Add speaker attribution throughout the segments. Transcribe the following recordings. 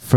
Speaker 1: for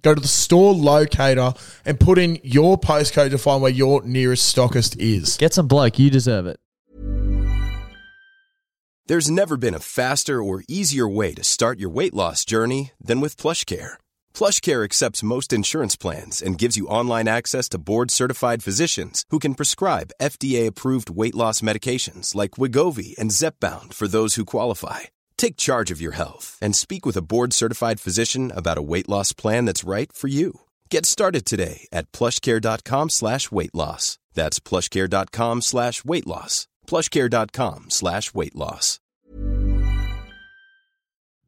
Speaker 2: go to the store locator and put in your postcode to find where your nearest stockist is.
Speaker 1: Get some bloke. You deserve it.
Speaker 3: There's never been a faster or easier way to start your weight loss journey than with PlushCare. PlushCare accepts most insurance plans and gives you online access to board-certified physicians who can prescribe FDA-approved weight loss medications like Wigovi and Zepbound for those who qualify. Take charge of your health and speak with a board-certified physician about a weight loss plan that's right for you. Get started today at plushcare.com slash weight loss. That's plushcare.com slash weight loss. plushcare.com slash weight loss.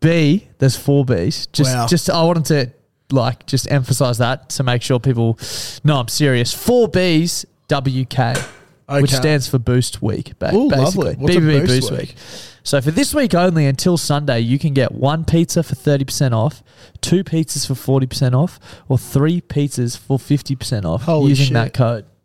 Speaker 1: B, there's four B's. Just,
Speaker 2: Wow.
Speaker 1: just I wanted to like just emphasize that to make sure people know I'm serious. Four B's WK, which
Speaker 2: Okay.
Speaker 1: stands for Boost Week. Ba-
Speaker 2: Ooh,
Speaker 1: basically,
Speaker 2: lovely. What's a
Speaker 1: BBB
Speaker 2: Boost
Speaker 1: Boost,
Speaker 2: Week?
Speaker 1: week? So for this week only, until Sunday, you can get one pizza for thirty percent off, two pizzas for forty percent off, or three pizzas for fifty percent off
Speaker 2: Holy
Speaker 1: using
Speaker 2: shit.
Speaker 1: that code.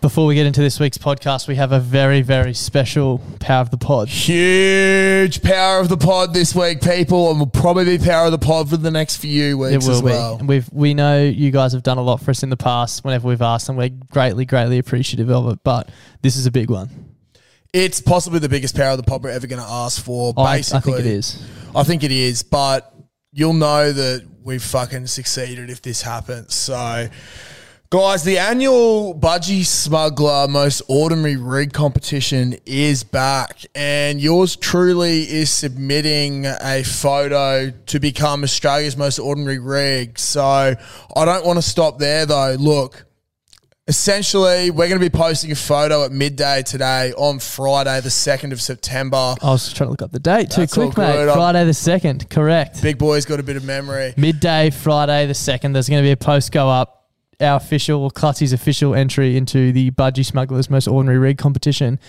Speaker 1: Before we get into this week's podcast, we have a very, very special Power of the Pod.
Speaker 2: Huge power of the pod this week, people, and will probably be power of the pod for the next few
Speaker 1: It
Speaker 2: weeks
Speaker 1: will
Speaker 2: as well.
Speaker 1: be. And We've, we know you guys have done a lot for us in the past whenever we've asked, and we're greatly, greatly appreciative of it. But this is a big one.
Speaker 2: It's possibly the biggest power of the pod we're ever going to ask for.
Speaker 1: I, I
Speaker 2: basically,
Speaker 1: think it is.
Speaker 2: I think it is, but you'll know that we've fucking succeeded if this happens. So, guys, the annual Budgie Smuggler Most Ordinary Rig competition is back, and yours truly is submitting a photo to become Australia's Most Ordinary Rig. So, I don't want to stop there though. Look, Essentially, we're going to be posting a photo at midday today on Friday, the 2nd of September.
Speaker 1: I was trying to look up the date too
Speaker 2: That's all
Speaker 1: quick, mate.
Speaker 2: good. I'm-
Speaker 1: Friday the 2nd, correct.
Speaker 2: Big boy's got a bit of memory.
Speaker 1: midday Friday the second. There's going to be a post go up. Our official Clutzy's official entry into the Budgie Smugglers Most Ordinary Rig competition.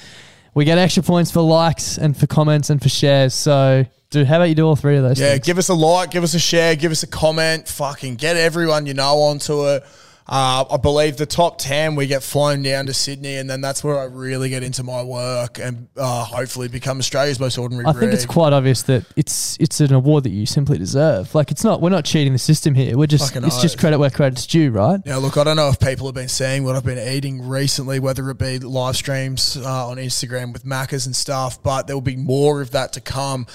Speaker 1: We get extra points for likes and for comments and for shares. So, dude, how about you do all three of those?
Speaker 2: Yeah,
Speaker 1: things?
Speaker 2: give us a like, give us a share, give us a comment. Fucking get everyone you know onto it. Uh, I believe the top 10, we get flown down to Sydney, and then that's where I really get into my work and uh, hopefully become Australia's most ordinary
Speaker 1: I think it's
Speaker 2: rig.
Speaker 1: quite obvious that it's it's an award that you simply deserve. Like it's not we're not cheating the system here. We're just
Speaker 2: Fucking
Speaker 1: it's just
Speaker 2: oath.
Speaker 1: credit where credit's due, right?
Speaker 2: Now, look, I don't know if people have been seeing what I've been eating recently, whether it be live streams uh, on Instagram with Maccas and stuff, but there will be more of that to come.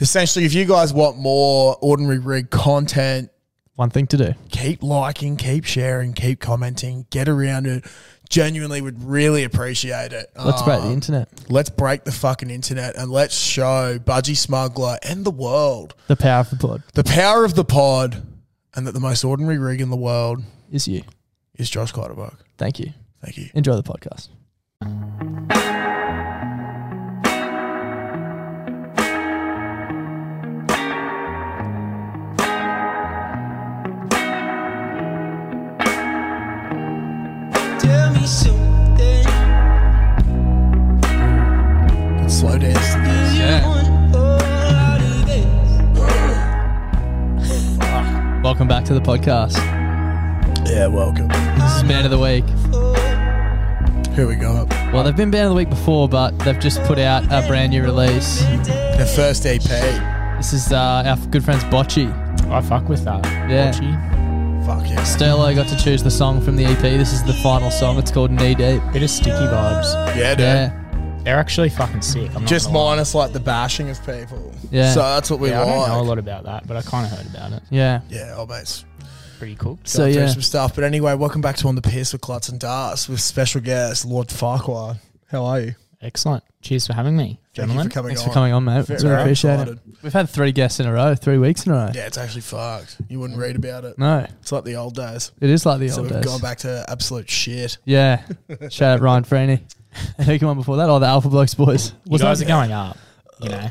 Speaker 2: Essentially, if you guys want more ordinary rig content,
Speaker 1: One thing to do.
Speaker 2: keep liking, keep sharing, keep commenting, get around it. Genuinely would really appreciate it.
Speaker 1: Let's break the
Speaker 2: Um,
Speaker 1: internet.
Speaker 2: Let's break the fucking internet and let's show Budgie Smuggler and the world
Speaker 1: The power of the pod
Speaker 2: the power of the pod and that the most ordinary rig in the world
Speaker 1: is you.
Speaker 2: is Josh Clutterbuck.
Speaker 1: Thank you.
Speaker 2: Thank you.
Speaker 1: Enjoy the podcast.
Speaker 4: Tell me something.
Speaker 2: Slow dance. to
Speaker 4: Do
Speaker 2: this.
Speaker 4: you want all of this?
Speaker 1: Welcome back to the podcast.
Speaker 2: Yeah, welcome.
Speaker 1: This is Man of the Week.
Speaker 2: Here we go.
Speaker 1: Well, they've been Man of the Week before, but they've just put out a brand new release.
Speaker 2: The first E EP.
Speaker 1: This is uh, our good friends Bocce.
Speaker 5: I fuck with uh, that.
Speaker 1: Yeah.
Speaker 5: Bocce.
Speaker 2: Fuck yeah.
Speaker 1: Sterlo got to choose the song from the EP. This is the final song. It's called Knee Deep.
Speaker 5: Bit of sticky vibes.
Speaker 2: Yeah, dude.
Speaker 1: Yeah.
Speaker 5: They're actually fucking sick. I'm not
Speaker 2: Just
Speaker 5: gonna lie.
Speaker 2: minus like the bashing of people.
Speaker 1: Yeah.
Speaker 2: So that's what we
Speaker 5: Yeah, I don't know a
Speaker 2: like.
Speaker 5: lot about that, but I kind of heard about it.
Speaker 1: Yeah.
Speaker 2: Yeah, oh mates.
Speaker 5: Pretty cool.
Speaker 1: So,
Speaker 2: Going through
Speaker 1: yeah.
Speaker 2: some stuff. But anyway, welcome back to On the Piss with Klutz and Darts with special guest Lord Farquhar. How are you,
Speaker 5: Excellent. Cheers for having me,
Speaker 2: Thank you
Speaker 5: gentlemen.
Speaker 2: coming
Speaker 1: Thanks for coming on, mate.
Speaker 2: Very
Speaker 1: It's really appreciate
Speaker 2: excited.
Speaker 1: it. We've had three guests in a row, three weeks in a row.
Speaker 2: Yeah, it's actually fucked. You wouldn't read about it.
Speaker 1: No,
Speaker 2: It's like the old days.
Speaker 1: it is like the
Speaker 2: so
Speaker 1: old
Speaker 2: we've
Speaker 1: days.
Speaker 2: gone back to absolute shit.
Speaker 1: Yeah. Shout out Ryan Freeney. And who came on before that? Oh, the Alpha Blokes boys.
Speaker 5: you
Speaker 1: Was
Speaker 5: guys
Speaker 1: that-
Speaker 5: are going up. You know,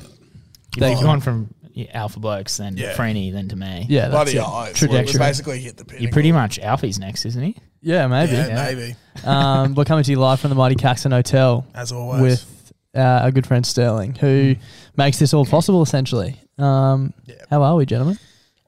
Speaker 1: Thank
Speaker 5: you've gone from yeah, alpha blokes, then
Speaker 2: Yeah.
Speaker 5: Freeney, then to me.
Speaker 1: Yeah, that's
Speaker 2: Bloody
Speaker 1: it.
Speaker 2: eyes. We- We
Speaker 1: Trajectory.
Speaker 2: basically hit the pinnacle.
Speaker 5: You're pretty much Alfie's next, isn't he?
Speaker 1: Yeah, maybe.
Speaker 2: Yeah,
Speaker 5: yeah.
Speaker 2: maybe.
Speaker 1: um, we're coming to you live from the Mighty Caxton Hotel
Speaker 2: As always. Hmm.
Speaker 1: with uh, our good friend Sterling, who makes this all possible, essentially. Um,
Speaker 2: Yeah.
Speaker 1: How are we, gentlemen?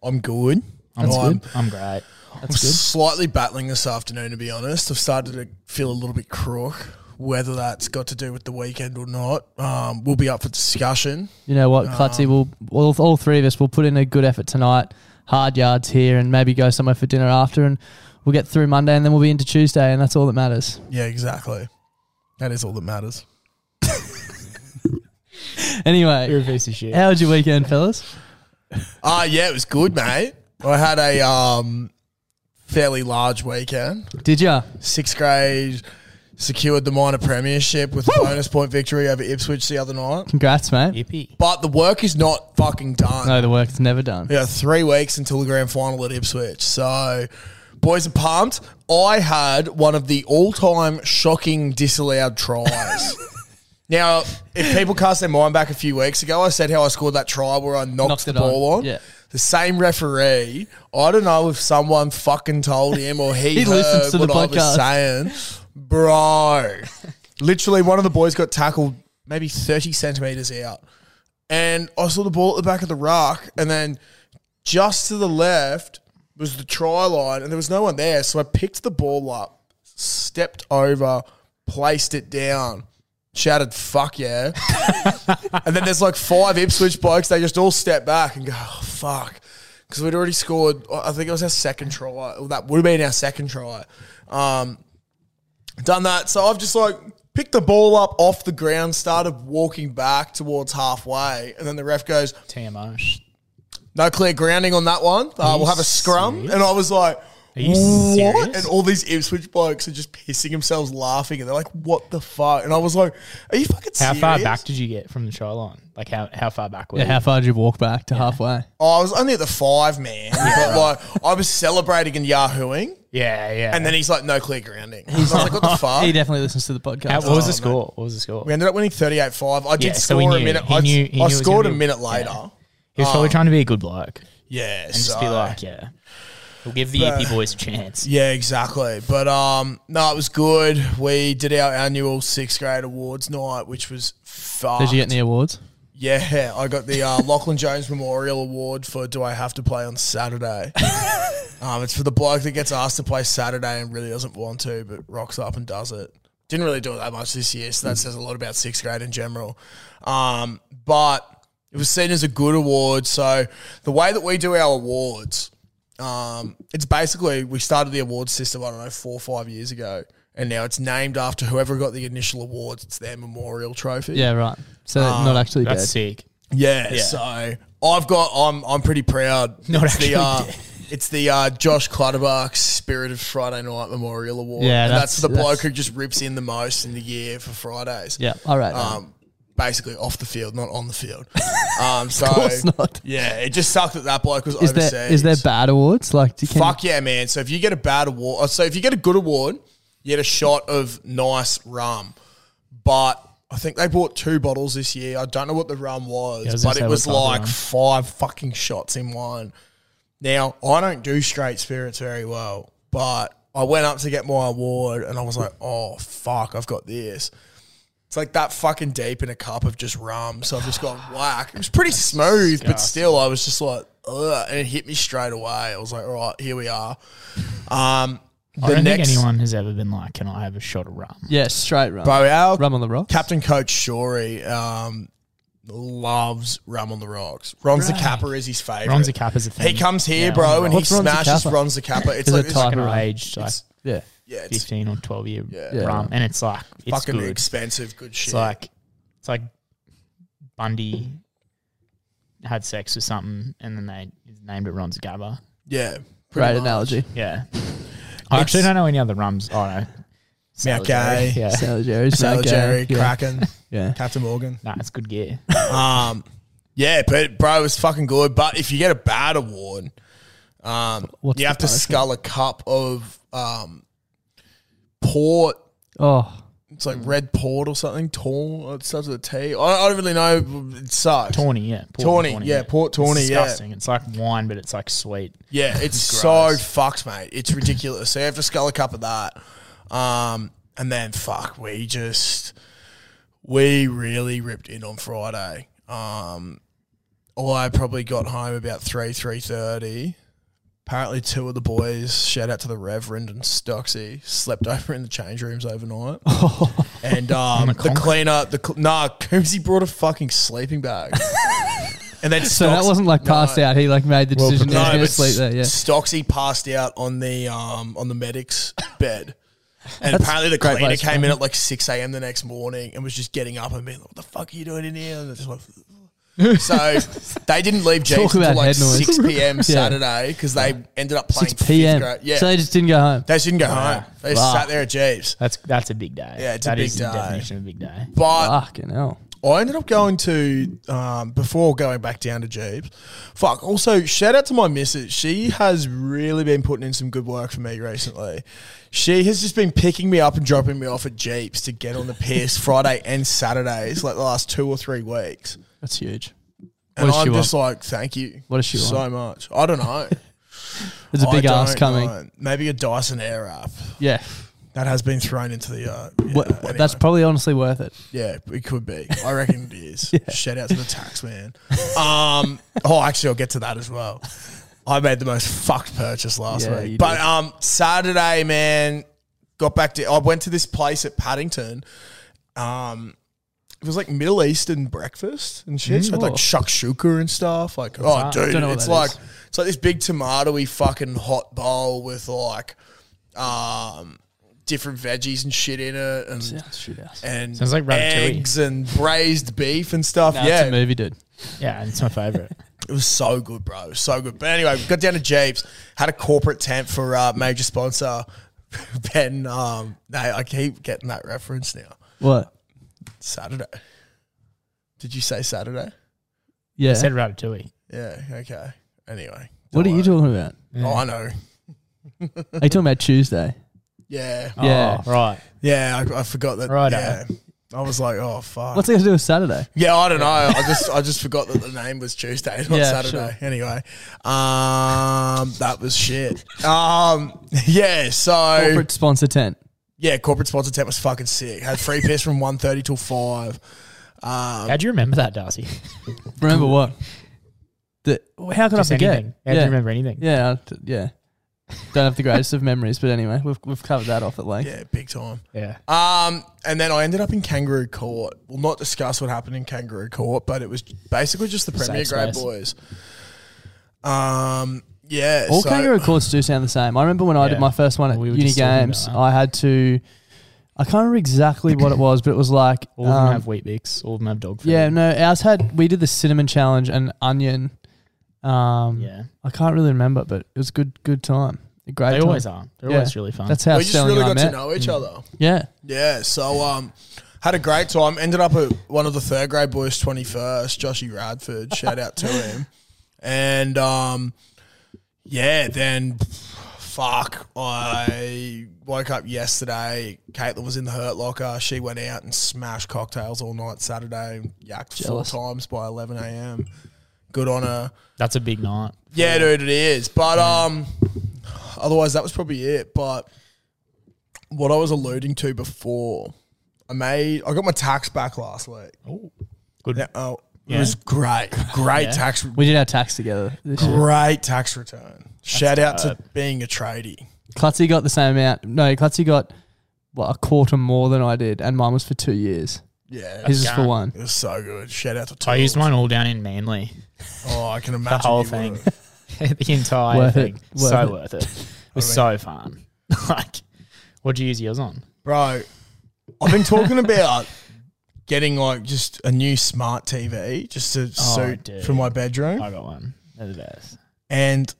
Speaker 2: I'm good.
Speaker 5: I'm,
Speaker 2: I'm-
Speaker 5: I'm great.
Speaker 2: I'm slightly battling this afternoon, to be honest. I've started to feel a little bit crook. Whether that's got to do with the weekend or not, um, will be up for discussion. Uh,
Speaker 1: You know what, Clutzy, will all, all three of us will put in a good effort tonight, hard yards here, and maybe go somewhere for dinner after, and we'll get through Monday, and then we'll be into Tuesday, and that's all that matters.
Speaker 2: Yeah, exactly. That is all that matters.
Speaker 5: You're a
Speaker 1: Anyway,
Speaker 5: piece of shit.
Speaker 1: how was your weekend, fellas?
Speaker 2: Ah, yeah, it was good, mate. I had a um, fairly large weekend.
Speaker 1: Did ya?
Speaker 2: Sixth grade secured the minor premiership with a bonus point victory over Ipswich the other night.
Speaker 1: Congrats, mate.
Speaker 5: Yippee.
Speaker 2: But the work is not fucking done.
Speaker 1: No, the work's never done.
Speaker 2: We got three weeks until the grand final at Ipswich. So, boys are pumped. I had one of the all time shocking disallowed tries. now, if people cast their mind back a few weeks ago, I said how I scored that try where I knocked,
Speaker 1: Knocked
Speaker 2: the
Speaker 1: it
Speaker 2: ball
Speaker 1: on,
Speaker 2: on.
Speaker 1: yeah.
Speaker 2: The same referee, I don't know if someone fucking told him or he,
Speaker 1: He
Speaker 2: heard
Speaker 1: listens to
Speaker 2: what
Speaker 1: the
Speaker 2: I was saying. Bro, literally one of the boys got tackled maybe 30 centimetres out and I saw the ball at the back of the rock, and then just to the left was the try line, and there was no one there. So I picked the ball up, stepped over, placed it down, shouted "fuck yeah," and then there's like five Ipswich blokes. They just all step back and go oh, "fuck," because we'd already scored. I think it was our second try. Well, that would have been our second try. Um, done that. So I've just like picked the ball up off the ground, started walking back towards halfway, and then the ref goes,
Speaker 5: TMO.
Speaker 2: "No clear grounding on that one. Uh,
Speaker 5: you
Speaker 2: we'll have a scrum."
Speaker 5: serious?
Speaker 2: And I was like.
Speaker 5: Are you
Speaker 2: what?
Speaker 5: serious?
Speaker 2: And all these Ipswich blokes are just pissing themselves laughing, and they're like, "What the fuck?" And I was like, "Are you fucking
Speaker 5: How
Speaker 2: serious?"
Speaker 5: far back did you get from the try line? Like how, how far back were
Speaker 1: Yeah,
Speaker 5: you?
Speaker 1: how far did you walk back to halfway?
Speaker 2: Oh, I was only at the five man, but like I was celebrating and yahooing,
Speaker 5: yeah, yeah.
Speaker 2: and then he's like, "No clear grounding." And I was like, "What the fuck?" Oh,
Speaker 1: He definitely listens to the podcast.
Speaker 5: How- what was the score? What was the score?
Speaker 2: We ended up winning thirty-eight five. I did
Speaker 5: Yeah, so
Speaker 2: score
Speaker 5: he
Speaker 2: a
Speaker 5: knew.
Speaker 2: minute.
Speaker 5: He
Speaker 2: I,
Speaker 5: knew- he knew it
Speaker 2: I
Speaker 5: was gonna
Speaker 2: scored a
Speaker 5: be-
Speaker 2: minute
Speaker 5: yeah.
Speaker 2: later. Uh,
Speaker 5: He was
Speaker 2: Oh.
Speaker 5: probably trying to be a good bloke
Speaker 2: Yeah,
Speaker 5: and just be like, yeah, we'll give the
Speaker 2: Bruh.
Speaker 5: Yippee boys a chance.
Speaker 2: yeah, exactly. But um, no, it was good. We did our annual sixth grade awards night, which was fun.
Speaker 1: Did you get any awards?
Speaker 2: Yeah, I got the uh, Lachlan Jones Memorial Award for "Do I Have to Play on Saturday?" um, it's for the bloke that gets asked to play Saturday and really doesn't want to, but rocks up and does it. Didn't really do it that much this year,
Speaker 1: Hmm.
Speaker 2: so that says a lot about sixth grade in general. Um, but it was seen as a good award. So the way that we do our awards, um, it's basically we started the award system, I don't know, four or five years ago. And now it's named after whoever got the initial awards. It's their memorial trophy. Um,
Speaker 1: Yeah, right. So not actually
Speaker 5: That's
Speaker 1: dead.
Speaker 5: sick.
Speaker 2: Yeah,
Speaker 5: Yeah.
Speaker 2: so I've got. I'm. I'm pretty proud.
Speaker 5: Not
Speaker 2: it's the,
Speaker 5: actually
Speaker 2: uh,
Speaker 5: dead.
Speaker 2: It's the uh, Josh Clutterbuck Spirit of Friday Night Memorial Award.
Speaker 1: Yeah,
Speaker 2: and that's,
Speaker 1: that's-
Speaker 2: the bloke
Speaker 1: that's-
Speaker 2: who just rips in the most in the year for Fridays.
Speaker 1: Yeah, all right.
Speaker 2: Um, basically off the field, not on the field. Um, so yeah, it just sucked that that bloke was
Speaker 1: Is
Speaker 2: overseas.
Speaker 1: there is there bad awards? Like, do you can,
Speaker 2: Fuck yeah, man. So if you get a bad award, uh, so if you get a good award, you get a shot of nice rum. But I think they bought two bottles this year. I don't know what the rum was,
Speaker 5: Yeah, I was gonna
Speaker 2: but
Speaker 5: say,
Speaker 2: it
Speaker 5: what
Speaker 2: was
Speaker 5: type of
Speaker 2: like
Speaker 5: rum?
Speaker 2: five fucking shots in one. Now, I don't do straight spirits very well, but I went up to get my award and I was like, oh, fuck, I've got this. It's like that fucking deep in a cup of just rum. So I've just got whack. It was pretty smooth, but still, I was just like, ugh. And it hit me straight away. I was like, all right, here we are. Um,
Speaker 5: I
Speaker 2: the
Speaker 5: don't
Speaker 2: next,
Speaker 5: think anyone has ever been like, "Can I have a shot of rum?"
Speaker 1: Yeah, straight rum.
Speaker 2: Bro, our
Speaker 1: Rum on the rocks.
Speaker 2: Captain Coach Shorey um, loves rum on the rocks. Ron Zacapa is his favorite.
Speaker 5: Ronza Cap is a
Speaker 2: He
Speaker 5: thing.
Speaker 2: comes here,
Speaker 5: Yeah,
Speaker 2: bro, and he
Speaker 1: What's Ron
Speaker 2: smashes
Speaker 1: Zacapa?
Speaker 2: Ron Zacapa. It's
Speaker 1: Is
Speaker 2: like,
Speaker 1: it
Speaker 2: it's like
Speaker 1: type
Speaker 5: Fucking
Speaker 1: rum.
Speaker 5: aged like
Speaker 1: yeah.
Speaker 2: yeah, it's
Speaker 5: fifteen or twelve year
Speaker 2: Yeah.
Speaker 5: rum, and it's like it's
Speaker 2: fucking
Speaker 5: good.
Speaker 2: expensive, good shit.
Speaker 5: It's like it's like Bundy had sex with something, and then they named it Ronza Gabba.
Speaker 2: yeah,
Speaker 1: Great
Speaker 2: pretty much.
Speaker 1: analogy.
Speaker 5: Yeah, I actually don't know any other rums. Oh no,
Speaker 2: Mount Gay,
Speaker 5: yeah,
Speaker 1: Sailor Jerry's.
Speaker 2: Sailor
Speaker 1: Mount Gay.
Speaker 2: Jerry,
Speaker 1: yeah.
Speaker 2: Kraken,
Speaker 1: Yeah.
Speaker 2: Captain Morgan.
Speaker 5: nah, it's good gear.
Speaker 2: Um, yeah, but bro, it was fucking good. But if you get a bad award, um,
Speaker 1: What's
Speaker 2: you
Speaker 1: the
Speaker 2: have to
Speaker 1: punishment?
Speaker 2: scull a cup of um, port.
Speaker 1: Oh,
Speaker 2: It's like red port or something. Tall. It starts with a T. I, I don't really know. It sucks.
Speaker 5: Tawny, yeah, Port
Speaker 2: Tawny, yeah, Port Tawny,
Speaker 5: it's
Speaker 2: yeah.
Speaker 5: disgusting. It's like wine, but it's like sweet.
Speaker 2: Yeah, it's so
Speaker 5: Gross.
Speaker 2: fucked, mate. It's ridiculous. so you have to scull a cup of that. Um, and then fuck, we just we really ripped in on Friday. Um, I probably got home about three three thirty. Apparently, two of the boys, shout out to the Reverend and Stoxy, slept over in the change rooms overnight. and um, the cleaner, the cl- nah, Coombsy brought a fucking sleeping bag. and then
Speaker 1: so that wasn't like passed out. He like made the decision that
Speaker 2: No,
Speaker 1: he
Speaker 2: but
Speaker 1: was going to sleep there. Yeah.
Speaker 2: Stoxy passed out on the um on the medic's bed. And
Speaker 1: That's
Speaker 2: apparently the
Speaker 1: great
Speaker 2: cleaner
Speaker 1: place,
Speaker 2: came in
Speaker 1: man.
Speaker 2: at like six AM the next morning and was just getting up and being like, What the fuck are you doing in here? And they're just like, so they didn't leave Jeeps
Speaker 1: Talk
Speaker 2: until
Speaker 1: about
Speaker 2: like
Speaker 1: head noise.
Speaker 2: six PM
Speaker 1: Yeah.
Speaker 2: Saturday because they ended up playing
Speaker 1: 6 p.m.
Speaker 2: fifth grade. Yeah.
Speaker 1: So they just didn't go home.
Speaker 2: they just didn't go home. They just
Speaker 1: Wow.
Speaker 2: sat there at Jeeps.
Speaker 5: That's that's a big day.
Speaker 2: Yeah, it's a
Speaker 5: That
Speaker 2: big
Speaker 5: is
Speaker 2: day.
Speaker 5: the definition of a big day.
Speaker 2: But
Speaker 1: Fucking hell.
Speaker 2: I ended up going to um, before going back down to Jeeps. Fuck. Also, shout out to my missus. She has really been putting in some good work for me recently. She has just been picking me up and dropping me off at Jeeps to get on the piss Friday and Saturdays, like the last two or three weeks.
Speaker 1: That's huge.
Speaker 2: And
Speaker 1: What does
Speaker 2: I'm
Speaker 1: she
Speaker 2: just like, thank you.
Speaker 1: What does she
Speaker 2: so
Speaker 1: want?
Speaker 2: much? I don't know.
Speaker 1: There's a
Speaker 2: I
Speaker 1: big ass
Speaker 2: don't
Speaker 1: coming.
Speaker 2: know. Maybe a Dyson Air app
Speaker 1: Yeah.
Speaker 2: that has been thrown into the. Uh, yeah,
Speaker 1: What- what- That's
Speaker 2: anyway.
Speaker 1: probably honestly worth it.
Speaker 2: Yeah, it could be. I reckon it is. Shout out to the tax man. Um, oh, actually, I'll get to that as well. I made the most fucked purchase last
Speaker 1: Yeah, you
Speaker 2: week. But
Speaker 1: did.
Speaker 2: um, Saturday, man, got back to. I went to this place at Paddington. Um, it was like Middle Eastern breakfast and shit. So it had like
Speaker 1: Whoa.
Speaker 2: shakshuka and stuff. Like, oh,
Speaker 1: that?
Speaker 2: dude,
Speaker 1: Don't know what
Speaker 2: it's
Speaker 1: that
Speaker 2: like
Speaker 1: is.
Speaker 2: it's like this big tomatoey fucking hot bowl with like um different veggies and shit in it and and
Speaker 5: Sounds like ratatouille.
Speaker 2: eggs and braised beef and stuff. yeah,
Speaker 1: It's a movie,
Speaker 2: uh,
Speaker 1: dude.
Speaker 5: Yeah, it's my favorite.
Speaker 2: it was so good, bro. It was so good. But anyway, we got down to Jeeps, had a corporate tent for uh, major sponsor Ben. Um, no, I keep getting that reference now.
Speaker 1: What?
Speaker 2: Saturday. Did you say Saturday?
Speaker 1: Yeah.
Speaker 5: I said ratatouille.
Speaker 2: Yeah. Okay. Anyway,
Speaker 1: what are
Speaker 2: don't
Speaker 1: you talking about?
Speaker 2: worry. Oh, I know.
Speaker 1: Are you talking about Tuesday?
Speaker 2: Yeah.
Speaker 1: Yeah.
Speaker 5: Oh, right.
Speaker 2: Yeah. I, I forgot that.
Speaker 5: Righto.
Speaker 2: Yeah. I was like, oh fuck.
Speaker 1: What's it got to do with Saturday?
Speaker 2: Yeah, I don't know. I just I just forgot that the name was Tuesday, not
Speaker 1: Yeah,
Speaker 2: Saturday.
Speaker 1: sure.
Speaker 2: Anyway, um, that was shit. Um, yeah. So
Speaker 1: Corporate sponsor tent.
Speaker 2: yeah, corporate sponsor tent was fucking sick. Had free piss from one thirty till five. Um,
Speaker 5: How do you remember that, Darcy?
Speaker 1: Remember what? The, how could I
Speaker 5: Just
Speaker 1: forget?
Speaker 5: anything. How do you remember anything?
Speaker 1: Yeah, I- t- yeah. Don't have the greatest of memories, but anyway, we've, we've covered that off at length.
Speaker 2: Yeah, big time.
Speaker 5: Yeah.
Speaker 2: Um, and then I ended up in Kangaroo Court. We'll not discuss what happened in Kangaroo Court, but it was basically just the Premier
Speaker 5: Safe
Speaker 2: Grade
Speaker 5: space.
Speaker 2: boys. Um, yeah,
Speaker 1: All
Speaker 2: so-
Speaker 1: kangaroo courts do sound the same. I remember when I did
Speaker 5: Yeah.
Speaker 1: my first one at
Speaker 5: We were
Speaker 1: uni
Speaker 5: just talking
Speaker 1: games,
Speaker 5: about that.
Speaker 1: I had to. I can't remember exactly what it was, but it was like
Speaker 5: All of them
Speaker 1: um,
Speaker 5: have wheat bix. All of them have dog food.
Speaker 1: Yeah, no, ours had we did the cinnamon challenge and onion. Um,
Speaker 5: Yeah.
Speaker 1: I can't really remember, but it was a good good time. A great.
Speaker 5: They
Speaker 1: time.
Speaker 5: always are. They're
Speaker 1: Yeah.
Speaker 5: always really fun.
Speaker 1: That's how
Speaker 2: we just
Speaker 1: Stelling
Speaker 2: really
Speaker 1: and I
Speaker 2: got to
Speaker 1: met.
Speaker 2: know each other.
Speaker 1: Yeah,
Speaker 2: Yeah, so um, Had a great time. Ended up at one of the third grade boys' 21st, Joshy Radford. Shout out to him. And um, yeah, then fuck, I woke up yesterday. Caitlin was in the hurt locker. She went out and smashed cocktails all night Saturday and yacked
Speaker 1: Jealous.
Speaker 2: four times by 11 a.m. Good on her.
Speaker 5: That's a big night.
Speaker 2: Yeah, dude, it is. But um, otherwise, that was probably it. But what I was alluding to before, I made I got my tax back last week.
Speaker 5: Good.
Speaker 2: Yeah, oh, it
Speaker 5: Yeah.
Speaker 2: was great, great
Speaker 5: Yeah.
Speaker 2: tax,
Speaker 1: We did our tax together. This year.
Speaker 2: great tax return. Shout out to being a tradie.
Speaker 1: Klutzy got the same amount. No, Klutzy got what, a quarter more than I did, and mine was for two years.
Speaker 2: Yeah,
Speaker 1: His was for
Speaker 5: Yeah.
Speaker 1: one.
Speaker 2: it was so good. Shout out to Tool.
Speaker 5: I used mine all down in Manly.
Speaker 2: Oh, I can
Speaker 5: The
Speaker 2: imagine
Speaker 5: whole
Speaker 2: you
Speaker 5: thing.
Speaker 2: would've.
Speaker 5: the entire
Speaker 1: Worth it.
Speaker 5: thing.
Speaker 1: Worth
Speaker 5: so
Speaker 1: it.
Speaker 5: worth it. It was so fun. like, what'd you use yours on?
Speaker 2: bro. I've been talking about getting like just a new smart TV just to
Speaker 5: Oh,
Speaker 2: suit
Speaker 5: dude.
Speaker 2: for my bedroom.
Speaker 5: I got one. They're the best.
Speaker 2: And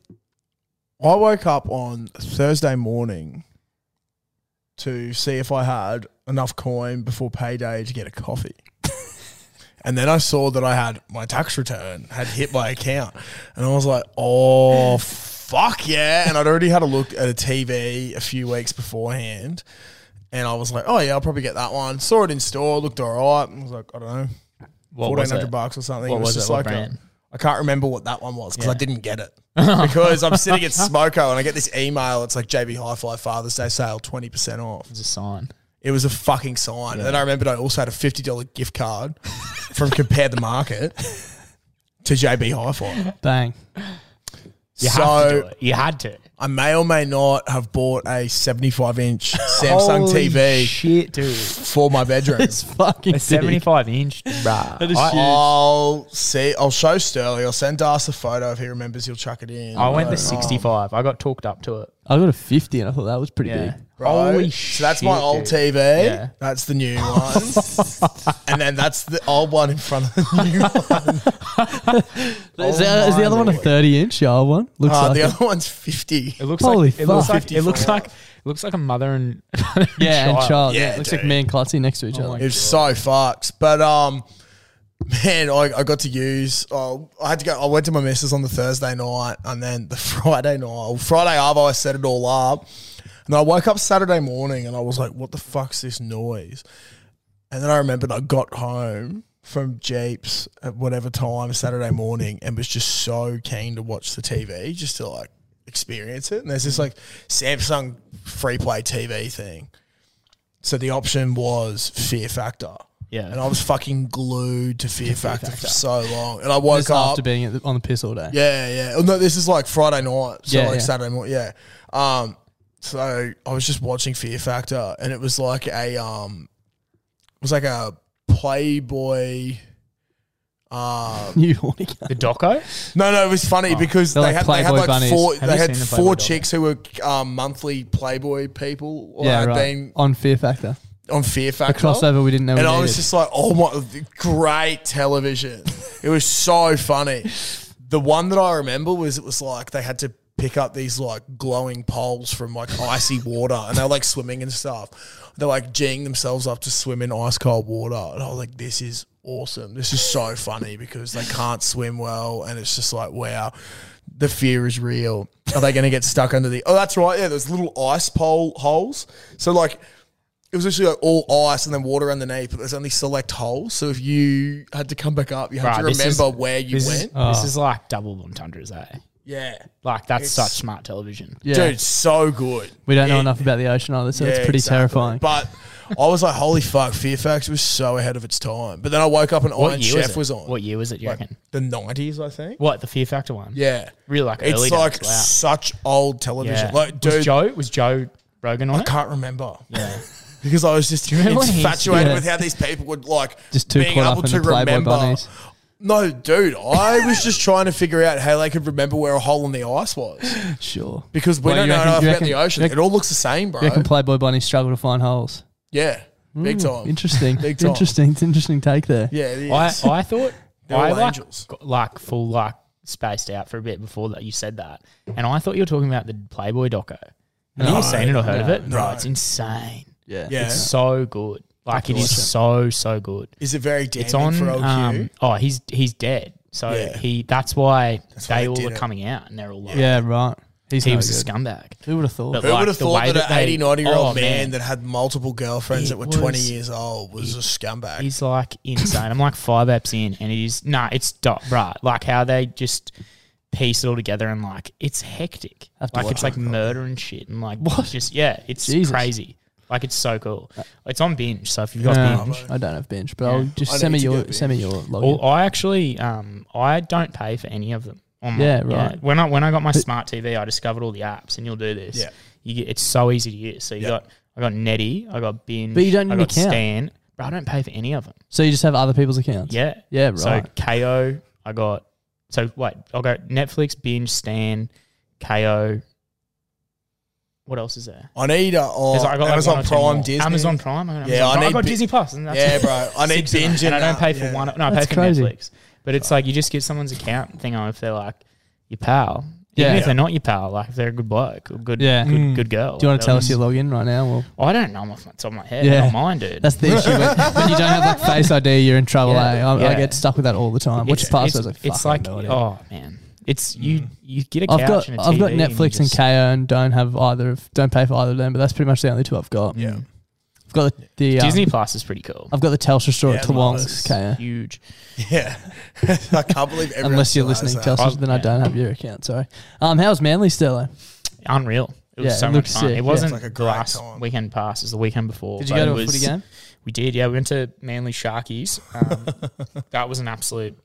Speaker 2: I woke up on Thursday morning to see if I had enough coin before payday to get a coffee. and then I saw that I had my tax return had hit my account. And I was like, oh, fuck yeah. And I'd already had a look at a TV a few weeks beforehand. And I was like, oh yeah, I'll probably get that one. Saw it in store, looked all right. I was like, I don't know,
Speaker 5: What was
Speaker 2: fourteen
Speaker 5: it?
Speaker 2: hundred bucks or something.
Speaker 5: What
Speaker 2: it was,
Speaker 5: was
Speaker 2: just
Speaker 5: it?
Speaker 2: like
Speaker 5: What
Speaker 2: a,
Speaker 5: brand?
Speaker 2: I can't remember what that one was because I
Speaker 5: Yeah.
Speaker 2: didn't get it because I'm sitting at Smoko and I get this email. It's like JB Hi-Fi Father's Day sale, twenty percent off.
Speaker 5: It was a sign.
Speaker 2: It was a fucking sign. And then I remembered I also had a fifty dollar gift card from Compare the Market to JB Hi-Fi.
Speaker 1: Bang.
Speaker 5: You
Speaker 2: so
Speaker 5: have to do it. You had to.
Speaker 2: I may or may not have bought a seventy-five inch Samsung
Speaker 5: Holy
Speaker 2: TV
Speaker 5: Shit, dude.
Speaker 2: for my bedroom.
Speaker 1: It's fucking
Speaker 5: A
Speaker 1: sick.
Speaker 5: 75 inch. Bruh.
Speaker 1: That is
Speaker 5: I,
Speaker 1: huge.
Speaker 2: I'll see. I'll show Sterling. I'll send Darce a photo if he remembers. He'll chuck it in.
Speaker 5: I went
Speaker 2: But,
Speaker 5: the
Speaker 2: um,
Speaker 5: 65. I got talked up to it.
Speaker 1: I got a 50 and I thought that was pretty
Speaker 5: Yeah.
Speaker 1: big.
Speaker 2: Right.
Speaker 5: Holy
Speaker 2: so that's my
Speaker 5: shit,
Speaker 2: old
Speaker 5: dude.
Speaker 2: TV.
Speaker 5: Yeah.
Speaker 2: That's the new one. and then that's the old one in front of the new one.
Speaker 1: is, that, is
Speaker 2: my
Speaker 1: the other one a
Speaker 2: lord.
Speaker 1: 30 inch? Your old one? Looks
Speaker 2: Uh,
Speaker 1: like
Speaker 2: the
Speaker 1: it.
Speaker 2: other one's 50.
Speaker 5: It looks
Speaker 1: Holy
Speaker 5: like it looks
Speaker 1: fuck.
Speaker 5: like it looks like it looks like a mother and
Speaker 1: Yeah, and child. Yeah,
Speaker 2: Yeah,
Speaker 1: it looks like
Speaker 2: dude.
Speaker 1: me and Klutzy next to each other.
Speaker 2: It was so fucked. But um, man, I, I got to use. Oh, I had to go. I went to my missus on the Thursday night, and then the Friday night, well, Friday arvo, I set it all up, and I woke up Saturday morning, and I was like, "What the fuck's this noise?" And then I remembered I got home from Jeeps at whatever time Saturday morning, and was just so keen to watch the TV, just to like experience it. And there's this like Samsung free play TV thing. So the option was Fear Factor.
Speaker 5: Yeah.
Speaker 2: And I was fucking glued to Fear, Factor, for so long. And I woke
Speaker 1: Just
Speaker 2: up.
Speaker 1: after being at the, on the piss all day.
Speaker 2: yeah, yeah. Oh, no, this is like Friday night. So
Speaker 1: Yeah,
Speaker 2: like
Speaker 1: yeah.
Speaker 2: Saturday morning. Yeah. Um, so I was just watching Fear Factor and it was like a um it was like a Playboy um
Speaker 1: You horny cunt.
Speaker 5: the doco. Oh.
Speaker 2: no, no, it was funny because
Speaker 1: They're
Speaker 2: they
Speaker 1: like
Speaker 2: had, they had
Speaker 1: Playboy
Speaker 2: like
Speaker 1: bunnies.
Speaker 2: four
Speaker 5: Have
Speaker 2: they
Speaker 5: you
Speaker 2: had
Speaker 5: seen the
Speaker 2: four
Speaker 5: Playboy doll?
Speaker 2: chicks who were um, monthly Playboy people or
Speaker 1: Yeah,
Speaker 2: had
Speaker 1: right.
Speaker 2: been
Speaker 1: On Fear Factor.
Speaker 2: on Fear
Speaker 1: A
Speaker 2: Factor.
Speaker 1: crossover we didn't know we
Speaker 2: And I
Speaker 1: needed.
Speaker 2: was just like, oh my, great television. it was so funny. The one that I remember was it was like they had to pick up these like glowing poles from like icy water and they're like swimming and stuff. They're like geeing themselves up to swim in ice cold water. And I was like, this is awesome. This is so funny because they can't swim well. And it's just like, wow, the fear is real. Are they going to get stuck under the. Oh, that's right. Yeah, there's little ice pole holes. So like, it was actually like all ice and then water underneath, but there's only select holes. So if you had to come back up, you had to
Speaker 5: Bruh, this
Speaker 2: remember
Speaker 5: is-
Speaker 2: where you
Speaker 5: This
Speaker 2: went.
Speaker 5: is, oh. this is like double entendres, eh?
Speaker 2: yeah.
Speaker 5: Like that's
Speaker 2: It's-
Speaker 5: such smart television.
Speaker 1: yeah.
Speaker 2: Dude, so good.
Speaker 1: we don't know
Speaker 2: Yeah.
Speaker 1: enough about the ocean either, so it's
Speaker 2: Yeah,
Speaker 1: pretty
Speaker 2: exactly.
Speaker 1: terrifying.
Speaker 2: But I was like, holy fuck, Fear Factor was so ahead of its time. But then I woke up and
Speaker 5: What
Speaker 2: Iron
Speaker 5: year
Speaker 2: Chef
Speaker 5: was it?
Speaker 2: was on.
Speaker 5: What year was it? You
Speaker 2: Like,
Speaker 5: reckon?
Speaker 2: the 90s, I think.
Speaker 5: What the Fear Factor one?
Speaker 2: Yeah.
Speaker 5: really like
Speaker 2: It's
Speaker 5: early.
Speaker 2: like
Speaker 5: days. Wow.
Speaker 2: such old television.
Speaker 5: yeah.
Speaker 2: Like, dude,
Speaker 5: was Joe was Joe Rogan on
Speaker 2: I
Speaker 5: it.
Speaker 2: can't remember.
Speaker 5: Yeah.
Speaker 2: because I was just
Speaker 5: remember when he used to-
Speaker 2: infatuated
Speaker 1: Yeah.
Speaker 2: with how these people would like
Speaker 1: Just too
Speaker 2: being
Speaker 1: caught
Speaker 2: able
Speaker 1: up in
Speaker 2: to
Speaker 1: the Playboy
Speaker 2: remember.
Speaker 1: bunnies.
Speaker 2: No, dude, I was just trying to figure out how they could remember where a hole in the ice was
Speaker 1: Sure.
Speaker 2: because we
Speaker 1: Well,
Speaker 2: don't
Speaker 1: you reckon-
Speaker 2: know enough
Speaker 1: you
Speaker 2: about
Speaker 1: reckon-
Speaker 2: the ocean.
Speaker 1: you reckon-
Speaker 2: it all looks the same, bro.
Speaker 1: You reckon Playboy Bunny struggle to find holes?
Speaker 2: yeah, big
Speaker 5: Hmm,
Speaker 2: time.
Speaker 1: Interesting.
Speaker 2: Big
Speaker 1: It's
Speaker 2: time.
Speaker 1: interesting. It's an interesting take there.
Speaker 2: Yeah, it is.
Speaker 5: I I thought
Speaker 2: all
Speaker 5: I like,
Speaker 2: angels.
Speaker 5: got, like full like spaced out for a bit before that you said that, and I thought you were talking about the Playboy doco. Have you
Speaker 1: No.
Speaker 5: ever seen it or heard of
Speaker 1: No.
Speaker 5: it? Bro, it's insane.
Speaker 1: Yeah.
Speaker 2: yeah,
Speaker 5: It's so good. Like it
Speaker 2: watch
Speaker 5: is so so good.
Speaker 2: Is it very damning
Speaker 5: It's on.
Speaker 2: for OQ?
Speaker 5: Um, oh, he's he's dead. So
Speaker 2: Yeah.
Speaker 5: he that's why
Speaker 2: That's
Speaker 5: they
Speaker 2: why they
Speaker 5: all
Speaker 2: did
Speaker 5: are
Speaker 2: it.
Speaker 5: coming out and they're all like,
Speaker 1: Yeah, right. He's
Speaker 5: he
Speaker 1: no
Speaker 5: was
Speaker 1: good.
Speaker 5: a scumbag.
Speaker 1: Who would have thought?
Speaker 5: But
Speaker 2: Who
Speaker 5: like,
Speaker 2: would have
Speaker 5: the
Speaker 2: thought
Speaker 5: way
Speaker 2: that, an
Speaker 5: they-
Speaker 2: 80, 90 year
Speaker 5: oh,
Speaker 2: old man, that had multiple girlfriends
Speaker 5: It
Speaker 2: that were 20
Speaker 5: was-
Speaker 2: years old was a scumbag?
Speaker 5: He's like insane. I'm like five apps in, and it is nah. It's dot right. Like how they just piece it all together, and like it's hectic.
Speaker 1: have to
Speaker 5: Like
Speaker 1: watch
Speaker 5: it's like murder and shit, and like
Speaker 1: What?
Speaker 5: just yeah, it's
Speaker 1: Jesus.
Speaker 5: crazy. Like it's so cool. It's on binge, so if you've got
Speaker 1: Yeah,
Speaker 5: binge,
Speaker 1: I don't have binge, but
Speaker 5: Yeah.
Speaker 1: I'll
Speaker 2: I
Speaker 1: just
Speaker 2: need
Speaker 1: send me
Speaker 2: to
Speaker 1: your
Speaker 2: get
Speaker 1: send me your login.
Speaker 5: well, I actually um I don't pay for any of them. on my-
Speaker 1: Yeah, right.
Speaker 5: When I when I got my smart TV, I discovered all the apps, and you'll do this.
Speaker 2: Yeah.
Speaker 5: you get, it's so easy to use. So you
Speaker 2: Yeah.
Speaker 5: got I got Netty, I got binge,
Speaker 1: But you don't
Speaker 5: I
Speaker 1: need an
Speaker 5: got
Speaker 1: account.
Speaker 5: Stan, but I don't pay for any of them.
Speaker 1: So you just have other people's accounts.
Speaker 5: Yeah.
Speaker 1: Yeah, right.
Speaker 5: So KO, I got. So wait, I'll go Netflix, binge, Stan, KO. What else is there?
Speaker 2: I need a
Speaker 5: There's-
Speaker 2: on
Speaker 5: I got like
Speaker 2: Amazon
Speaker 5: one or two
Speaker 2: Prime,
Speaker 5: more.
Speaker 2: Disney.
Speaker 5: Amazon Prime. I got
Speaker 2: Yeah,
Speaker 5: Amazon
Speaker 2: I
Speaker 5: Prime.
Speaker 2: need
Speaker 5: I got
Speaker 2: bi-
Speaker 5: Disney Plus. And that's
Speaker 2: Yeah, bro. I need
Speaker 5: six of them.
Speaker 2: binge
Speaker 5: and I don't
Speaker 2: that,
Speaker 5: pay for
Speaker 2: yeah.
Speaker 5: one. No, I
Speaker 1: That's
Speaker 5: pay for
Speaker 1: crazy.
Speaker 5: Netflix. But it's like you just get someone's account thing on if they're like your pal. Even
Speaker 1: Yeah.
Speaker 5: if they're not your pal, like if they're a good bloke or good,
Speaker 1: Yeah.
Speaker 5: good,
Speaker 1: Mm.
Speaker 5: good girl.
Speaker 1: Do you want
Speaker 5: like,
Speaker 1: to tell
Speaker 5: they'll
Speaker 1: us your
Speaker 5: just-
Speaker 1: login right now? Well,
Speaker 5: I don't know off the top of my head.
Speaker 1: Yeah.
Speaker 5: I don't mind, dude.
Speaker 1: that's the issue. when, when you don't have like Face ID, you're in trouble.
Speaker 5: Yeah.
Speaker 1: eh? I, I
Speaker 5: Yeah.
Speaker 1: get stuck with that all the time. What's your password? I was like,
Speaker 5: it's
Speaker 1: fuck, I
Speaker 5: like,
Speaker 1: have no idea.
Speaker 5: oh man, it's you.
Speaker 2: Mm.
Speaker 5: You get a couch
Speaker 1: I've got
Speaker 5: and a TV
Speaker 1: I've got
Speaker 5: you
Speaker 1: Netflix and
Speaker 5: just-
Speaker 1: KO and don't have either of don't pay for either of them, but that's pretty much the only two I've got.
Speaker 2: Yeah.
Speaker 1: I've got the, the um,
Speaker 5: Disney Plus is pretty cool.
Speaker 1: I've got the Telstra store
Speaker 2: Yeah,
Speaker 1: at Toowong's
Speaker 2: nice.
Speaker 1: KO.
Speaker 5: Huge.
Speaker 2: Yeah. I can't believe everyone
Speaker 1: Unless you're
Speaker 2: still has
Speaker 1: listening,
Speaker 2: that.
Speaker 1: Telstra,
Speaker 5: I've-
Speaker 1: then I
Speaker 5: Oh, yeah.
Speaker 1: don't have your account. Sorry. Um, how's Manly Stella?
Speaker 5: Unreal. It was
Speaker 1: Yeah,
Speaker 5: so
Speaker 1: it
Speaker 5: much
Speaker 1: looked
Speaker 5: fun.
Speaker 1: sick, yeah.
Speaker 5: It wasn't
Speaker 2: It's like a
Speaker 5: the
Speaker 2: great
Speaker 5: last
Speaker 2: time.
Speaker 5: weekend pass. It was the weekend before.
Speaker 1: Did you go
Speaker 5: but
Speaker 1: to
Speaker 5: it
Speaker 1: a
Speaker 5: was-
Speaker 1: footy game?
Speaker 5: We did. Yeah, we went to Manly Sharkies. Um, that was an absolute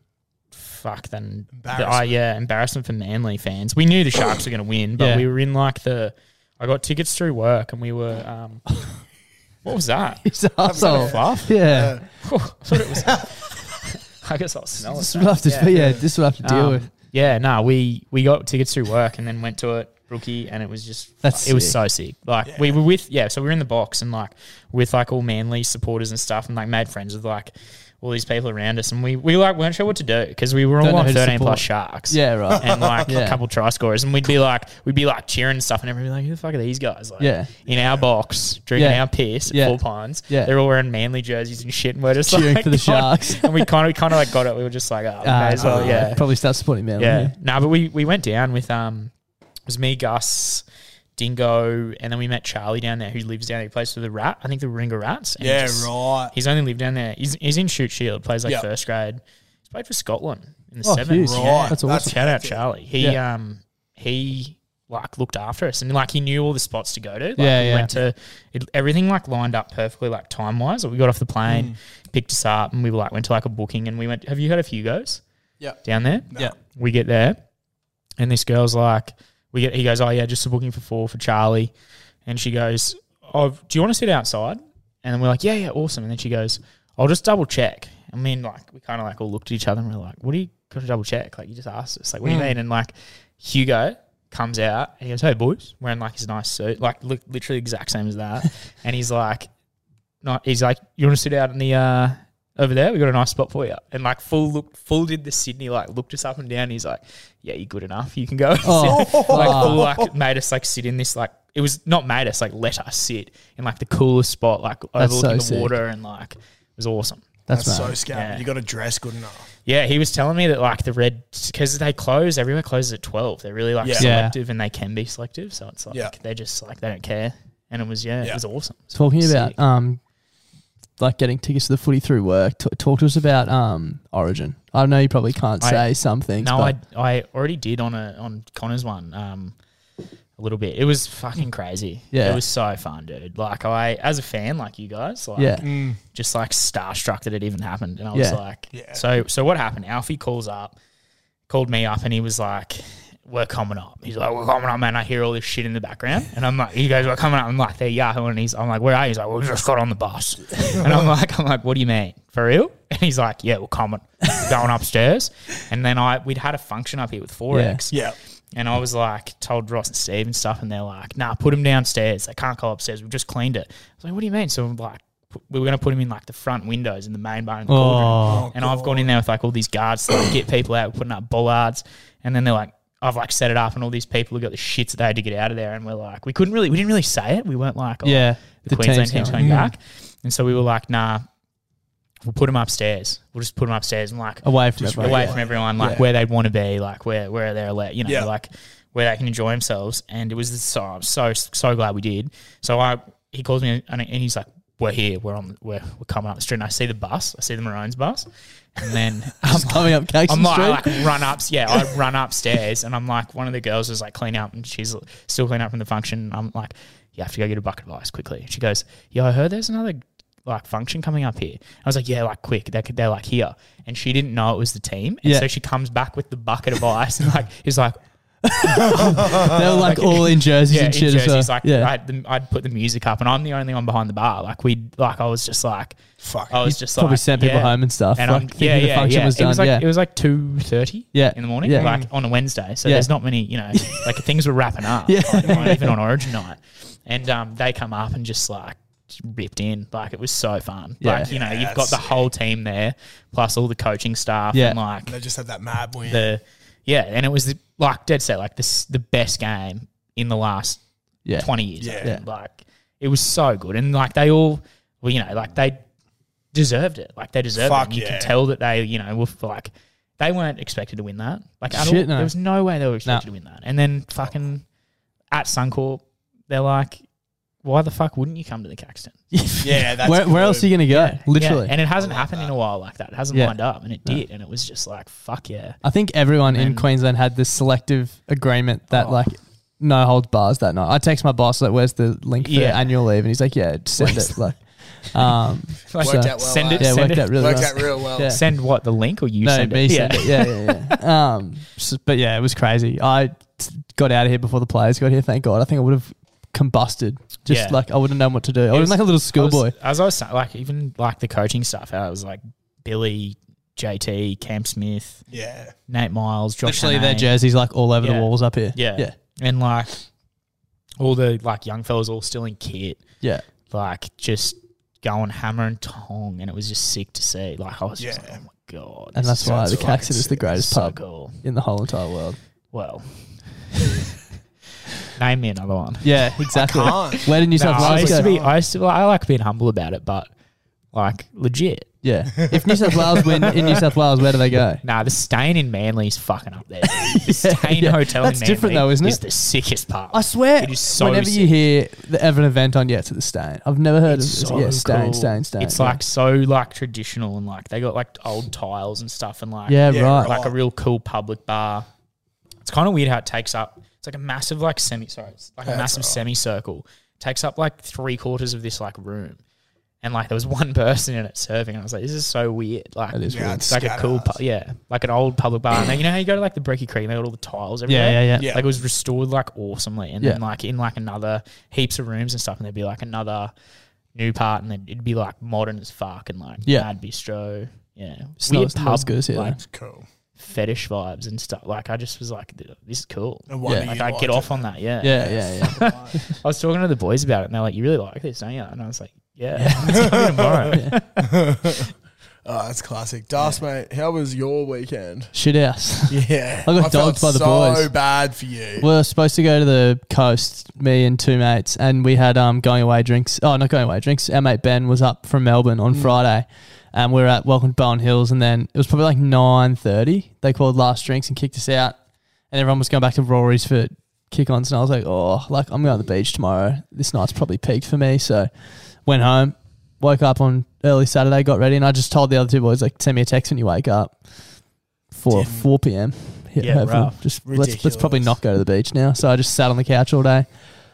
Speaker 5: fuck. Then
Speaker 2: Embarrassment.
Speaker 5: uh, yeah, embarrassment for Manly fans. We knew the Sharks were going to win, but
Speaker 1: Yeah.
Speaker 5: we were in like the. I got tickets through work, and we were. Um, what was that?
Speaker 1: He's an asshole.
Speaker 5: Fluff?
Speaker 1: Oh, Yeah.
Speaker 5: I thought it was. I guess I'll smell
Speaker 1: This is
Speaker 5: it.
Speaker 1: what I have to, yeah, this is what I have to deal
Speaker 5: Um,
Speaker 1: with.
Speaker 5: Yeah, no, we we got tickets through work and then went to it, rookie, and it was just
Speaker 1: That's
Speaker 5: it was
Speaker 1: sick.
Speaker 5: so sick. Like we were with yeah, so we were in the box and like with like all Manly supporters and stuff, and like made friends with like all these people around us, and we we like weren't sure what to do because we were
Speaker 1: Don't
Speaker 5: all
Speaker 1: know
Speaker 5: on
Speaker 1: who to
Speaker 5: thirteen
Speaker 1: support.
Speaker 5: plus sharks,
Speaker 1: Yeah, right.
Speaker 5: and like
Speaker 1: Yeah.
Speaker 5: a couple try scorers, and we'd be like we'd be like cheering and stuff, and everyone would be like, who the fuck are these guys? Like
Speaker 1: Yeah.
Speaker 5: in our box drinking
Speaker 1: Yeah.
Speaker 5: our piss at
Speaker 1: Yeah.
Speaker 5: Four Pines,
Speaker 1: Yeah.
Speaker 5: they're all wearing Manly jerseys and shit, and we're just
Speaker 1: Cheering
Speaker 5: like,
Speaker 1: for the
Speaker 5: "God."
Speaker 1: Sharks.
Speaker 5: and we kind of we kind of like got it. We were just like, oh, we
Speaker 1: Ah,
Speaker 5: may as well,
Speaker 1: ah,
Speaker 5: yeah.
Speaker 1: Probably start supporting Manly.
Speaker 5: Yeah.
Speaker 1: Yeah.
Speaker 5: No, but we we went down with um it was me, Gus, Dingo, and then we met Charlie down there who lives down there. He plays for the rat, I think the Ringer Rats. and he
Speaker 2: Yeah,
Speaker 5: just-
Speaker 2: right.
Speaker 5: He's only lived down there. He's, he's in Shoot Shield, plays like
Speaker 2: Yeah.
Speaker 5: first grade. He's played for Scotland in the
Speaker 1: Oh,
Speaker 5: sevens.
Speaker 1: huge.
Speaker 5: Yeah.
Speaker 1: That's awesome.
Speaker 5: Shout out Charlie. He
Speaker 1: Yeah.
Speaker 5: um he like looked after us and like he knew all the spots to go to. Like,
Speaker 1: Yeah,
Speaker 5: we
Speaker 1: yeah.
Speaker 5: Went to it, everything like lined up perfectly like time wise. Like, we got off the plane,
Speaker 1: Mm.
Speaker 5: picked us up, and we like went to like a booking and we went. Have you heard of Hugo's
Speaker 2: Yeah.
Speaker 5: down there?
Speaker 2: No.
Speaker 1: Yeah.
Speaker 5: We get there, and this girl's like, we get. He goes, oh yeah, just a booking for four for Charlie, and she goes, oh, do you want to sit outside? And then we're like, yeah, yeah, awesome. And then she goes, I'll just double check. I mean, like we kind of like all looked at each other and we're like, what do you got to double check? Like you just asked us, like what do
Speaker 1: Hmm.
Speaker 5: you mean? And like Hugo comes out and he goes, hey boys, wearing like his nice suit, like look, literally exact same as that, and he's like, not he's like, you want to sit out in the uh over there? We got a nice spot for you. And like full look full did the Sydney like looked us up and down. He's like, Yeah, you're good enough. You can go. and
Speaker 1: Oh,
Speaker 5: sit." like
Speaker 1: fuck.
Speaker 5: full like made us like sit in this like it was not made us like let us sit in like the coolest spot, like
Speaker 1: That's
Speaker 5: overlooking
Speaker 1: so
Speaker 5: the
Speaker 1: sick.
Speaker 5: water and like it was awesome.
Speaker 1: That's,
Speaker 2: That's so
Speaker 1: mad.
Speaker 2: scam.
Speaker 5: Yeah.
Speaker 2: You got to dress good enough.
Speaker 5: Yeah, he was telling me that like the red because they close everywhere closes at twelve. They're really like
Speaker 2: Yeah.
Speaker 1: Yeah.
Speaker 5: selective and they can be selective. So it's like
Speaker 2: Yeah.
Speaker 5: they're just like they don't care. And it was yeah,
Speaker 2: Yeah.
Speaker 5: it was awesome.
Speaker 1: Talking about
Speaker 5: Sick.
Speaker 1: um, like getting tickets to the footy through work. T- talk to us about um Origin. I know you probably can't
Speaker 5: I-
Speaker 1: say some things.
Speaker 5: No,
Speaker 1: but
Speaker 5: I I already did on a on Connor's one. Um, a little bit. It was fucking crazy.
Speaker 1: Yeah.
Speaker 5: it was so fun, dude. Like I, as a fan, like you guys, like
Speaker 1: yeah,
Speaker 5: just like starstruck that it even happened. And I was
Speaker 1: Yeah.
Speaker 5: like,
Speaker 2: Mm. Yeah.
Speaker 5: so so what happened? Alfie calls up, called me up, and he was like, "We're coming up." He's like, "We're coming up, man." I hear all this shit in the background, and I'm like, "You guys are coming up." I'm like, "They're Yahoo," and he's, I'm like, "Where are you?" He's like, "Well, "We just got on the bus," and I'm like, "I'm like, what do you mean for real?" And he's like, "Yeah, we're coming, We're going upstairs," and then I we'd had a function up here with Forex,
Speaker 2: Yeah.
Speaker 5: and I was like, told Ross and Steve and stuff, and they're like, nah, put him downstairs. They can't go upstairs. We've just cleaned it. I was like, what do you mean? So I'm like, pu- we were going to put him in like the front windows in the main bar in the
Speaker 1: Oh,
Speaker 5: cauldron. and I've gone in there with like all these guards to like, get people out, putting up bollards. And then they're like, I've like set it up, and all these people have got the shits that they had to get out of there. And we're like, we couldn't really, we didn't really say it. We weren't like, oh,
Speaker 1: Yeah, the
Speaker 5: the, Queensland
Speaker 1: team's Mm.
Speaker 5: team's
Speaker 1: going.
Speaker 5: coming back. And so we were like, nah, we'll put them upstairs. We'll just put them upstairs and like
Speaker 1: Away from
Speaker 5: just
Speaker 1: everyone.
Speaker 5: away
Speaker 1: Yeah.
Speaker 5: from everyone, like
Speaker 2: Yeah.
Speaker 5: where they'd want to be, like where where they're let, you know,
Speaker 2: Yeah.
Speaker 5: like where they can enjoy themselves. And it was so I'm so so glad we did. So I he calls me and, and he's like. We're here. We're on. We're, we're coming up the street. And I see the bus. I see the Maroons bus, and then
Speaker 1: I'm coming up Caxton
Speaker 5: I'm like, I
Speaker 1: Street.
Speaker 5: like run ups. Yeah, I run upstairs, and I'm like, one of the girls was like cleaning up, and she's still cleaning up from the function. and I'm like, you have to go get a bucket of ice quickly. And she goes, yeah, I heard there's another like function coming up here. I was like, yeah, like quick. They're, they're like here, and she didn't know it was the team, and
Speaker 1: Yeah.
Speaker 5: so she comes back with the bucket of ice, and like, is like,
Speaker 1: they were like all in jerseys
Speaker 5: yeah, in
Speaker 1: and shit as
Speaker 5: jerseys.
Speaker 1: well.
Speaker 5: Like,
Speaker 1: yeah.
Speaker 5: I'd, the, I'd put the music up, and I'm the only one behind the bar. Like, we, like, I was just like,
Speaker 2: Fuck.
Speaker 5: I was
Speaker 1: You
Speaker 5: just
Speaker 1: probably
Speaker 5: like,
Speaker 1: sent people
Speaker 5: yeah.
Speaker 1: home and stuff,
Speaker 5: And
Speaker 1: like,
Speaker 5: I'm,
Speaker 1: thinking
Speaker 5: yeah,
Speaker 1: the
Speaker 5: yeah,
Speaker 1: function
Speaker 5: yeah.
Speaker 1: was
Speaker 5: it was
Speaker 1: done,
Speaker 5: like
Speaker 1: yeah.
Speaker 5: it was like two thirty,
Speaker 1: Yeah.
Speaker 5: in the morning,
Speaker 1: Yeah.
Speaker 5: like on a Wednesday. So
Speaker 1: Yeah.
Speaker 5: there's not many, you know, like things were wrapping up, yeah. even on Origin night. And um, they come up and just like ripped in, like it was so fun.
Speaker 1: Yeah.
Speaker 5: Like you know,
Speaker 2: Yeah,
Speaker 5: you've got the
Speaker 2: that's
Speaker 5: whole team there, plus all the coaching staff,
Speaker 1: Yeah.
Speaker 5: and like
Speaker 2: They just had that mad win.
Speaker 5: the yeah, and it was the, like dead set, like this the best game in the last
Speaker 1: yeah.
Speaker 5: 20 years.
Speaker 2: Yeah.
Speaker 5: I think. Like, it was so good. And, like, they all, well, you know, like, they deserved it. Like, they deserved
Speaker 2: Fuck
Speaker 5: it. And you
Speaker 2: yeah.
Speaker 5: could tell that they, you know, were f- like, they weren't expected to win that. Like, at
Speaker 1: Shit,
Speaker 5: all.
Speaker 1: no.
Speaker 5: There was no way they were expected to win that. And then fucking at Suncorp, they're like, why the fuck wouldn't you come to the Caxton?
Speaker 2: yeah, that's
Speaker 1: where, where
Speaker 2: good.
Speaker 1: else are you going to go? Literally.
Speaker 5: Yeah. And it hasn't happened in a while like that. It hasn't
Speaker 1: Yeah.
Speaker 5: lined up. And it did. And it was just like, fuck yeah.
Speaker 1: I think everyone in
Speaker 5: And-
Speaker 1: Queensland had this selective agreement that
Speaker 2: Oh.
Speaker 1: like no holds bars that night. I text my boss like, "Where's the link for
Speaker 5: Yeah.
Speaker 1: annual leave?" And he's like, "Yeah, send it." Like, um,
Speaker 5: Like,
Speaker 1: Worked
Speaker 2: out well,
Speaker 5: send it.
Speaker 1: yeah, it
Speaker 5: send
Speaker 1: worked
Speaker 5: it.
Speaker 1: out really
Speaker 2: Worked
Speaker 1: well.
Speaker 2: out real well.
Speaker 1: Yeah.
Speaker 5: Send what? The link or you
Speaker 1: no,
Speaker 5: send
Speaker 1: me
Speaker 5: it?
Speaker 1: send it. Yeah, yeah, yeah. um, s- but yeah, it was crazy. I t- got out of here before the players got here. Thank God. I think I would have combusted. Just
Speaker 5: Yeah.
Speaker 1: like I wouldn't known what to do. I would have
Speaker 5: was-
Speaker 1: been like a little
Speaker 5: I
Speaker 1: schoolboy.
Speaker 5: was- As I was saying, like even like the coaching stuff, how it was like Billy, JT, Cam Smith,
Speaker 2: Yeah.
Speaker 5: Nate Miles, Josh.
Speaker 1: Literally, their
Speaker 5: Hannay.
Speaker 1: jerseys like all over the
Speaker 5: Yeah.
Speaker 1: walls up here.
Speaker 5: Yeah.
Speaker 1: yeah,
Speaker 5: and like all the like young fellas all still in kit,
Speaker 1: yeah.
Speaker 5: like just going hammer and tong, and it was just sick to see. Like I was just
Speaker 2: Yeah.
Speaker 5: like, oh my god,
Speaker 1: And
Speaker 5: this
Speaker 1: that's why
Speaker 5: is
Speaker 1: the
Speaker 5: so
Speaker 1: Caxton is the greatest
Speaker 5: so
Speaker 1: pub
Speaker 5: cool.
Speaker 1: in the whole entire world.
Speaker 5: Well, name me another one.
Speaker 1: Yeah, exactly.
Speaker 2: can't.
Speaker 1: Where did New
Speaker 5: No,
Speaker 1: South
Speaker 5: I
Speaker 1: Wales
Speaker 5: used
Speaker 1: go?
Speaker 5: to be, I used to, I like being humble about it, but like legit.
Speaker 1: Yeah. If New South Wales win in New South Wales, where do they go?
Speaker 5: Nah, the stain in Manly's fucking up there. The stain
Speaker 1: yeah.
Speaker 5: hotel
Speaker 1: That's
Speaker 5: in Manly
Speaker 1: different though, isn't
Speaker 5: is
Speaker 1: it?
Speaker 5: the sickest part.
Speaker 1: I swear,
Speaker 5: It is so
Speaker 1: whenever you
Speaker 5: sick.
Speaker 1: hear the ever an event on, yeah, it's at the Stain. I've never heard
Speaker 5: It's
Speaker 1: of
Speaker 5: so
Speaker 1: yeah, Stain,
Speaker 5: cool.
Speaker 1: Stain, Stain.
Speaker 5: It's
Speaker 1: yeah.
Speaker 5: like so like traditional and like they got like old tiles and stuff and like
Speaker 1: yeah,
Speaker 2: Yeah,
Speaker 1: right.
Speaker 5: like a real cool public bar. It's kind of weird how it takes up. It's like a massive like semi. Sorry, it's like a massive semicircle. Takes up like three quarters of this like room, and like there was one person in it serving. And I was like, this is so weird. Like
Speaker 1: That is
Speaker 2: Yeah, weird.
Speaker 5: It's like a
Speaker 2: scattered
Speaker 5: cool,
Speaker 2: ass.
Speaker 5: pu- yeah, like an old public bar. And then, you know how you go to like the Brecky Creek and they got all the tiles everywhere.
Speaker 1: yeah, yeah.
Speaker 2: Yeah.
Speaker 5: Like it was restored like awesomely, and
Speaker 1: Yeah.
Speaker 5: then like in like another heaps of rooms and stuff, and there'd be like another new part, and then it'd be like modern as fuck and like
Speaker 1: Yeah.
Speaker 5: mad bistro. Yeah,
Speaker 1: It's not- it's not as good as here,
Speaker 5: like
Speaker 1: though.
Speaker 2: Cool.
Speaker 5: fetish vibes and stuff. Like I just was like, th- this is cool.
Speaker 2: No wonder
Speaker 1: Yeah.
Speaker 5: Like
Speaker 2: you
Speaker 5: I
Speaker 2: liked
Speaker 5: get
Speaker 2: it.
Speaker 5: off on that. Yeah.
Speaker 1: yeah, yeah, yeah.
Speaker 5: I was talking to the boys about it, and they're like, you really like this, don't you? And I was like, yeah. Let's go tomorrow.
Speaker 2: Oh, that's classic. Das, mate, how was your weekend?
Speaker 1: Shit house.
Speaker 2: Yeah.
Speaker 1: I got
Speaker 2: felt
Speaker 1: dogged by the
Speaker 2: so
Speaker 1: boys.
Speaker 2: bad for you.
Speaker 1: We were supposed to go to the coast, me and two mates, and we had um going away drinks. Oh, not going away drinks. Our mate Ben was up from Melbourne on Friday, and we were at Welcome to Bowen Hills, and then it was probably like nine thirty. They called last drinks and kicked us out, and everyone was going back to Rory's for kick-ons, and I was like, oh, like I'm going to the beach tomorrow. This night's probably peaked for me, so went home. Woke up on early Saturday, got ready, and I just told the other two boys like, send me a text when you wake up. Four
Speaker 2: Didn't.
Speaker 1: four p.m.
Speaker 5: Yeah,
Speaker 1: hopefully.
Speaker 5: rough.
Speaker 1: Just let's let's probably
Speaker 2: Ridiculous.
Speaker 1: not go to the beach now. So I just sat on the couch all day,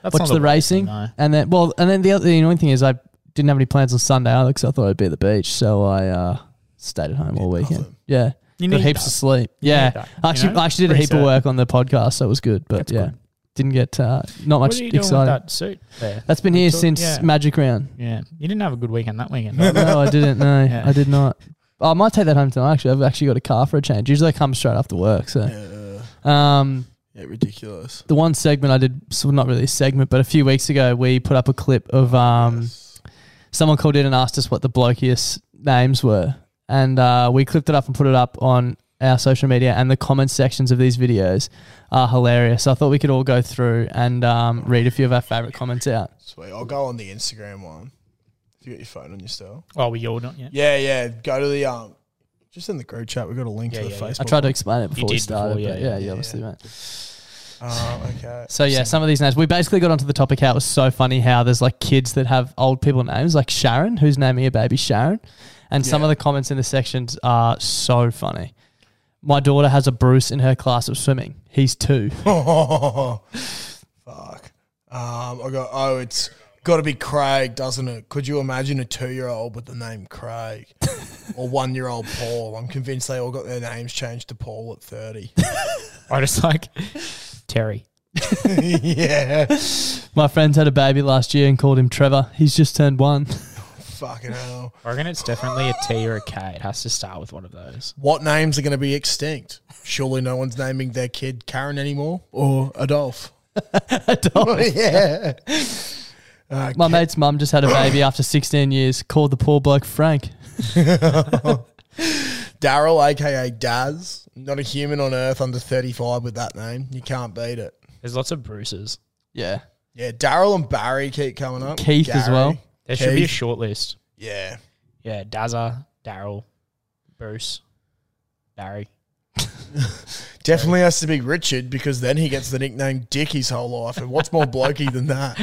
Speaker 5: That's not
Speaker 1: watched the
Speaker 5: worst
Speaker 1: racing,
Speaker 5: thing, though.
Speaker 1: and then well, and then the other the annoying thing is I didn't have any plans on Sunday either because I thought I'd be at the beach, so I uh, stayed at home all weekend.
Speaker 2: nothing.
Speaker 1: Yeah,
Speaker 5: You
Speaker 1: got
Speaker 5: need
Speaker 1: heaps
Speaker 5: that.
Speaker 1: of sleep.
Speaker 5: You
Speaker 1: Yeah,
Speaker 5: need that,
Speaker 1: I actually
Speaker 5: you know?
Speaker 1: I actually did a heap of
Speaker 5: Research.
Speaker 1: work on the podcast, so it was good. But
Speaker 5: That's
Speaker 1: yeah,
Speaker 5: good.
Speaker 1: didn't get uh, not
Speaker 5: What
Speaker 1: much
Speaker 5: are you doing with
Speaker 1: exciting. that?
Speaker 5: that suit there?
Speaker 1: has been here
Speaker 5: You talk-
Speaker 1: since
Speaker 5: yeah.
Speaker 1: Magic Round.
Speaker 5: Yeah, you didn't have a good weekend that weekend.
Speaker 1: No, I didn't. No,
Speaker 5: Yeah.
Speaker 1: I did not. I might take that home tonight. Actually, I've actually got a car for a change. Usually, I come straight after work. So,
Speaker 2: yeah.
Speaker 1: um,
Speaker 2: yeah, ridiculous.
Speaker 1: the one segment I did, so not really a segment, but a few weeks ago, we put up a clip of um, someone called in and asked us what the blokiest names were. And uh, we clipped it up and put it up on our social media, and the comment sections of these videos are hilarious. So I thought we could all go through and um, read a few of our favorite comments out.
Speaker 2: Sweet. I'll go on the Instagram one. If you got your phone on your cell.
Speaker 5: Oh, we all not yet.
Speaker 2: Yeah, yeah. Go to the um. Just in the group chat, we got a link
Speaker 5: Yeah,
Speaker 2: to the
Speaker 5: yeah, yeah.
Speaker 2: Facebook.
Speaker 1: I tried to explain it before we
Speaker 5: did before,
Speaker 1: started,
Speaker 5: yeah,
Speaker 1: but
Speaker 5: yeah,
Speaker 1: yeah, you obviously won't.
Speaker 2: Um, okay.
Speaker 1: So yeah, some of these names. We basically got onto the topic how it was so funny how there's like kids that have old people names, like Sharon, who's naming a baby Sharon, and some
Speaker 2: Yeah.
Speaker 1: of the comments in the sections are so funny. My daughter has a Bruce in her class of swimming. He's two.
Speaker 2: Fuck. Um, I got. Oh, it's got to be Craig, doesn't it? Could you imagine a two-year-old with the name Craig or one-year-old Paul? I'm convinced they all got their names changed to Paul at thirty.
Speaker 5: I just like Terry.
Speaker 2: yeah.
Speaker 1: My friends had a baby last year and called him Trevor. He's just turned one.
Speaker 2: Fucking hell.
Speaker 5: I reckon it's definitely a T or a K. It has to start with one of those.
Speaker 2: What names are going to be extinct? Surely no one's naming their kid Karen anymore or Adolf.
Speaker 1: Adolf.
Speaker 2: yeah.
Speaker 1: My mate's mum just had a baby after 16 years. Called the poor bloke Frank.
Speaker 2: Daryl, aka Daz. Not a human on earth under 35 with that name. You can't beat it.
Speaker 5: There's lots of Bruces.
Speaker 1: Yeah,
Speaker 2: Yeah, Daryl and Barry keep coming up.
Speaker 1: Keith as well.
Speaker 5: There should be a
Speaker 2: Oh, Keith.
Speaker 5: short list.
Speaker 2: Yeah.
Speaker 5: Yeah, Dazza, Daryl, Bruce, Barry.
Speaker 2: Definitely has to be Richard because then he gets the nickname Dick his whole life. And what's more blokey than that?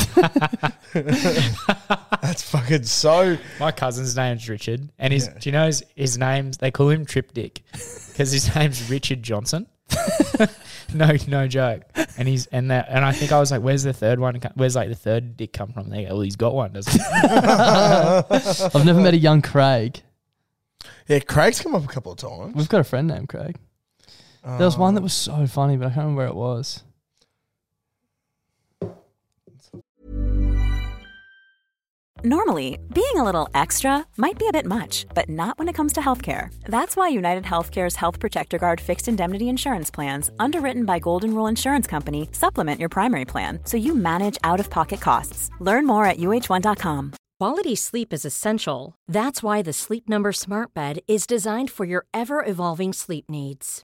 Speaker 2: That's fucking so.
Speaker 5: My cousin's name's Richard, and his do you know his, his name's they call him Trip Dick because his name's Richard Johnson. no, no joke. And he's and that and I think I was like, "Where's the third one? co- Where's like the third dick come from?" They go, "Well, he's got one, doesn't he?"
Speaker 1: I've never met a young Craig.
Speaker 2: Yeah, Craig's come up a couple of times.
Speaker 1: We've got a friend named Craig. There was one that was so funny, but I can't remember where it was.
Speaker 6: Normally, being a little extra might be a bit much, but not when it comes to healthcare. That's why United Healthcare's Health Protector Guard fixed indemnity insurance plans, underwritten by Golden Rule Insurance Company, supplement your primary plan so you manage out of pocket costs. Learn more at uh1.com.
Speaker 7: Quality sleep is essential. That's why the Sleep Number Smart Bed is designed for your ever evolving sleep needs.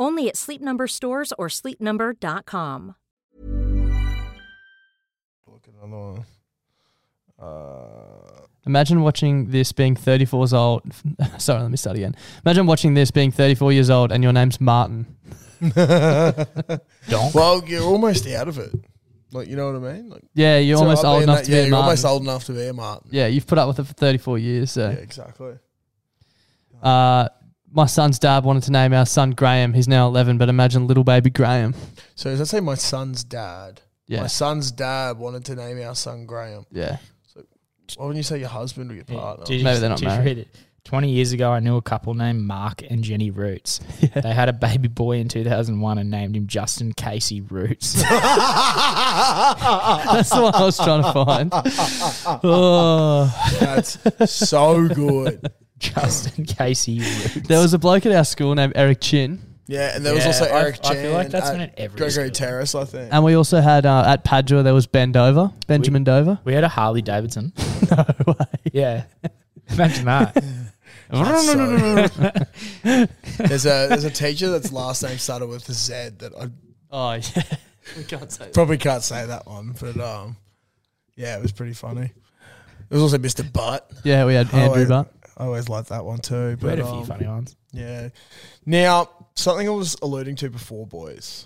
Speaker 7: Only at Sleep Number stores or sleepnumber.com.
Speaker 2: Look at another one. Uh,
Speaker 1: Imagine watching this being 34 years old. Sorry, let me start again. Imagine watching this being 34 years old and your name's Martin.
Speaker 2: well, you're almost out of it. Like, you know what I mean? Like,
Speaker 1: Yeah, you're
Speaker 2: so
Speaker 1: almost
Speaker 2: I'll
Speaker 1: old
Speaker 2: be in
Speaker 1: enough
Speaker 2: that-
Speaker 1: to
Speaker 2: yeah,
Speaker 1: be a
Speaker 2: you're
Speaker 1: Martin.
Speaker 2: almost old enough to be a Martin.
Speaker 1: Yeah, you've put up with it for 34 years.
Speaker 2: Yeah,
Speaker 1: So,
Speaker 2: exactly.
Speaker 1: uh, my son's dad wanted to name our son Graham. He's now 11, but imagine little baby Graham.
Speaker 2: So does that say my son's dad?
Speaker 1: Yeah.
Speaker 2: My son's dad wanted to name our son Graham.
Speaker 1: Yeah.
Speaker 2: Why wouldn't you say your husband or your partner?
Speaker 5: Did you-
Speaker 1: Maybe they're not
Speaker 5: did you
Speaker 1: married.
Speaker 5: read it? Twenty years ago, I knew a couple named Mark and Jenny Roots. They had a baby boy in 2001 and named him Justin Casey Roots.
Speaker 1: That's the one I was trying to find. Oh.
Speaker 2: That's so good.
Speaker 5: Justin Casey Roots.
Speaker 1: There was a bloke at our school named Eric Chin.
Speaker 2: Yeah, and there was
Speaker 5: Yeah,
Speaker 2: also
Speaker 5: I-
Speaker 2: Eric
Speaker 5: I
Speaker 2: Chan. uh,
Speaker 5: feel like that's
Speaker 2: at
Speaker 5: been at every
Speaker 2: Gregory
Speaker 5: school.
Speaker 2: Terrace, I think.
Speaker 1: And we also had uh, at Padua, there was Ben Dover, Benjamin Dover.
Speaker 5: We had a Harley Davidson. no way. Yeah. Imagine that.
Speaker 2: So- there's a there's a teacher that's last name started with a Z that I
Speaker 1: Oh, yeah. we can't say that.
Speaker 2: probably can't say that one, but um, yeah, it was pretty funny. There was also Mr. Butt.
Speaker 1: Yeah, we had
Speaker 2: I
Speaker 1: Andrew
Speaker 2: always-
Speaker 1: Butt.
Speaker 2: I always liked that one too. But
Speaker 5: we had a few
Speaker 2: um,
Speaker 5: funny ones.
Speaker 2: Yeah. Now, something I was alluding to before, boys.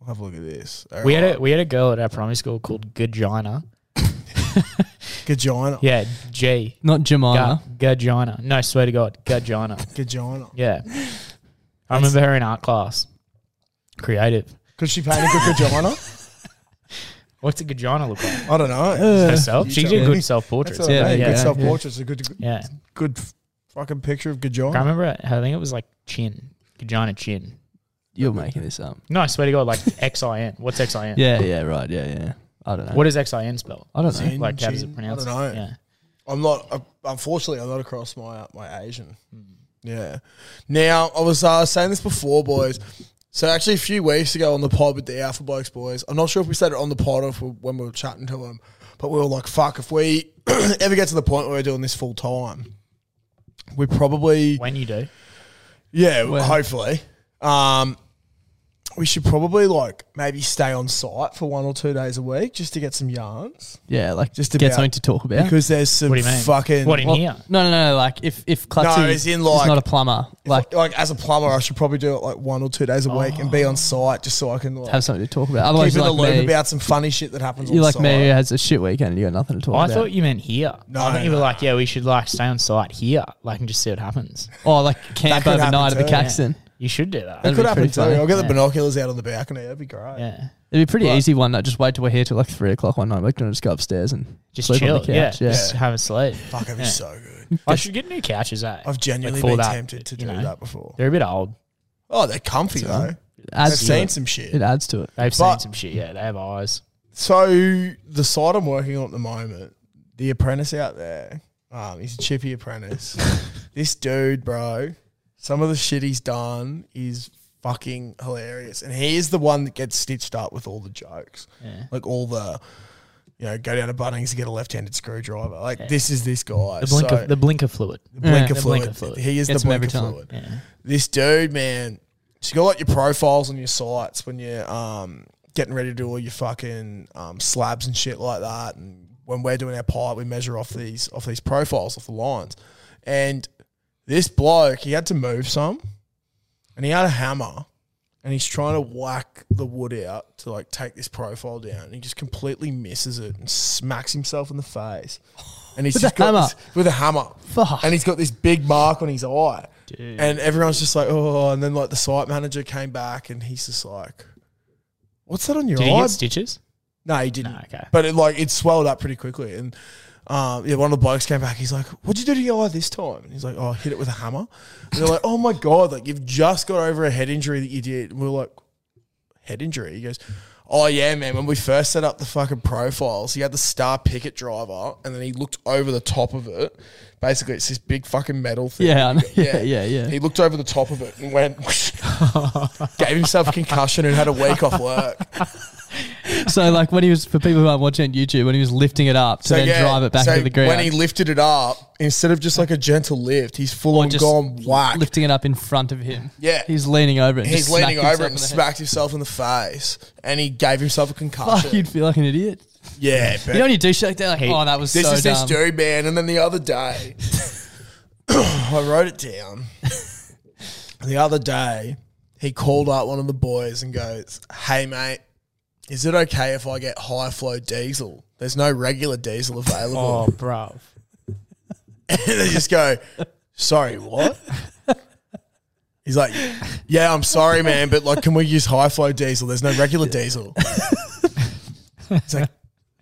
Speaker 2: We'll have a look at this. All
Speaker 5: We
Speaker 2: right.
Speaker 5: had a we had a girl at our primary school called Gagina.
Speaker 2: Gagina.
Speaker 5: Yeah, G.
Speaker 1: Not
Speaker 5: Ga-
Speaker 1: Jemima.
Speaker 5: Gagina. No, swear to God, Gagina.
Speaker 2: Gagina.
Speaker 5: Yeah. I remember her in art class. Creative.
Speaker 2: Could she paint a good vagina?
Speaker 5: What's a Gagina look like?
Speaker 2: I don't know.
Speaker 5: Herself? She
Speaker 2: tell
Speaker 5: did
Speaker 2: me.
Speaker 5: good self portraits.
Speaker 2: yeah,
Speaker 1: I mean.
Speaker 2: good
Speaker 5: yeah.
Speaker 1: Uh, yeah.
Speaker 2: self portraits. A good,
Speaker 5: Yeah.
Speaker 2: good f- fucking picture of
Speaker 5: I
Speaker 8: Oh.
Speaker 2: Gagina.
Speaker 5: remember it- I think it was like chin. Gagina chin.
Speaker 1: You're making this up.
Speaker 5: No, I swear to God, like X I N. What's X I N?
Speaker 1: Yeah, yeah, right. Yeah, yeah. I don't know.
Speaker 5: What does X I N spell?
Speaker 1: I don't know.
Speaker 2: Zin,
Speaker 5: Like how does
Speaker 2: chin?
Speaker 5: it
Speaker 2: I
Speaker 5: pronounce?
Speaker 2: don't know.
Speaker 5: Yeah.
Speaker 2: I'm not. uh, Unfortunately, I'm not across my my Asian. Yeah. Now I was uh, saying this before, boys. So actually, a few weeks ago on the pod with the Alpha Blokes boys, I'm not sure if we said it on the pod or if we, when we were chatting to them, but we were like, "Fuck, if we ever get to the point where we're doing this full time, we probably
Speaker 5: When you do,
Speaker 2: yeah, hopefully. Um, we should probably like maybe stay on site for one or two days a week just to get some yarns
Speaker 8: Yeah, like
Speaker 2: Just
Speaker 8: just to get
Speaker 2: about-
Speaker 8: something to talk about.
Speaker 2: because there's some
Speaker 5: what do you mean?
Speaker 2: fucking
Speaker 5: what in
Speaker 8: Well,
Speaker 5: here?
Speaker 8: No, no, no. Like if if Clutzy
Speaker 2: No, as in, like-
Speaker 8: is not a plumber, like
Speaker 2: like, like as a plumber, I should probably do it like one or two days a week and be on site just so I can like
Speaker 8: Oh. have something to talk about.
Speaker 2: keep
Speaker 8: Otherwise,
Speaker 2: in
Speaker 8: you're
Speaker 2: the
Speaker 8: like
Speaker 2: loop
Speaker 8: me.
Speaker 2: about some funny shit that happens.
Speaker 8: you're
Speaker 2: on
Speaker 8: like
Speaker 2: site.
Speaker 8: me who has a shit weekend and you got nothing to talk
Speaker 5: Oh, I
Speaker 8: about.
Speaker 5: thought you meant here.
Speaker 2: No,
Speaker 5: I thought you were
Speaker 2: no.
Speaker 5: like, yeah, we should like stay on site here, like and just see what happens.
Speaker 8: oh, like camp
Speaker 2: could happen
Speaker 8: overnight at the
Speaker 2: too, yeah.
Speaker 8: Caxton.
Speaker 5: You should do that.
Speaker 2: It
Speaker 8: That'd
Speaker 2: could
Speaker 8: be
Speaker 2: happen
Speaker 8: pretty
Speaker 2: too.
Speaker 8: funny.
Speaker 2: I'll get the
Speaker 5: Yeah.
Speaker 2: binoculars out on the balcony. That'd be great.
Speaker 5: Yeah,
Speaker 8: It'd be pretty easy one night. Just wait till we're here till like three o'clock one night. We're gonna just go upstairs and
Speaker 5: just
Speaker 8: sleep
Speaker 5: chill.
Speaker 8: on the couch.
Speaker 5: yeah,
Speaker 8: Yeah,
Speaker 5: just have a sleep.
Speaker 2: Fuck, that'd be
Speaker 5: Yeah.
Speaker 2: so good.
Speaker 5: I should get new couches. Eh?
Speaker 2: I've genuinely
Speaker 5: for
Speaker 2: been
Speaker 5: that,
Speaker 2: tempted to do
Speaker 5: you know.
Speaker 2: that before.
Speaker 5: They're a bit old.
Speaker 2: Oh, they're comfy though.
Speaker 8: It
Speaker 2: I've
Speaker 8: adds to
Speaker 2: seen
Speaker 8: it.
Speaker 2: some shit.
Speaker 8: It adds to it.
Speaker 5: They've
Speaker 2: But-
Speaker 5: seen some shit. Yeah, they have eyes.
Speaker 2: So the site I'm working on at the moment, the apprentice out there, um, he's a chippy apprentice. this dude, bro, some of the shit he's done is fucking hilarious, and he is the one that gets stitched up with all the jokes, like all the. You know, go down to Bunnings and get a left-handed screwdriver. Like this is this guy.
Speaker 5: The blinker,
Speaker 2: So-
Speaker 5: the blinker fluid.
Speaker 2: blinker
Speaker 5: the
Speaker 2: fluid.
Speaker 5: blinker fluid.
Speaker 2: He is
Speaker 8: Gets
Speaker 2: the
Speaker 8: him every
Speaker 2: blinker
Speaker 8: time.
Speaker 2: fluid. This dude, man, so you got like your profiles on your sites when you're um, getting ready to do all your fucking um, slabs and shit like that. And when we're doing our pipe, we measure off these off these profiles off the lines. And this bloke, he had to move some, and he had a hammer. And he's trying to whack the wood out to like take this profile down. And he just completely misses it and smacks himself in the face. And he's
Speaker 8: With
Speaker 2: just
Speaker 8: the
Speaker 2: got
Speaker 8: hammer?
Speaker 2: this- with a hammer.
Speaker 8: Fuck.
Speaker 2: And he's got this big mark on his eye. And everyone's just like, oh. And then like the site manager came back and he's just like, what's that on your
Speaker 5: Did he
Speaker 2: eye?
Speaker 5: get stitches?
Speaker 2: no, he didn't.
Speaker 5: No, okay.
Speaker 2: But it like it swelled up pretty quickly. And um, yeah, one of the blokes came back. He's like, what'd you do to your eye this time? And he's like, oh, I hit it with a hammer. And they're like, oh my God, like you've just got over a head injury that you did. And we we're like, head injury. He goes, Oh yeah, man. When we first set up the fucking profiles, he had the star picket driver, and then he looked over the top of it. Basically, it's this big fucking metal thing.
Speaker 8: Yeah, I know. Yeah, yeah, yeah.
Speaker 2: He looked over the top of it and went, gave himself a concussion and had a week off work.
Speaker 8: so like when he was for people who aren't watching on YouTube, when he was lifting it up to then drive it back
Speaker 2: so
Speaker 8: to the ground,
Speaker 2: When he lifted it up, instead of just like a gentle lift, he's full
Speaker 8: Or
Speaker 2: on
Speaker 8: just
Speaker 2: gone whack.
Speaker 8: lifting it up in front of him.
Speaker 2: Yeah.
Speaker 8: he's leaning over it. and
Speaker 2: He's
Speaker 8: just
Speaker 2: leaning
Speaker 8: smacked
Speaker 2: over it and
Speaker 8: himself in
Speaker 2: smacked himself in the face, and he gave himself a
Speaker 8: the head. Fuck,
Speaker 2: concussion.
Speaker 8: you'd feel like an idiot.
Speaker 2: yeah, but
Speaker 8: You know when you do shit like that, like oh that was
Speaker 2: This
Speaker 8: so
Speaker 2: is
Speaker 8: dumb.
Speaker 2: this dude, man. And then the other day, I wrote it down. the other day, he called up one of the boys and goes, Hey, mate, is it okay if I get high flow diesel? There's no regular
Speaker 8: Oh,
Speaker 2: diesel available.
Speaker 5: bro.
Speaker 2: and they just go, Sorry, what? He's like, Yeah, I'm sorry, man, but like, can we use high flow diesel? There's no regular diesel. It's like,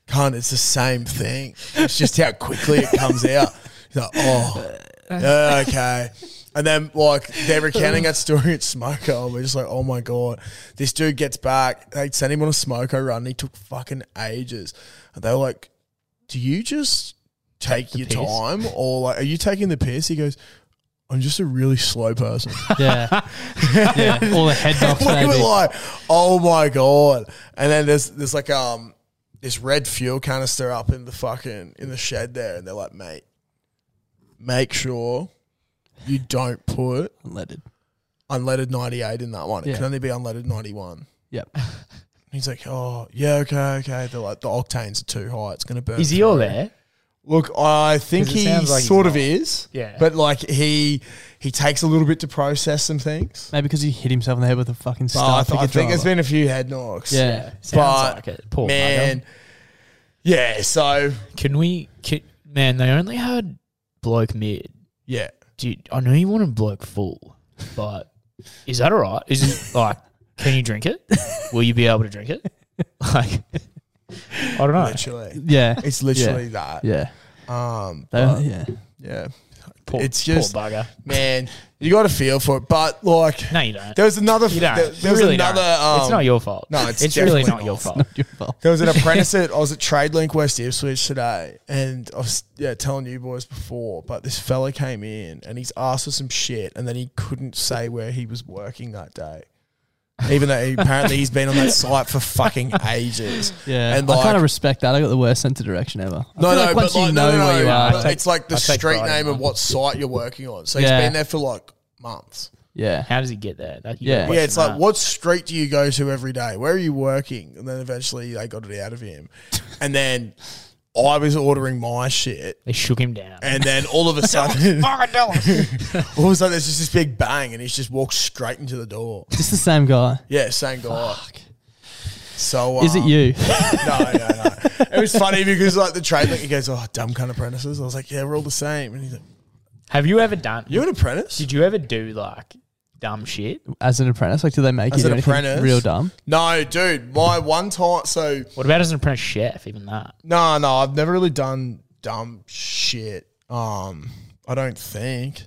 Speaker 2: cunt, it's the same thing. It's just how quickly it comes out. He's like, oh, yeah, okay. And then, like, they're recounting that story at Smoko, and we're just like, oh my God. This dude gets back. They sent him on a Smoko run, and he took fucking ages. And they were like, do you just take your
Speaker 5: piss?
Speaker 2: time, or like, are you taking the piss? He goes, I'm just a really slow person.
Speaker 8: Yeah, yeah. All the head knocks,
Speaker 2: we were
Speaker 8: baby.
Speaker 2: like, oh my god! And then there's there's like um this red fuel canister up in the fucking in the shed there, and they're like, mate, make sure you don't put
Speaker 8: Unleaded.
Speaker 2: unleaded ninety eight in that one. It
Speaker 8: Yeah.
Speaker 2: can only be unleaded ninety one.
Speaker 8: Yep.
Speaker 2: He's like, oh yeah, okay, okay. They're like, the octanes are too high. It's gonna burn.
Speaker 5: Is he all there?
Speaker 2: Look, I think
Speaker 5: 'Cause it
Speaker 2: he
Speaker 5: sounds like he's
Speaker 2: sort of
Speaker 5: not.
Speaker 2: is.
Speaker 5: Yeah.
Speaker 2: but like he he takes a little bit to process some things.
Speaker 8: Maybe because he hit himself in the head with a fucking
Speaker 2: But Oh, I,
Speaker 8: star.
Speaker 2: th- I think there's been a few head knocks.
Speaker 8: yeah.
Speaker 5: Sounds like it. Poor
Speaker 2: man.
Speaker 5: man.
Speaker 2: Yeah, so
Speaker 5: Can we? Can, man, they only had bloke mid.
Speaker 2: yeah.
Speaker 5: Dude, I know you wanted bloke full, but is that all right? Is it like? Can you drink it? Will you be able to drink it? Like, I don't know.
Speaker 2: Literally.
Speaker 8: Yeah,
Speaker 2: It's literally that.
Speaker 8: yeah.
Speaker 2: Um
Speaker 8: They- yeah.
Speaker 2: yeah.
Speaker 5: Poor,
Speaker 2: It's just-
Speaker 5: poor bugger.
Speaker 2: man, you got to feel for it. But like,
Speaker 5: No, you don't.
Speaker 2: there was another.
Speaker 5: you don't.
Speaker 2: There, there
Speaker 5: You
Speaker 2: was
Speaker 5: really
Speaker 2: another.
Speaker 5: don't.
Speaker 2: Um,
Speaker 5: it's not your fault.
Speaker 2: No, it's definitely
Speaker 5: really not your
Speaker 2: not.
Speaker 5: fault.
Speaker 8: Your fault.
Speaker 2: There was an apprentice at I was at TradeLink West Ipswich today, and I was yeah telling you boys before, but this fella came in and he's asked for some shit, and then he couldn't say where he was working that day, even though he, apparently he's been on that site for fucking ages.
Speaker 8: Yeah,
Speaker 2: and
Speaker 8: I
Speaker 2: like,
Speaker 8: kind of respect that. I got the worst sense of direction ever. I
Speaker 2: no,
Speaker 8: feel
Speaker 2: no,
Speaker 8: like
Speaker 2: but
Speaker 8: once
Speaker 2: like,
Speaker 8: you
Speaker 2: no,
Speaker 8: know
Speaker 2: no, no,
Speaker 8: where you
Speaker 2: no,
Speaker 8: are,
Speaker 2: no,
Speaker 5: take-
Speaker 2: it's like the
Speaker 5: I take
Speaker 2: street
Speaker 5: pride in
Speaker 2: name of
Speaker 5: mine.
Speaker 2: what site you're working on. So
Speaker 8: Yeah.
Speaker 2: he's been there for like months.
Speaker 8: yeah,
Speaker 5: How does he get there? That- you
Speaker 8: Yeah. What's
Speaker 2: yeah,
Speaker 5: gotta question
Speaker 2: it's like
Speaker 5: that.
Speaker 2: what street do you go to every day? Where are you working? And then eventually they got it out of him, and then I was ordering my shit,
Speaker 5: They shook him down.
Speaker 2: and then all of a sudden,
Speaker 9: "Oh,
Speaker 2: all of a sudden, there's just this big bang, and he's just walked straight into the door.
Speaker 8: just the same guy.
Speaker 2: Yeah, same guy. So
Speaker 8: Is it
Speaker 2: um,
Speaker 8: you?
Speaker 2: No, no, no. It was funny because like the trade, like, he goes, "Oh, dumb kind of apprentices." I was like, "Yeah, we're all the same." And he's like,
Speaker 5: Have you ever done?
Speaker 2: "You're an apprentice."
Speaker 5: did you ever do like dumb shit?
Speaker 8: As an apprentice, like, do they make
Speaker 2: As
Speaker 8: you
Speaker 2: an
Speaker 8: do anything
Speaker 2: apprentice?
Speaker 8: real dumb?
Speaker 2: no, dude. My one time, so
Speaker 5: What about as an apprentice chef? Even that.
Speaker 2: No, no, I've never really done dumb shit. Um, I don't think.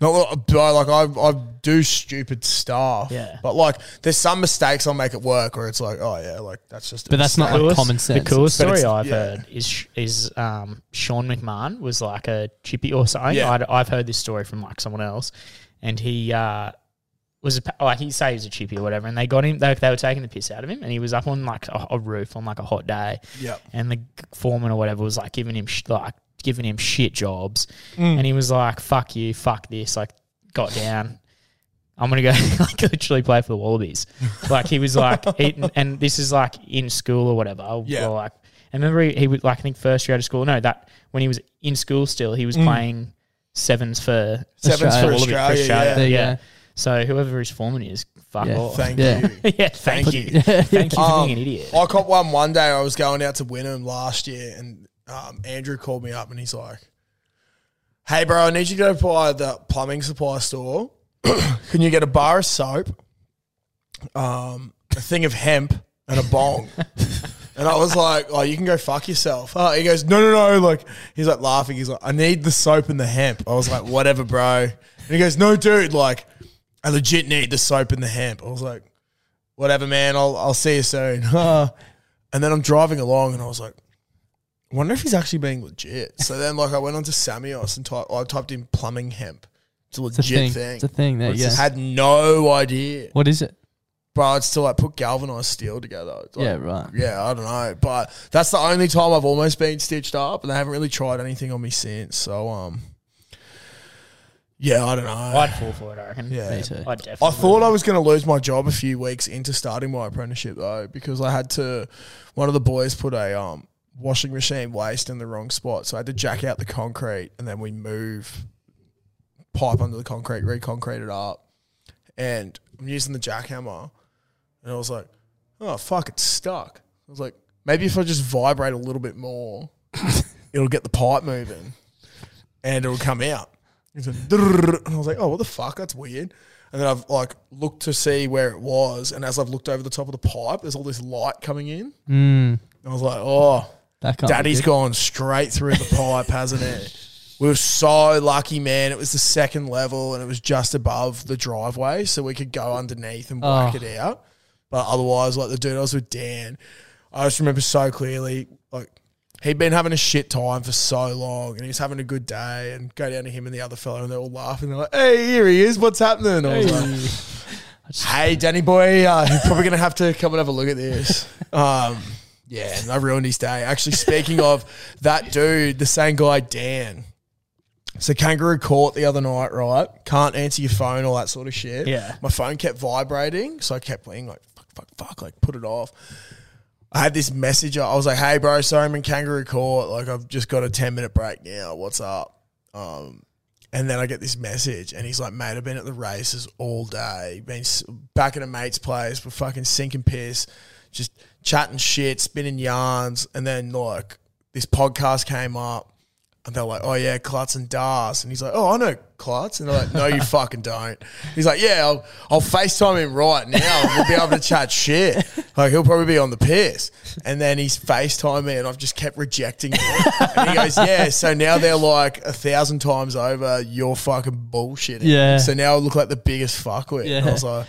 Speaker 2: No, but like I, I do stupid stuff.
Speaker 5: Yeah.
Speaker 2: But like, there's some mistakes I'll make at work where it's like, oh yeah, like that's just. a
Speaker 8: But that's not
Speaker 2: mistake.
Speaker 8: like common sense.
Speaker 5: The coolest
Speaker 2: But
Speaker 5: story
Speaker 2: it's-
Speaker 5: I've
Speaker 2: yeah.
Speaker 5: heard is sh- is um, Sean McMahon was like a chippy or something.
Speaker 2: Yeah.
Speaker 5: I'd, I've heard this story from like someone else, and he uh, was a, pa- like he say he was a chippy or whatever, and they got him. They, they were taking the piss out of him, and he was up on like a, a roof on like a hot day.
Speaker 2: Yep.
Speaker 5: And the g- foreman or whatever was like giving him sh- like giving him shit jobs,
Speaker 2: Mm.
Speaker 5: and he was like, "Fuck you, fuck this," like got down. I'm gonna go like literally play for the Wallabies. Like he was like, he, and this is like in school or whatever. or,
Speaker 2: Yeah.
Speaker 5: like, I remember he, he was like, I think first year out of school. No, that when he was in school still, he was playing sevens for
Speaker 2: Mm. Sevens
Speaker 5: for
Speaker 2: for
Speaker 8: Australia.
Speaker 5: Wallaby- for
Speaker 2: Australia.
Speaker 5: Australia,
Speaker 8: There
Speaker 2: Yeah.
Speaker 8: you
Speaker 5: Yeah.
Speaker 8: go.
Speaker 5: So whoever his foreman is, fuck
Speaker 8: Yeah,
Speaker 5: off.
Speaker 2: Thank
Speaker 8: Yeah.
Speaker 2: you.
Speaker 5: yeah, thank,
Speaker 2: Thank
Speaker 5: you.
Speaker 2: you.
Speaker 5: thank you for
Speaker 2: Um,
Speaker 5: being an idiot.
Speaker 2: I caught one one day. I was going out to Wynnum last year, and um, Andrew called me up and he's like, "Hey, bro, I need you to go by the plumbing supply store. Can you get a bar of soap, um, a thing of hemp, and a bong?" And I was like, "Oh, you can go fuck yourself." Oh, he goes, "No, no, no!" Like he's like laughing. He's like, "I need the soap and the hemp." I was like, "Whatever, bro." And he goes, "No, dude, like I legit need the soap and the hemp." I was like, "Whatever, man. I'll I'll see you soon." and then I'm driving along, and I was like, I "Wonder if he's actually being legit." So then, like, I went onto Samios and typed. I typed in plumbing hemp. It's a
Speaker 8: It's a
Speaker 2: legit
Speaker 8: thing.
Speaker 2: thing.
Speaker 8: It's a thing. There you go.
Speaker 2: Had no idea,
Speaker 8: What is it?
Speaker 2: bro. It's to like put galvanized steel together. It's like-
Speaker 8: yeah, right.
Speaker 2: yeah, I don't know, but that's the only time I've almost been stitched up, and they haven't really tried anything on me since. So, um, yeah, I don't know. I,
Speaker 5: I'd fall for it. I reckon.
Speaker 2: Yeah. Me
Speaker 8: too.
Speaker 5: I'd definitely.
Speaker 2: thought I was going to lose my job a few weeks into starting my apprenticeship though, because I had to. One of the boys put a um washing machine waste in the wrong spot, so I had to jack out the concrete, and then we move pipe under the concrete, reconcrete it up, and I'm using the jackhammer, and I was like, oh fuck, it's stuck. I was like, maybe if I just vibrate a little bit more, it'll get the pipe moving, and it'll come out. It's a drrrr. and I was like, oh, what the fuck? That's weird. And then I've like looked to see where it was, and as I've looked over the top of the pipe, there's all this light coming in. Mm. I was like, oh,
Speaker 8: Hmm. That can't
Speaker 2: Daddy's
Speaker 8: Daddy's good.
Speaker 2: gone straight through the pipe, hasn't it? We were so lucky, man. It was the second level and it was just above the driveway, so we could go underneath and whack
Speaker 8: Oh.
Speaker 2: it out. But otherwise, like the dude I was with Dan, I just remember so clearly, like he'd been having a shit time for so long and he was having a good day and go down to him and the other fellow and they're all laughing. They're like, Hey, here he is, what's happening? I was like, Hey, Danny boy, uh, you're probably going to have to come and have a look at this. Um, yeah, and I ruined his day. Actually, speaking of that dude, the same guy, Dan. So Kangaroo Court the other night, right? Can't answer your phone, all that sort of shit.
Speaker 5: Yeah.
Speaker 2: My phone kept vibrating, so I kept being like, fuck, fuck, fuck, like put it off. I had this messenger. I was like, hey, bro, sorry, I'm in Kangaroo Court. Like, I've just got a 10 minute break now. What's up? Um, and then I get this message, and he's like, mate, I've been at the races all day, been s- back at a mate's place, we're fucking sinking piss, just chatting shit, spinning yarns. And then, like, this podcast came up, And they're like, oh yeah, Klutz and Dars. And he's like, oh, I know Klutz. And they're like, no, you fucking don't. He's like, yeah, I'll, I'll FaceTime him right now. We'll be able to chat shit. Like, he'll probably be on the piss. And then he's FaceTime me and I've just kept rejecting him. And he goes, yeah, so now they're like a thousand times over, you're fucking bullshitting.
Speaker 8: Yeah.
Speaker 2: So now I look like the biggest fuckwit. And I was like,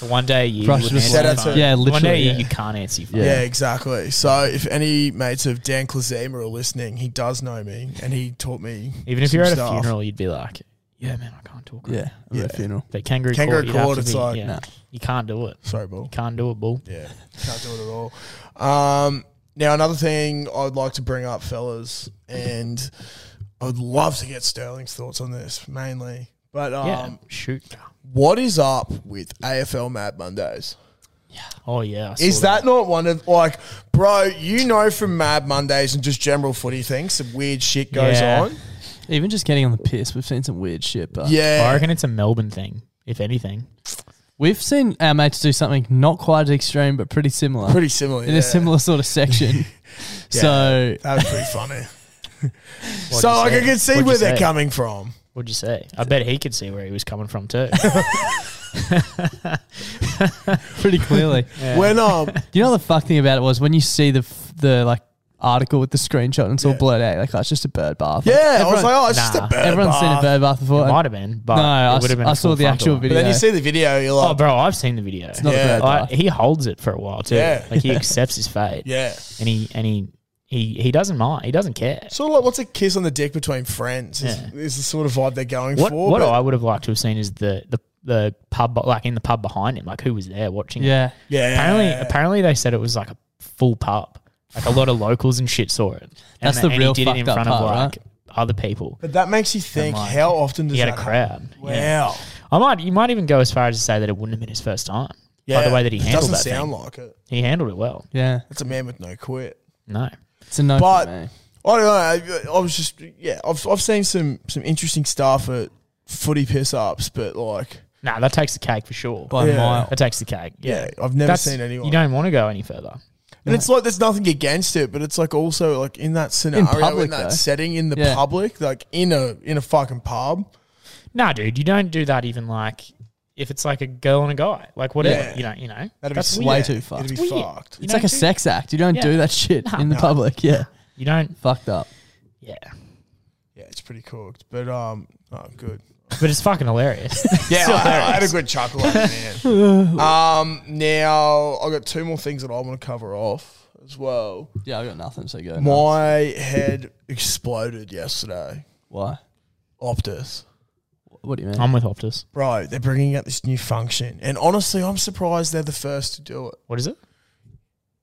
Speaker 5: The one day a year you
Speaker 8: Brush
Speaker 5: wouldn't
Speaker 8: with
Speaker 5: answer your
Speaker 2: salt.
Speaker 5: phone.
Speaker 8: Yeah,
Speaker 5: The One day a
Speaker 8: literally,
Speaker 5: year
Speaker 8: yeah.
Speaker 5: you can't answer your phone.
Speaker 2: Yeah. exactly. So if any mates of Dan Klazema are listening, he does know me and he taught me.
Speaker 5: Even if
Speaker 2: some
Speaker 5: you're at a
Speaker 2: stuff.
Speaker 5: funeral, you'd be like, "Yeah, man, I can't talk." right
Speaker 8: Yeah,
Speaker 5: now."
Speaker 8: at the funeral.
Speaker 5: But kangaroo,
Speaker 2: Kangaroo
Speaker 5: court, you'd have
Speaker 2: court,
Speaker 5: to
Speaker 2: it's
Speaker 5: be-
Speaker 2: like,
Speaker 5: yeah,
Speaker 2: nah.
Speaker 5: you can't do it.
Speaker 2: Sorry, Bull.
Speaker 5: Can't do it, bull.
Speaker 2: Yeah, can't do it at all. Um, now, another thing I'd like to bring up, fellas, and I'd love to get Sterling's thoughts on this mainly. But um,
Speaker 5: Yeah, shoot.
Speaker 2: what is up with AFL Mad Mondays?
Speaker 5: Oh yeah, I saw
Speaker 2: Is that not one of like, bro? You know from Mad Mondays and just general footy things, some weird shit goes
Speaker 5: Yeah.
Speaker 2: on.
Speaker 8: Even just getting on the piss, we've seen some weird shit. But
Speaker 5: I
Speaker 2: Yeah,
Speaker 5: reckon it's a Melbourne thing, if anything.
Speaker 8: we've seen our mates do something not quite as extreme, but pretty similar.
Speaker 2: pretty similar
Speaker 8: in
Speaker 2: yeah.
Speaker 8: a similar sort of section. so
Speaker 2: That was pretty funny. so like I can see
Speaker 5: What'd you
Speaker 2: where they're
Speaker 5: say?
Speaker 2: coming from.
Speaker 5: What'd you say? I bet he could see where he was coming from too.
Speaker 8: pretty clearly,
Speaker 2: When um
Speaker 8: you know the fuck thing about it was when you see the f- the like article with the screenshot and it's all blurred out. Like oh, it's just a bird bath. Like,
Speaker 2: yeah, I was like, oh, it's just
Speaker 5: nah,
Speaker 2: a bird.
Speaker 8: everyone's seen a
Speaker 2: bath.
Speaker 8: bird bath before.
Speaker 5: it might have been, but
Speaker 8: no,
Speaker 5: it
Speaker 8: I,
Speaker 5: would
Speaker 8: s-
Speaker 5: have been.
Speaker 8: I
Speaker 5: a
Speaker 8: saw
Speaker 5: full
Speaker 8: the
Speaker 5: frontal
Speaker 8: actual
Speaker 5: one.
Speaker 2: But
Speaker 8: video.
Speaker 2: then you see the video, you're like,
Speaker 5: Oh, bro, I've seen the video.
Speaker 8: not a
Speaker 2: Yeah.
Speaker 8: bird
Speaker 5: Like,
Speaker 8: bath.
Speaker 5: he holds it for a while too.
Speaker 2: Yeah.
Speaker 5: Like he accepts his fate.
Speaker 2: yeah.
Speaker 5: and he and he he he doesn't mind. He doesn't care.
Speaker 2: Sort of like what's a kiss on the dick between friends is,
Speaker 5: Yeah.
Speaker 2: is the sort of vibe they're going
Speaker 5: What
Speaker 2: for.
Speaker 5: what
Speaker 2: but-
Speaker 5: I would have liked to have seen is the the the pub like in the pub behind him, like who was there watching. it.
Speaker 8: yeah,
Speaker 2: yeah.
Speaker 5: Apparently, apparently they said it was like a full pub. Like a lot of locals and shit saw it. And
Speaker 8: That's
Speaker 5: they-
Speaker 8: the
Speaker 5: and
Speaker 8: real
Speaker 5: he did it in
Speaker 8: fucked up
Speaker 5: front of
Speaker 8: part,
Speaker 5: like other people.
Speaker 2: But that makes you think
Speaker 5: like,
Speaker 2: how often does
Speaker 5: He had a
Speaker 2: that
Speaker 5: crowd.
Speaker 2: happen?
Speaker 5: Yeah.
Speaker 2: Wow.
Speaker 5: I might you might even go as far as to say that it wouldn't have been his first time.
Speaker 2: Yeah.
Speaker 5: By the way that he handled
Speaker 2: doesn't
Speaker 5: that
Speaker 2: sound
Speaker 5: thing.
Speaker 2: like it.
Speaker 5: He handled it well.
Speaker 8: yeah.
Speaker 2: That's a man with no quit.
Speaker 5: No.
Speaker 8: It's a no
Speaker 2: But-
Speaker 8: for me.
Speaker 2: I don't know. I, I was just yeah. I've I've seen some some interesting stuff at footy piss ups, but like
Speaker 5: Nah, that takes the cake for sure.
Speaker 8: by
Speaker 2: yeah.
Speaker 8: mile.
Speaker 5: That takes the cake. Yeah.
Speaker 2: yeah, I've never
Speaker 5: That's-
Speaker 2: seen anyone.
Speaker 5: You don't want to go any further.
Speaker 2: And it's like there's nothing against it, but it's like also like in that scenario, in,
Speaker 8: public,
Speaker 2: that
Speaker 8: though.
Speaker 2: setting, in the
Speaker 8: Yeah.
Speaker 2: public, like in a in a fucking pub.
Speaker 5: Nah, dude, you don't do that even like if it's like a girl and a guy. Like whatever.
Speaker 2: Yeah.
Speaker 5: You know, you know.
Speaker 2: That'd
Speaker 5: That's
Speaker 2: be
Speaker 8: way
Speaker 2: yeah,
Speaker 8: too fucked.
Speaker 2: It'd be
Speaker 5: weird.
Speaker 2: fucked.
Speaker 5: You
Speaker 8: It's like a
Speaker 5: don't do-
Speaker 8: sex act. You don't
Speaker 5: Yeah.
Speaker 8: do that shit in the public. Yeah,
Speaker 5: You don't
Speaker 8: fucked up.
Speaker 5: yeah.
Speaker 2: Yeah, it's pretty cooked, but um, oh, good.
Speaker 5: But it's fucking hilarious.
Speaker 2: Yeah, I, I had a good chuckle at it, man. um, now I've got two more things that I want to cover off as well.
Speaker 8: Yeah, I got nothing. So go. no.
Speaker 2: My head exploded yesterday.
Speaker 8: Why?
Speaker 2: Optus.
Speaker 8: What do you mean?
Speaker 5: I'm with Optus.
Speaker 2: Bro, they're bringing out this new function. And honestly, I'm surprised they're the first to do it.
Speaker 5: What is it?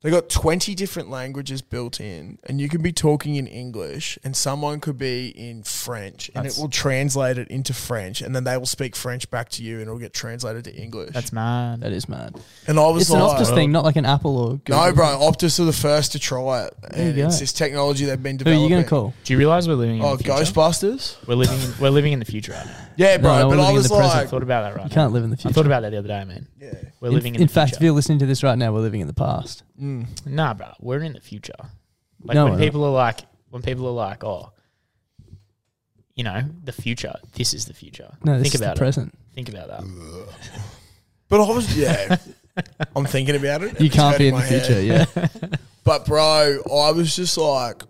Speaker 2: They got 20 different languages built in, and you can be talking in English, and someone could be in French, and it will translate it into French, and then they will speak French back to you, and it'll get translated to English.
Speaker 5: That's mad.
Speaker 8: that is mad.
Speaker 2: and I was
Speaker 8: It's an
Speaker 2: like,
Speaker 8: Optus thing, not like an Apple or Google.
Speaker 2: No, bro, Optus are the first to try it. And
Speaker 8: you go.
Speaker 2: it's this technology they've been
Speaker 8: Who are
Speaker 2: developing.
Speaker 8: you going to call?
Speaker 5: Do you realize we're living in
Speaker 2: Oh,
Speaker 5: the future?
Speaker 2: Ghostbusters?
Speaker 5: We're living in, we're living in the future right now.
Speaker 2: Yeah, bro,
Speaker 8: no, we're
Speaker 2: but I
Speaker 8: living in
Speaker 2: was
Speaker 8: the present.
Speaker 5: I
Speaker 2: like,
Speaker 5: thought about that right
Speaker 8: You
Speaker 5: now.
Speaker 8: can't live in the future.
Speaker 5: I thought about that the other day, man. Yeah. We're living in,
Speaker 8: in
Speaker 5: the
Speaker 8: fact, if
Speaker 5: future.
Speaker 8: you're listening to this right now, we're living in the past.
Speaker 1: Mm.
Speaker 5: Nah, bro, we're in the future. Like
Speaker 8: No,
Speaker 5: when
Speaker 8: we're not.
Speaker 5: people are like when people are like, oh, you know, the future. This is the future.
Speaker 8: No, this
Speaker 5: Think
Speaker 8: is
Speaker 5: about
Speaker 8: the present.
Speaker 5: it. Think about that.
Speaker 2: but I was, yeah. I'm thinking about it.
Speaker 8: You
Speaker 2: It's
Speaker 8: can't be in
Speaker 2: hurting
Speaker 8: the
Speaker 2: my head.
Speaker 8: future. Yeah,
Speaker 2: But bro, I was just like,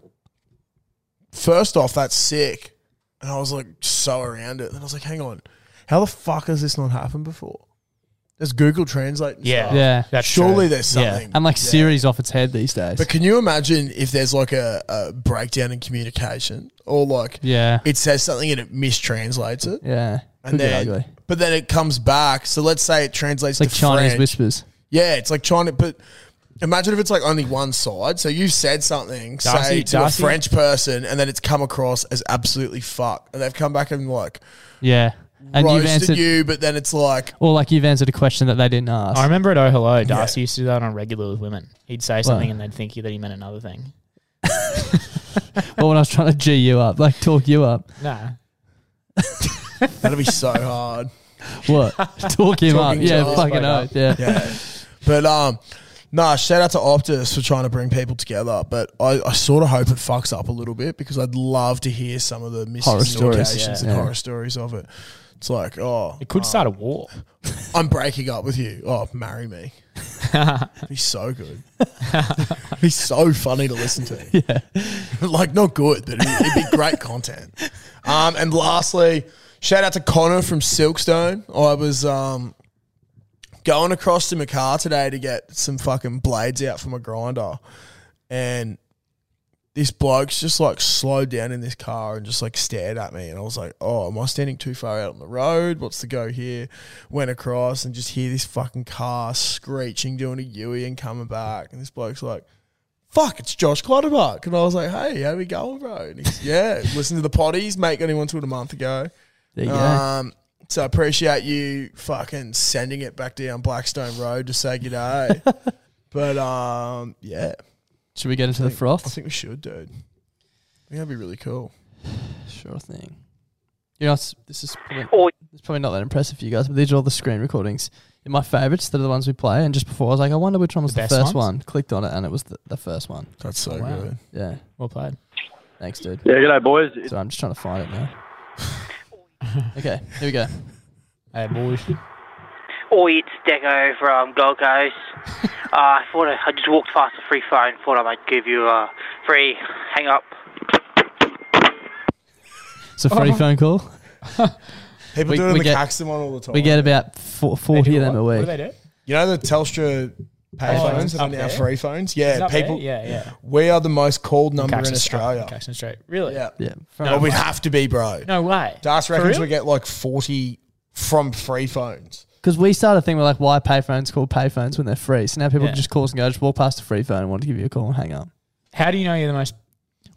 Speaker 2: first off, that's sick, and I was like so around it. And I was like, hang on, how the fuck has this not happened before? Does Google Translate? and
Speaker 5: Yeah.
Speaker 2: stuff?
Speaker 8: yeah.
Speaker 5: That's
Speaker 2: surely
Speaker 5: true.
Speaker 2: there's
Speaker 5: Yeah.
Speaker 2: something.
Speaker 8: And like Siri's off its head these days.
Speaker 2: But can you imagine if there's like a, a breakdown in communication, or like
Speaker 8: yeah,
Speaker 2: it says something and it mistranslates it,
Speaker 8: yeah.
Speaker 2: and
Speaker 8: Could get
Speaker 2: then
Speaker 8: ugly.
Speaker 2: but then it comes back. So let's say it translates
Speaker 8: It's like
Speaker 2: to
Speaker 8: Chinese
Speaker 2: French.
Speaker 8: whispers.
Speaker 2: Yeah, it's like China, but imagine if it's like only one side. So you've said something, say
Speaker 5: Darcy-
Speaker 2: to
Speaker 5: Darcy-
Speaker 2: a French person, and then it's come across as absolutely fuck, and they've come back and like
Speaker 8: Yeah, and you've
Speaker 2: roasted
Speaker 8: answered,
Speaker 2: you, but then it's like,
Speaker 8: or like you've answered a question that they didn't ask.
Speaker 5: I remember at Oh Hello, Darcy used to do that on regular with women. He'd say something
Speaker 8: Wow.
Speaker 5: and they'd think that he meant another thing.
Speaker 8: or when I was trying to g you up, like talk you up.
Speaker 5: Nah.
Speaker 2: that'll be so hard.
Speaker 8: What? Talk him up.
Speaker 2: Talking
Speaker 8: Yeah,
Speaker 2: to us,
Speaker 8: fucking
Speaker 2: like
Speaker 8: oath. Yeah.
Speaker 2: Yeah, but um, Nah, shout out to Optus for trying to bring people together, but I, I sort of hope it fucks up a little bit because I'd love to hear some of the
Speaker 1: Horror stories,
Speaker 2: misinterpretations
Speaker 1: yeah.
Speaker 2: and
Speaker 1: Yeah.
Speaker 2: horror stories of it. It's like, oh,
Speaker 5: It could start a war.
Speaker 2: I'm breaking up with you. Oh, marry me. It'd be so good. It'd be so funny to listen to. Yeah. like, not good, but it'd, it'd be great content. Um, and lastly, shout out to Connor from Silkstone. I was um, going across to my car today to get some fucking blades out for my grinder. And this bloke's just like slowed down in this car and just like stared at me. And I was like, oh, am I standing too far out on the road? What's the go here? Went across and just hear this fucking car screeching, doing a Yui and coming back. And this bloke's like, fuck, it's Josh Clutterbuck. And I was like, hey, how we going, bro? And he's, yeah, listen to the potties, mate, got him onto it a month ago.
Speaker 1: There you go.
Speaker 2: Um, so I appreciate you fucking sending it back down Blackstone Road to say good day. but um, yeah,
Speaker 1: Should we get into the
Speaker 2: I
Speaker 1: froth?
Speaker 2: think we should, dude. I think that'd be really cool.
Speaker 1: Sure thing. You know, it's, this is
Speaker 10: Oh.
Speaker 1: probably, it's probably not that impressive for you guys, but these are all the screen recordings. And my favourites, they're the ones we play. And just before, I was like, I wonder which one was
Speaker 5: The
Speaker 1: the,
Speaker 5: best
Speaker 1: first one.
Speaker 5: ones?
Speaker 1: Clicked on it, and it was the, the first one. Oh,
Speaker 2: That's so
Speaker 5: wow.
Speaker 2: good.
Speaker 1: Yeah.
Speaker 5: Well played.
Speaker 1: Thanks, dude.
Speaker 10: Yeah, g'day, boys. It's
Speaker 1: So I'm just trying to find it now. okay, here we go.
Speaker 5: Hey, boys.
Speaker 9: Oi, it's Deco from Gold Coast. uh, I thought I, I just walked past a free phone. Thought I might give you a free hang up.
Speaker 1: It's a free phone call.
Speaker 2: People
Speaker 1: We-
Speaker 2: do it in
Speaker 1: we
Speaker 2: the
Speaker 1: get-
Speaker 2: Caxton one all the time.
Speaker 1: We get about four, 40 of them
Speaker 5: what,
Speaker 1: a
Speaker 5: What
Speaker 1: week.
Speaker 5: do they do?
Speaker 2: you know the Telstra pay
Speaker 5: Oh,
Speaker 2: phones
Speaker 5: it's
Speaker 2: that are
Speaker 5: up
Speaker 2: now
Speaker 5: there?
Speaker 2: free phones.
Speaker 5: It's
Speaker 2: Yeah,
Speaker 5: up
Speaker 2: people.
Speaker 5: there? Yeah, yeah.
Speaker 2: We are the most called number in Australia.
Speaker 5: Caxton Street. Really?
Speaker 2: Yeah,
Speaker 1: Yeah.
Speaker 2: well, we have to be, bro.
Speaker 5: No way.
Speaker 2: Das
Speaker 5: For
Speaker 2: reckons
Speaker 5: real?
Speaker 2: we get like forty from free phones.
Speaker 1: Because we started thinking, we're like, why payphones call payphones when they're free? So now people
Speaker 5: Yeah.
Speaker 1: just call us and go, just walk past a free phone and want to give you a call and hang up.
Speaker 5: How do you know you're the most?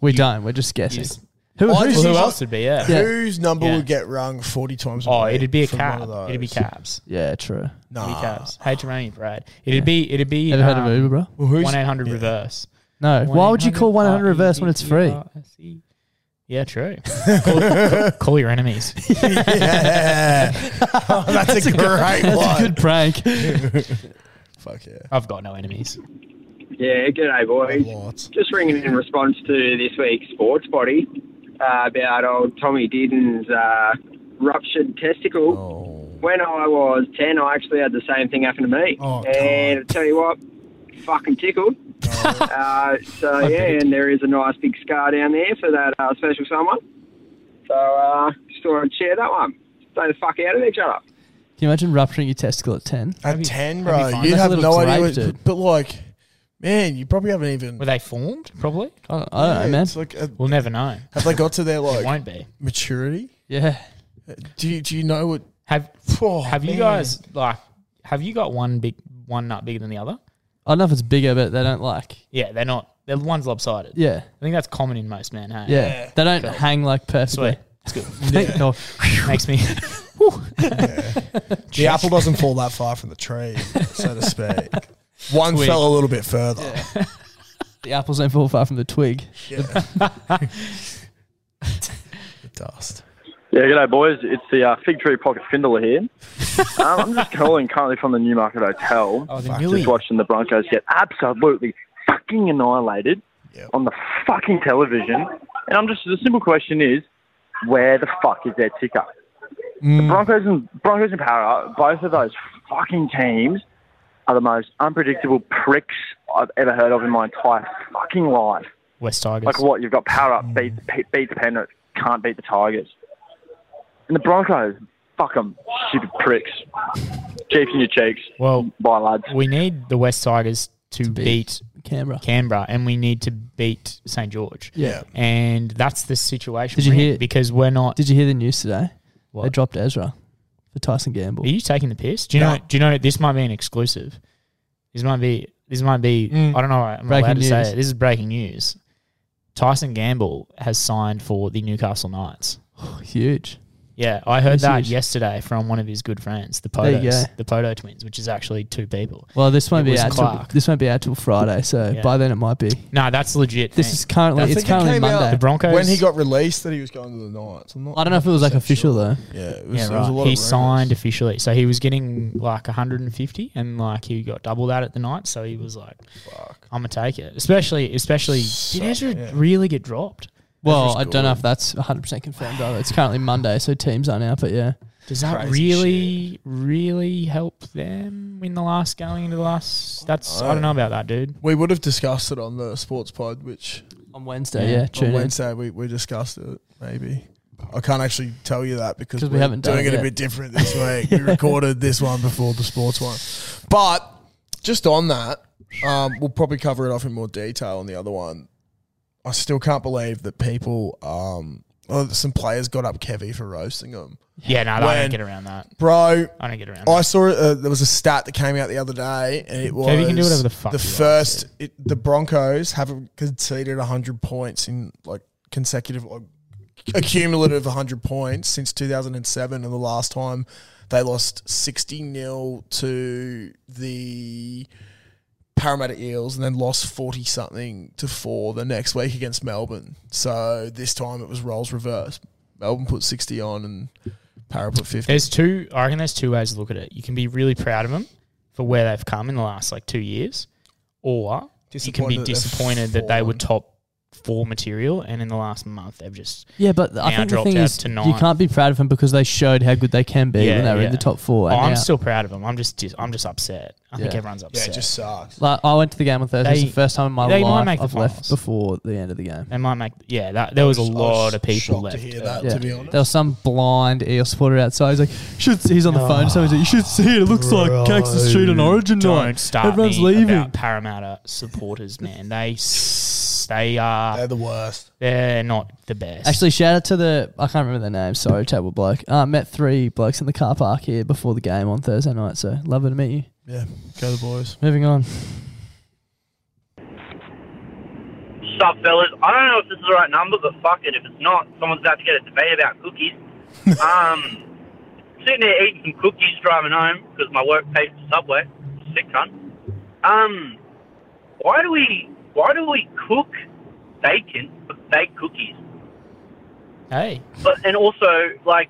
Speaker 1: We don't. We're just guessing.
Speaker 5: just-
Speaker 1: who,
Speaker 2: I
Speaker 1: who's-
Speaker 2: just-
Speaker 5: Well, who
Speaker 2: usually-
Speaker 5: else would be? Yeah.
Speaker 1: Yeah.
Speaker 2: Whose number
Speaker 5: Yeah.
Speaker 2: would get rung forty times?
Speaker 5: Oh, it'd be a
Speaker 2: cat.
Speaker 5: cab. It'd be cabs.
Speaker 1: yeah, true.
Speaker 2: No.
Speaker 5: It'd be cabs. Hey, Jermaine Parade. It'd be. It'd be. um,
Speaker 1: Ever heard of Uber, bro?
Speaker 2: Well, who's
Speaker 5: One eight hundred reverse.
Speaker 1: No. Why would you call 100 reverse when it's free?
Speaker 5: free? Yeah, true. call, call- call your enemies.
Speaker 2: yeah. Oh, that's, a great one.
Speaker 1: Good prank.
Speaker 2: Fuck yeah.
Speaker 5: I've got no enemies.
Speaker 10: Yeah, g'day, boys.
Speaker 2: Lots.
Speaker 10: Just ringing in response to this week's sports body uh, about old Tommy Dearden's uh, ruptured testicle. When I was 10, I actually had the same thing happen to me.
Speaker 2: Oh,
Speaker 10: and I
Speaker 2: God.
Speaker 10: tell you what, fucking tickled.
Speaker 2: Oh.
Speaker 10: uh, so, yeah, and there is a nice big scar down there for that uh, special someone. So, uh, just thought I'd share that one. Stay the fuck out of each other.
Speaker 1: Can you imagine rupturing your testicle at 10?
Speaker 2: At ten, bro,
Speaker 1: fine.
Speaker 2: you'd
Speaker 1: That's a
Speaker 2: have
Speaker 1: little
Speaker 2: no idea.
Speaker 1: grape,
Speaker 2: What,
Speaker 1: dude.
Speaker 2: But like, man, you probably haven't even.
Speaker 5: Were they formed? Probably.
Speaker 1: I don't, I don't know, man.
Speaker 2: It's like, uh,
Speaker 5: We'll never know.
Speaker 2: have they got to their
Speaker 5: It
Speaker 2: like
Speaker 5: won't be.
Speaker 2: maturity?
Speaker 1: Yeah.
Speaker 2: Do you do you know what?
Speaker 5: Have
Speaker 2: Oh,
Speaker 5: Have you
Speaker 2: man.
Speaker 5: guys like? Have you got one big one nut bigger than the other?
Speaker 1: I don't know if it's bigger, but they don't like.
Speaker 5: Yeah, they're not. They're one's lopsided.
Speaker 1: Yeah.
Speaker 5: I think that's common in most men. Hey,
Speaker 1: Yeah. They don't hang like perfectly.
Speaker 5: sweet. It's good.
Speaker 1: Thank God.
Speaker 5: Makes me.
Speaker 2: The apple doesn't fall that far from the tree, so to speak. One
Speaker 5: Twig.
Speaker 2: fell a little bit further.
Speaker 1: The apples don't fall far from the twig.
Speaker 2: The dust.
Speaker 10: Yeah, g'day, boys. It's the uh, Fig Tree Pocket Findler here. um, I'm just calling currently from the Newmarket Hotel.
Speaker 5: Oh, the
Speaker 2: Fuck,
Speaker 5: Millie.
Speaker 10: just watching the Broncos get absolutely fucking annihilated
Speaker 2: Yep.
Speaker 10: on the fucking television. And I'm just the simple question is, where the fuck is their ticker?
Speaker 5: Mm.
Speaker 10: The Broncos and Broncos and Para, both of those fucking teams are the most unpredictable pricks I've ever heard of in my entire fucking life.
Speaker 5: West Tigers.
Speaker 10: Like what? You've got Power Up beats pe- beats Penrith, can't beat the Tigers, and the Broncos. Fuck 'em, stupid pricks. Chiefs in your cheeks.
Speaker 5: Well,
Speaker 10: Bye, lads.
Speaker 5: we need the West Tigers to, beat,
Speaker 1: Canberra.
Speaker 5: Canberra, and we need to beat St George.
Speaker 2: Yeah.
Speaker 5: and that's the situation.
Speaker 1: Did you
Speaker 5: we're in
Speaker 1: hear-
Speaker 5: Because we're not.
Speaker 1: Did you hear the news today? They
Speaker 5: What?
Speaker 1: dropped Ezra for Tyson Gamble.
Speaker 5: Are you taking the piss? Do you know? Do you know? This might be an exclusive. This might be. This might be. I don't know. I'm
Speaker 1: Mm. Breaking
Speaker 5: allowed to say
Speaker 1: news.
Speaker 5: it. This is breaking news. Tyson Gamble has signed for the Newcastle Knights.
Speaker 1: Huge.
Speaker 5: Yeah, I heard
Speaker 1: Yes,
Speaker 5: that
Speaker 1: yes.
Speaker 5: yesterday from one of his good friends, the
Speaker 1: There you
Speaker 5: Potos,
Speaker 1: go.
Speaker 5: the Poto twins, which is actually two people.
Speaker 1: Well, this won't be
Speaker 5: It was
Speaker 1: out. Till,
Speaker 5: Clark.
Speaker 1: this won't be out till Friday, so
Speaker 5: Yeah.
Speaker 1: by then it might be.
Speaker 5: No, that's legit.
Speaker 1: This
Speaker 5: thing.
Speaker 1: is currently
Speaker 2: I
Speaker 1: it's
Speaker 2: think it
Speaker 1: currently
Speaker 2: came out
Speaker 1: Monday.
Speaker 5: the Broncos.
Speaker 2: When he got released, that he was going to the Knights. I'm not,
Speaker 1: I don't know if it was like official though.
Speaker 2: Yeah, it was,
Speaker 5: yeah,
Speaker 2: there was a
Speaker 5: right.
Speaker 2: lot
Speaker 5: He
Speaker 2: of
Speaker 5: signed officially, so he was getting like 150, and like he got double that at the night. So he was like, "I'm gonna take it." Especially, especially did Ezra really get dropped?
Speaker 1: Well, I don't know if that's 100 percent confirmed either. It's currently Monday, so teams aren't out. But yeah,
Speaker 5: Does that
Speaker 2: Crazy
Speaker 5: really, really help them in the last going into the last? That's I don't know about that, dude.
Speaker 2: We would have discussed it on the sports pod, which
Speaker 1: on Wednesday,
Speaker 5: Yeah.
Speaker 1: yeah,
Speaker 2: on
Speaker 1: tune in.
Speaker 2: Wednesday we, we discussed it. Maybe I can't actually tell you that because
Speaker 1: 'Cause we
Speaker 2: we're
Speaker 1: haven't done
Speaker 2: doing
Speaker 1: it
Speaker 2: it a
Speaker 1: yet.
Speaker 2: bit different this week. we recorded this one before the sports one, but just on that, um, we'll probably cover it off in more detail on the other one. I still can't believe that people, um, oh, some players got up Kevy for roasting him,
Speaker 5: Yeah, no, I
Speaker 2: When-
Speaker 5: don't get around that.
Speaker 2: bro.
Speaker 5: I don't get around.
Speaker 2: I
Speaker 5: that.
Speaker 2: saw uh, there was a stat that came out the other day, and it was
Speaker 5: Kev, you can do whatever the fuck you want,
Speaker 2: first it, the Broncos haven't conceded hundred points in like consecutive, like, a cumulative hundred points since two thousand and seven, and the last time they lost sixty 0 to the Parramatta Eels, and then lost forty something to four the next week against Melbourne. So this time it was roles reversed. Melbourne put sixty on, and Parramatta put fifty.
Speaker 5: There's two. I reckon there's two ways to look at it. You can be really proud of them for where they've come in the last like two years, or you
Speaker 2: Disappointed
Speaker 5: can be
Speaker 2: that they've
Speaker 5: disappointed that they were
Speaker 2: fallen.
Speaker 5: top four material, and in the last month they've just
Speaker 1: Yeah, but I
Speaker 5: Now
Speaker 1: think the
Speaker 5: dropped
Speaker 1: thing
Speaker 5: out
Speaker 1: is,
Speaker 5: to
Speaker 1: you
Speaker 5: nine.
Speaker 1: can't be proud of them because they showed how good they can be when they were in the top four.
Speaker 5: Oh,
Speaker 1: and
Speaker 5: I'm
Speaker 1: now-
Speaker 5: still proud of them. I'm just dis- I'm just upset. I think
Speaker 1: Yeah.
Speaker 5: everyone's
Speaker 2: yeah,
Speaker 5: upset.
Speaker 2: it just sucks.
Speaker 1: Like, I went to the game on Thursday. it's
Speaker 5: They-
Speaker 1: the first time in my
Speaker 5: they might
Speaker 1: life
Speaker 5: make the
Speaker 1: I've left
Speaker 5: finals.
Speaker 1: before the end of the game.
Speaker 5: they might make yeah. That, there was a
Speaker 2: was- I
Speaker 5: lot
Speaker 2: was
Speaker 5: of people
Speaker 2: shocked
Speaker 5: left.
Speaker 2: to hear that.
Speaker 1: Yeah.
Speaker 2: to be honest.
Speaker 1: There was some blind eel supporter outside. He's like, should see, he's on the phone. Someone's like, you should see it. It looks like Cactus Street on Origin
Speaker 5: Don't
Speaker 1: night.
Speaker 5: start
Speaker 1: Everyone's
Speaker 5: me
Speaker 1: leaving.
Speaker 5: about Parramatta supporters, man. They s- they are
Speaker 2: They're the worst.
Speaker 5: they're not the best.
Speaker 1: Actually, shout out to the I can't remember their name. Sorry, table bloke. Uh, met three blokes in the car park here before the game on Thursday night. So lovely to meet you.
Speaker 2: Yeah, go the boys.
Speaker 1: Moving on.
Speaker 8: Sup, fellas? I don't know if this is the right number, but fuck it. If it's not, someone's about to get a debate about cookies. um, sitting there eating some cookies driving home because my work paid for Subway. Sick cunt. Um, why do we why do we cook bacon for baked cookies?
Speaker 5: hey,
Speaker 8: But and also like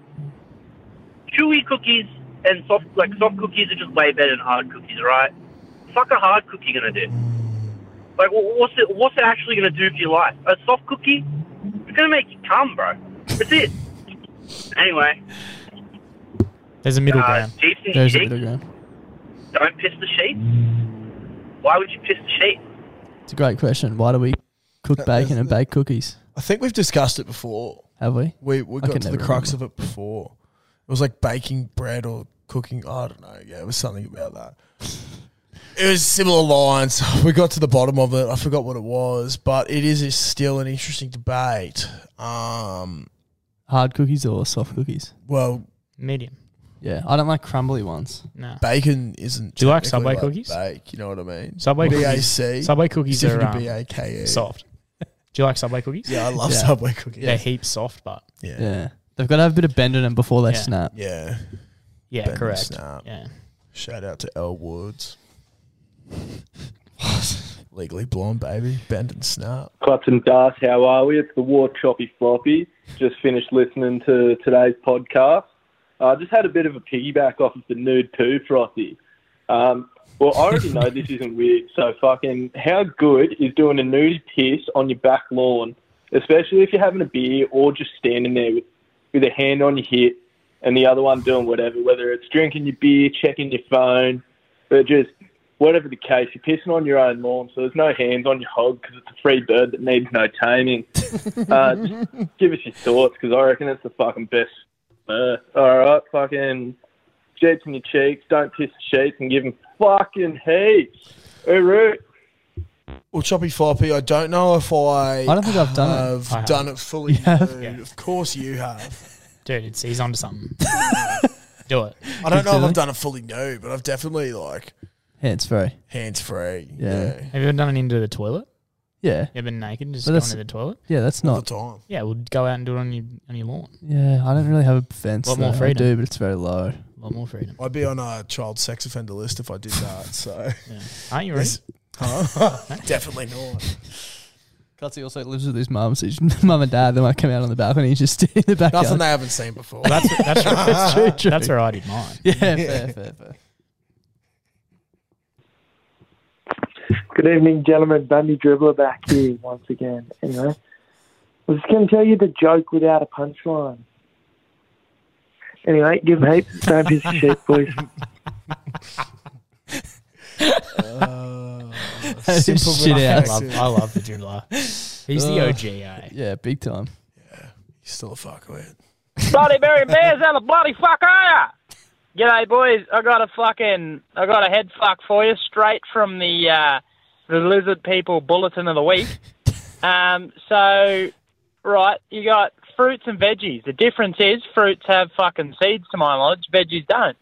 Speaker 8: chewy cookies and soft like soft cookies are just way better than hard cookies, right? Fuck a hard cookie gonna do. Like wh- what's it what's it actually gonna do for your life? A soft cookie, it's gonna make you cum, bro. That's it. anyway,
Speaker 5: there's a middle
Speaker 8: uh,
Speaker 5: ground.
Speaker 8: sheeps and
Speaker 1: There's the
Speaker 8: sheep,
Speaker 1: middle ground.
Speaker 8: don't piss the sheep. Why would you piss the sheep?
Speaker 1: It's a great question. Why do we cook bacon and bake cookies?
Speaker 2: I think we've discussed it before.
Speaker 1: Have we?
Speaker 2: We we
Speaker 1: I
Speaker 2: got
Speaker 1: can
Speaker 2: to the
Speaker 1: never
Speaker 2: crux of it before. It was like baking bread or cooking. I don't know. Yeah, it was something about that. It was similar lines. We got to the bottom of it. I forgot what it was, but it is is still an interesting debate. Um,
Speaker 1: Hard cookies or soft cookies?
Speaker 2: well,
Speaker 5: Medium.
Speaker 1: Yeah, I don't like crumbly ones.
Speaker 5: No.
Speaker 2: bacon isn't.
Speaker 5: Do you like
Speaker 2: technically
Speaker 5: Subway
Speaker 2: like
Speaker 5: cookies?
Speaker 2: Bake, you know what I mean?
Speaker 5: Subway cookies.
Speaker 2: BAC.
Speaker 5: Subway cookies are
Speaker 2: Different to
Speaker 5: um,
Speaker 2: BAKE.
Speaker 5: soft. Do you like Subway cookies?
Speaker 2: E. Yeah, I love
Speaker 1: Yeah.
Speaker 2: Subway cookies.
Speaker 5: They're heaps soft, but
Speaker 2: Yeah.
Speaker 1: Yeah. They've got to have a bit of bend in them before they
Speaker 5: Yeah.
Speaker 1: snap.
Speaker 2: Yeah.
Speaker 5: yeah,
Speaker 2: Bend and
Speaker 5: correct.
Speaker 2: snap.
Speaker 5: Yeah.
Speaker 2: Shout out to L Woods. Legally blonde, baby. Bend and snap.
Speaker 11: Clutch and Dart, how are we? It's the War Choppy Floppy. Just finished listening to today's podcast. I uh, just had a bit of a piggyback off of the nude poo frothy. Um, well, I already know this isn't weird, so fucking how good is doing a nudie piss on your back lawn, especially if you're having a beer or just standing there with, with a hand on your hip and the other one doing whatever, whether it's drinking your beer, checking your phone, but just whatever the case, you're pissing on your own lawn, so there's no hands on your hog because it's a free bird that needs no taming. uh, just give us your thoughts because I reckon it's the fucking best. Uh, all right, fucking jets in your cheeks, don't piss the sheets, and give them fucking heaps. Hooroo.
Speaker 2: Well, choppy floppy. I don't know if I.
Speaker 1: I don't think I've done it.
Speaker 2: have done it fully. nude. Of course you have.
Speaker 5: Dude, it's, he's onto something. Do it.
Speaker 2: I don't know if
Speaker 1: Really?
Speaker 2: I've done it fully new, but I've definitely like
Speaker 1: Yeah, it's very.
Speaker 2: hands free.
Speaker 1: Yeah.
Speaker 5: Have you ever done it into the toilet?
Speaker 8: Yeah.
Speaker 5: You ever been naked and just
Speaker 8: But
Speaker 5: going
Speaker 8: that's-
Speaker 5: to the toilet?
Speaker 8: yeah, that's All not- the
Speaker 2: time.
Speaker 5: Yeah, we'll go out and do it on your on your lawn.
Speaker 8: Yeah, I don't really have a fence.
Speaker 5: Lot more
Speaker 8: though.
Speaker 5: freedom.
Speaker 8: I do, but it's very low.
Speaker 5: lot more freedom.
Speaker 2: I'd be on a child sex offender list if I did that. So,
Speaker 5: aren't you ready?
Speaker 2: Huh? Definitely not.
Speaker 8: Cutsy also lives with his mum, so his mum and dad, they might come out on the balcony, he's just in the backyard.
Speaker 2: Nothing they haven't seen before.
Speaker 5: That's that's
Speaker 8: That's true, true.
Speaker 5: That's where I did mine.
Speaker 8: Yeah, fair, fair, fair.
Speaker 12: Good evening, gentlemen. Bundy Dribbler back here once again. Anyway, I was just going to tell you the joke without a punchline. Anyway, give him heaps. Don't piss the sheep, boys.
Speaker 2: Uh,
Speaker 8: That is
Speaker 5: Simple
Speaker 8: shit
Speaker 5: but
Speaker 8: out.
Speaker 5: effective. I love- I love the dribbler. He's
Speaker 2: Uh,
Speaker 5: the OG, eh?
Speaker 8: Yeah, big time.
Speaker 2: He's still a fuckwit.
Speaker 10: Bloody Mary Bears, how the bloody fuck are ya? G'day, boys. I got a fucking, I got a head fuck for you straight from the uh, the Lizard People Bulletin of the Week. Um, so, right, you got fruits and veggies. The difference is fruits have fucking seeds, to my knowledge. Veggies don't.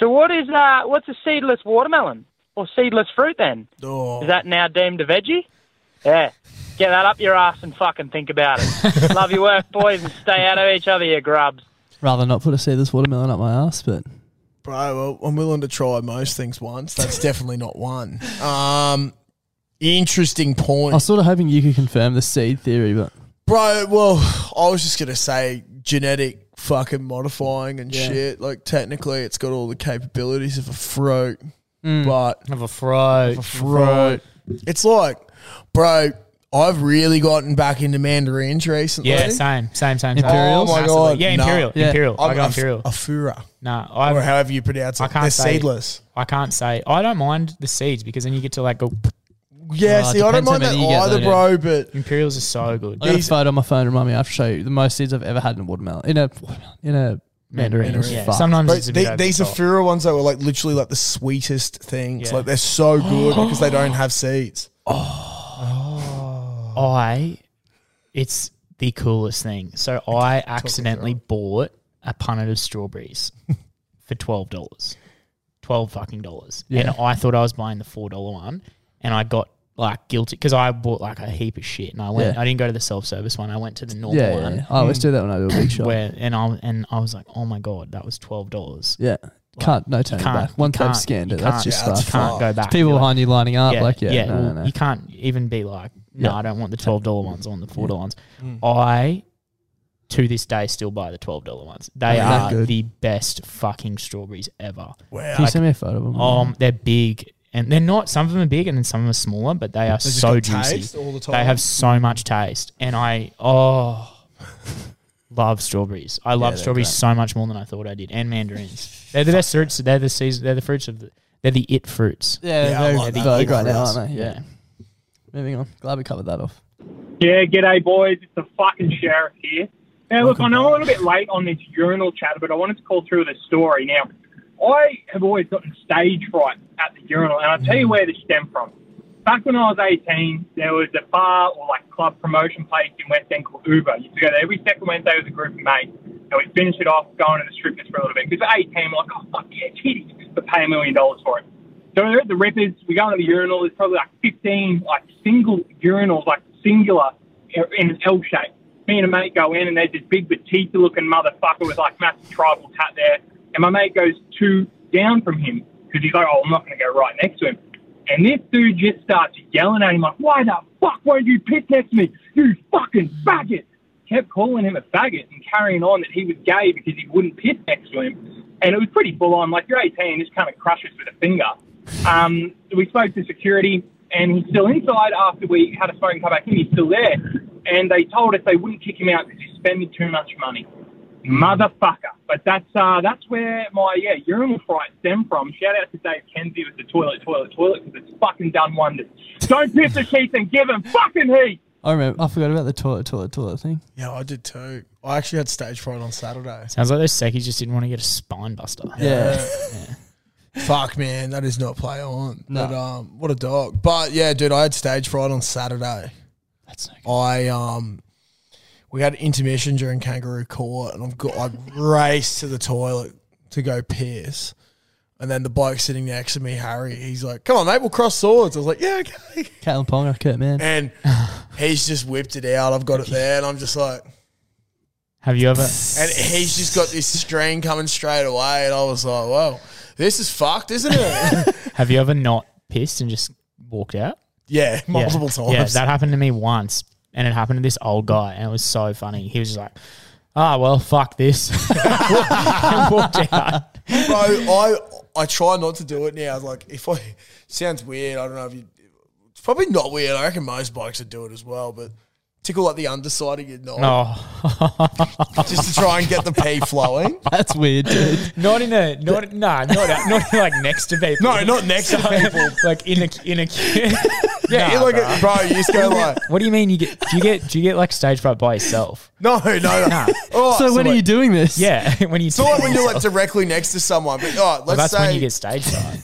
Speaker 10: So, what is uh, what's a seedless watermelon or seedless fruit then?
Speaker 2: Oh.
Speaker 10: Is that now deemed a veggie? Yeah. Get that up your ass and fucking think about it. Love your work, boys, and stay out of each other, you grubs.
Speaker 8: Rather not put a seedless watermelon up my ass, but
Speaker 2: Bro, well, I'm willing to try most things once. That's definitely not one. Um, interesting
Speaker 8: I
Speaker 2: point.
Speaker 8: was sort of hoping you could confirm the seed theory, but
Speaker 2: Bro, well, I was just gonna say genetic fucking modifying and shit. Like technically, it's got all the capabilities of a fruit, but
Speaker 5: Mm. of a fruit,
Speaker 2: a fruit. It's like, bro, I've really gotten back into mandarins recently.
Speaker 5: Yeah, same, same, same. same.
Speaker 2: Oh my
Speaker 5: Massively.
Speaker 2: god,
Speaker 5: Yeah,
Speaker 2: no.
Speaker 5: imperial, imperial. I
Speaker 2: I'm
Speaker 5: go
Speaker 2: a-
Speaker 5: imperial.
Speaker 2: A fura.
Speaker 5: No, I've,
Speaker 2: or however you pronounce it.
Speaker 5: I can't
Speaker 2: They're
Speaker 5: say,
Speaker 2: seedless.
Speaker 5: I can't say. I don't mind the seeds because then you get to like go.
Speaker 2: Yeah, see, I don't mind that either, bro. But
Speaker 5: Imperials are so good.
Speaker 8: I got a photo on my phone to remind me. I have to show you the most seeds I've ever had in a watermelon. In a in a mandarin. Fuck.
Speaker 2: Bro, the- these are fura ones that were like literally like the sweetest things.
Speaker 5: Yeah.
Speaker 2: Like they're so good because they don't have seeds.
Speaker 5: I, it's the coolest thing. So I accidentally bought a punnet of strawberries for twelve dollars, twelve fucking dollars,
Speaker 1: Yeah.
Speaker 5: and I thought I was buying the four dollar one, and I got like guilty because I bought like a heap of shit, and I went,
Speaker 8: Yeah.
Speaker 5: I didn't go to the self service one, I went to the normal
Speaker 8: Yeah, yeah,
Speaker 5: one.
Speaker 8: yeah. I always do that when I do a big shop.
Speaker 5: Where and I and I was like, oh my god, that was twelve dollars.
Speaker 8: Yeah. Can't- no turning back. Once they've scanned it, that's just
Speaker 5: you
Speaker 8: like-
Speaker 5: can't go
Speaker 8: There's
Speaker 5: back.
Speaker 8: people
Speaker 5: You're
Speaker 8: behind you lining up, like, yeah, no,
Speaker 5: well,
Speaker 8: no, no.
Speaker 5: you can't even be like, no,
Speaker 8: Yeah.
Speaker 5: I don't want the twelve dollar ones. I want the four dollar ones.
Speaker 8: Mm.
Speaker 5: I to this day still buy the twelve dollar ones. They
Speaker 8: They're that
Speaker 5: are
Speaker 8: good.
Speaker 5: the best fucking strawberries ever.
Speaker 2: Wow.
Speaker 8: Can you send me a photo of 'em?
Speaker 5: Um, they're big. And they're not. Some of them are big, and then some of them are smaller. But they are
Speaker 8: They just
Speaker 5: so
Speaker 8: got
Speaker 5: juicy.
Speaker 8: taste all the
Speaker 5: They
Speaker 8: time?
Speaker 5: have so much taste, and I oh, love strawberries. I love
Speaker 8: they're
Speaker 5: strawberries
Speaker 8: great.
Speaker 5: so much more than I thought I did, and mandarins. they're the best fruits. They're the season. They're the fruits of the. They're the it fruits.
Speaker 8: Yeah, they're very
Speaker 5: the
Speaker 8: vogue
Speaker 5: it
Speaker 8: right now,
Speaker 5: fruits.
Speaker 8: aren't they? Yeah. Moving on. Glad we covered that off.
Speaker 13: Yeah, g'day boys. It's the fucking sheriff here. Now look, I know I'm a little bit late on this urinal chatter, but I wanted to call through the story. Now, I have always gotten stage fright at the urinal, and I'll tell
Speaker 8: Hmm.
Speaker 13: you where this stemmed from. Back when I was 18, there was a bar or like club promotion place in West End called Uber. You used to go there every second Wednesday with a group of mates, and we'd finish it off going to the strippers for a little bit. Because at 18, we're like, oh, fuck yeah, titties, but pay a million dollars for it. So we're at the Rippers, we go to the urinal, there's probably like 15 like single urinals, like singular in an L shape. Me and a mate go in and there's this big Batista looking motherfucker with like massive tribal tat there. And my mate goes two down from him because he's like, oh, I'm not going to go right next to him. And this dude just starts yelling at him like, why the fuck won't you piss next to me? You fucking faggot. Kept calling him a faggot and carrying on that he was gay because he wouldn't piss next to him and it was pretty full on. Like you're 18, this kind of crushes with a finger. Um, we spoke to security, and he's still inside after we had a smoke and come back in. He's still there, and they told us they wouldn't kick him out because he's spending too much money. Motherfucker! But that's uh, that's where my yeah urinal fright stemmed from. Shout out to Dave Kenzie with the toilet, toilet, toilet because it's fucking done wonders. Don't piss the teeth and give him fucking heat.
Speaker 8: I remember. I forgot about the toilet, toilet, toilet thing.
Speaker 2: Yeah, I did too. I actually had stage fright on Saturday.
Speaker 5: Sounds like those seckies just didn't want to get a spine buster.
Speaker 2: Yeah. Fuck, man, that is not play on.
Speaker 5: No.
Speaker 2: But um, what a dog. But yeah, dude, I had stage fright on Saturday. That's no good. I um, we had intermission during Kangaroo Court, and I've got I raced to the toilet to go piss. And then the bloke sitting next to me, Harry, he's like, "Come on, mate, we'll cross swords." I was like, "Yeah, okay."
Speaker 8: Caitlin Ponga, Kurt Man.
Speaker 2: And he's just whipped it out. I've got it there, and I'm just like,
Speaker 5: Have you ever?
Speaker 2: and he's just got this string coming straight away, and I was like, "Whoa, this is fucked, isn't it?"
Speaker 5: Have you ever not pissed and just walked out?
Speaker 2: Yeah, multiple
Speaker 5: Yeah,
Speaker 2: times.
Speaker 5: that happened to me once, and it happened to this old guy, and it was so funny. He was just like, "Ah, well, fuck this." and walked out.
Speaker 2: Bro, I I try not to do it now. Like, if I sounds weird, I don't know if you. It's probably not weird. I reckon most bikes would do it as well, but tickle like the underside of your knob Oh. just to try and get the pee flowing.
Speaker 8: That's weird, dude.
Speaker 5: Not in a not nah, not not like next to people.
Speaker 2: No, not next to people.
Speaker 5: like in a in a
Speaker 2: Yeah, you're like a- bro, you just go like-
Speaker 5: What do you mean you get? Do you get? Do you get like stage fright by yourself?
Speaker 2: No, no, no.
Speaker 5: Nah.
Speaker 2: Oh, So when are you
Speaker 8: doing this?
Speaker 5: Yeah, when you.
Speaker 2: It's not like when you're like directly next to someone, but all right, let's
Speaker 5: Well, that's
Speaker 2: say
Speaker 5: when you get stage fright.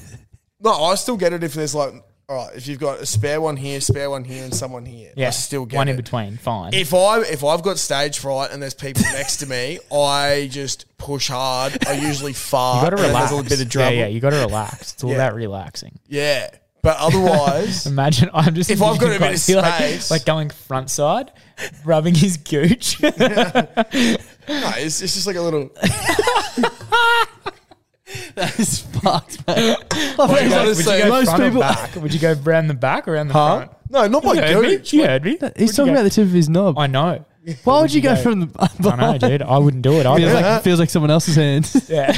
Speaker 2: no, I still get it if there's like all right, if you've got a spare one here, spare one here, and someone here.
Speaker 5: Yeah,
Speaker 2: I still get
Speaker 5: one
Speaker 2: it.
Speaker 5: in between. Fine.
Speaker 2: If I if I've got stage fright and there's people next to me, I just push hard. I usually fart.
Speaker 5: you got to
Speaker 2: and then
Speaker 5: relax.
Speaker 2: There's a little bit of
Speaker 5: yeah,
Speaker 2: trouble.
Speaker 5: yeah, you got to relax. It's all
Speaker 2: Yeah.
Speaker 5: about relaxing.
Speaker 2: Yeah, but otherwise,
Speaker 5: imagine I'm just
Speaker 2: if I've got a bit of
Speaker 5: envisioning like-
Speaker 2: space,
Speaker 5: like, going front side, rubbing his gooch.
Speaker 2: no, it's, it's just like a little.
Speaker 8: that is fucked, man.
Speaker 5: would you go, would you
Speaker 2: Honestly,
Speaker 5: go
Speaker 2: most
Speaker 5: front or
Speaker 2: people-
Speaker 5: back? Would you go around the back or around the
Speaker 2: Huh?
Speaker 5: front?
Speaker 2: No, not
Speaker 5: you
Speaker 2: by
Speaker 5: heard me.
Speaker 2: gooch.
Speaker 5: You heard me.
Speaker 8: He's talking about the tip of his knob.
Speaker 5: I know.
Speaker 8: Why would you go from the?
Speaker 5: I know, dude. I wouldn't do it. I'd
Speaker 8: feels,
Speaker 5: be
Speaker 8: like,
Speaker 5: like-
Speaker 8: feels like someone else's hand.
Speaker 5: Yeah.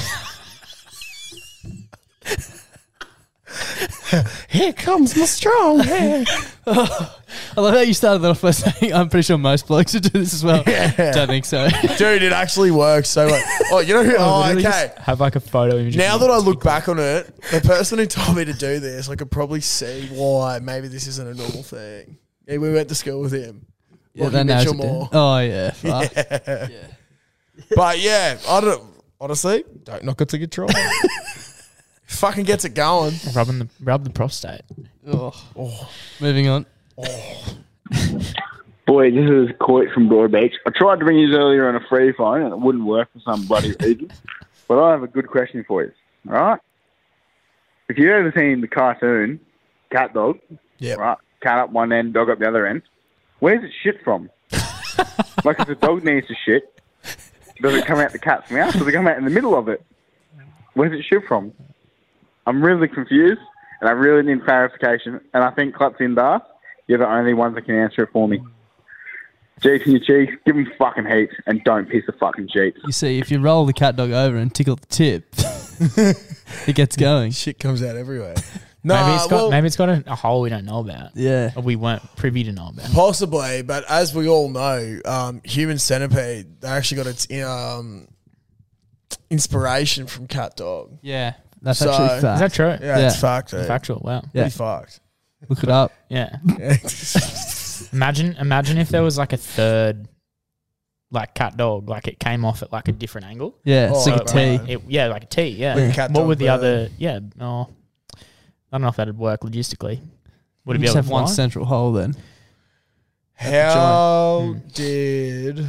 Speaker 2: Here comes the strong hand.
Speaker 8: I love how you started that off by saying, I'm pretty sure most blokes would do this as well.
Speaker 2: Yeah.
Speaker 8: Don't think so.
Speaker 2: Dude, it actually works so much. Oh, you know who?
Speaker 5: Oh,
Speaker 2: Oh,
Speaker 5: literally
Speaker 2: okay.
Speaker 5: just Have like a photo image. of
Speaker 2: Now
Speaker 5: you.
Speaker 2: that I look back on it, the person who told me to do this, I could probably see why maybe this isn't a normal thing. Yeah, we went to school with him.
Speaker 8: Yeah,
Speaker 2: Rocky
Speaker 8: that narrows
Speaker 2: Mitchell
Speaker 8: it down.
Speaker 2: Moore.
Speaker 8: Oh, yeah, fuck.
Speaker 2: Yeah. But yeah, I don't honestly, don't knock it till you try. Fucking gets it going. Oh.
Speaker 5: rubbing the rub the prostate.
Speaker 8: Ugh. Moving on.
Speaker 14: Boy, this is Coit from Broadbeach. I tried to ring you earlier on a free phone and it wouldn't work for some bloody reason. but I have a good question for you. All right? If you've ever seen the cartoon Cat Dog, right? Cat up one end, dog up the other end. Where's it shit from? like if the dog needs to shit, does it come out the cat's mouth? Does it come out in the middle of it? Where's it shit from? I'm really confused and I really need clarification. And I think Clutz in Darth, you're the only ones that can answer it for me. Jeeps in your cheeks, give them fucking heaps and don't piss the fucking jeeps.
Speaker 8: You see, if you roll the cat dog over and tickle the tip, it gets going.
Speaker 2: Shit comes out everywhere.
Speaker 5: maybe it's got
Speaker 2: well-
Speaker 5: maybe it's got a, a hole we don't know about.
Speaker 8: Yeah,
Speaker 5: or we weren't privy to know about.
Speaker 2: Possibly, but as we all know, um, human centipede they actually got its um, inspiration from cat dog.
Speaker 8: Yeah, that's actually fact.
Speaker 5: Is that true?
Speaker 2: Yeah, it's fact. dude.
Speaker 5: Factual. Wow.
Speaker 2: Pretty fucked.
Speaker 8: Look it up.
Speaker 5: Yeah. imagine, imagine if there was like a third, like cat dog, like it came off at like a different angle.
Speaker 8: Yeah, it's
Speaker 5: So
Speaker 8: like a
Speaker 5: it went-
Speaker 8: T.
Speaker 5: It, yeah, like a T. Yeah.
Speaker 8: Like a cat
Speaker 5: what
Speaker 8: dog
Speaker 5: would the
Speaker 8: bird.
Speaker 5: other? Yeah. Oh, I don't know if that'd work logistically. Would
Speaker 8: you
Speaker 5: it be
Speaker 8: just
Speaker 5: able to
Speaker 8: have one
Speaker 5: fly?
Speaker 8: central hole then?
Speaker 2: How
Speaker 8: Hmm.
Speaker 2: did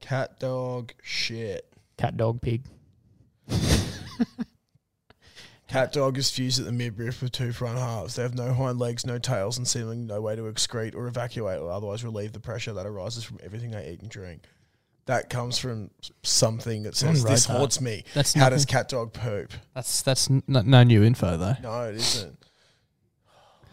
Speaker 2: cat dog shit?
Speaker 5: Cat dog pig.
Speaker 2: Cat dog is fused at the midriff with two front halves. They have no hind legs, no tails, and seemingly no way to excrete or evacuate or otherwise relieve the pressure that arises from everything they eat and drink. That comes from s- something that says
Speaker 8: Someone wrote
Speaker 2: this
Speaker 8: that.
Speaker 2: haunts me.
Speaker 8: That's
Speaker 2: How does
Speaker 8: nothing-
Speaker 2: cat dog poop?
Speaker 8: That's that's n- no new info though.
Speaker 2: No, it isn't.